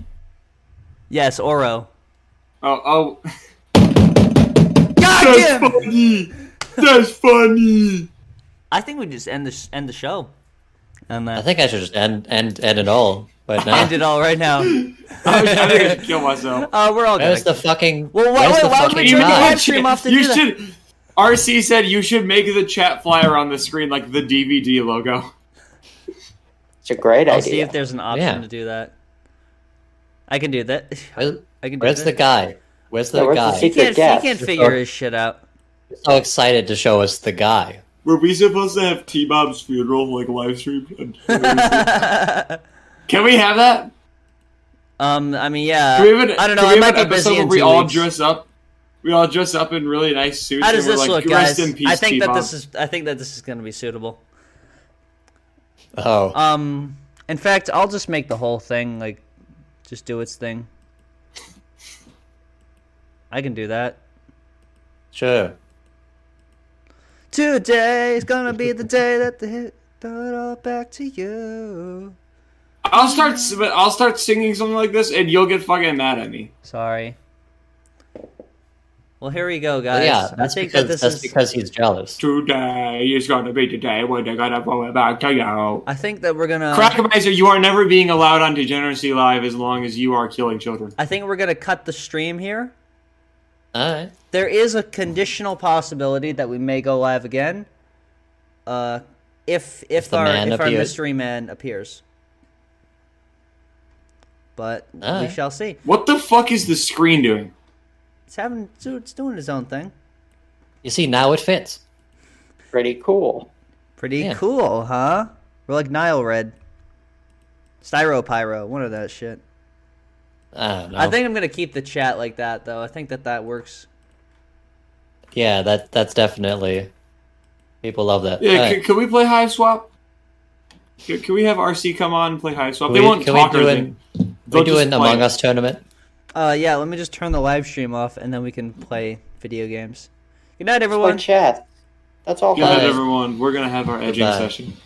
S1: Yes, Oro.
S6: Oh, [LAUGHS] oh.
S1: God damn!
S6: funny. That's funny.
S1: I think we just end the sh- end the show. uh,
S2: I think I should just end end end it all
S1: [LAUGHS]
S2: right now.
S1: End it all right now.
S6: I think I should kill myself.
S1: Uh, we're all
S2: Where's
S1: good.
S2: the fucking?
S1: Well, why-
S2: where's
S1: wait,
S2: the
S1: why would
S2: fucking
S1: we turn the
S2: mod?
S1: live stream off to
S6: you
S1: do that?
S6: should. RC said you should make the chat flyer on the screen like the DVD logo.
S3: It's a great
S1: I'll
S3: idea.
S1: see if there's an option
S2: Yeah.
S1: to do that. I can do that. [LAUGHS] I can do
S2: Where's
S1: that.
S2: the guy? Where's the
S1: Yeah, where's the
S2: guy?
S1: He secret can't- he guest? can't figure his shit out.
S2: So excited to show us the guy.
S6: Were we supposed to have T Bob's funeral like live stream? [LAUGHS] Can we have that?
S1: Um, I mean, yeah.
S6: Do we have an,
S1: I don't know.
S6: do we
S1: I
S6: have
S1: might be
S6: an episode
S1: busy
S6: where
S1: in
S6: we
S1: two
S6: all
S1: weeks.
S6: dress up. We all dress up in really nice suits.
S1: How does
S6: and we're
S1: this
S6: like,
S1: look,
S6: Rest
S1: guys?
S6: in peace,
S1: I think that
S6: T-Bob."
S1: this is. I think that this is going to be suitable.
S2: Oh,
S1: Um, in fact, I'll just make the whole thing like, just do its thing. I can do that.
S2: sure.
S1: Today is gonna be the day that the hit throw it all back to you.
S6: I'll start. s- But I'll start singing something like this, and you'll get fucking mad at me.
S1: Sorry. Well, here we go,
S2: But
S1: guys.
S2: yeah,
S1: I
S2: that's
S1: think
S2: because
S1: that this
S2: that's
S1: is.
S2: because he's jealous.
S6: Today is gonna be the day when they're gonna pull it back to
S2: Uh,
S6: you.
S1: I think that we're gonna.
S6: Crackmeiser, you are never being allowed on Degeneracy Live as long as you are killing children.
S1: I think we're gonna cut the stream here.
S2: All right.
S1: There is a conditional possibility that we may go live again. Uh, if if,
S2: the
S1: our
S2: man
S1: if our
S2: appears.
S1: mystery man appears, but we
S6: Alright.
S1: shall see.
S6: What the fuck is the screen doing?
S1: It's having it's doing its own thing.
S2: You see, now it fits.
S3: Pretty cool.
S1: Pretty
S2: Yeah.
S1: cool, huh? We're like Nile Red, Styro Pyro, one of that shit.
S2: I don't know.
S1: I think I'm gonna keep the chat like that though. I think that that works.
S2: Yeah, that that's definitely. People love that.
S6: Yeah,
S2: All
S6: c-
S2: right.
S6: can, we play Hive Swap? C- Can we have RC come on and play Hive Swap?
S2: Can
S6: They
S2: we-
S6: won't
S2: can
S6: talk
S2: we
S6: or
S2: do
S6: anything.
S2: an, we
S6: They'll
S2: do
S6: just
S2: an
S6: play.
S2: Among Us tournament?
S1: Uh, yeah. Let me just turn the live stream off, and then we can play video games. Good night,
S3: Play
S1: everyone.
S3: chess. That's all.
S6: Good night,
S3: folks.
S6: everyone. We're gonna have our edging
S2: Goodbye.
S6: session.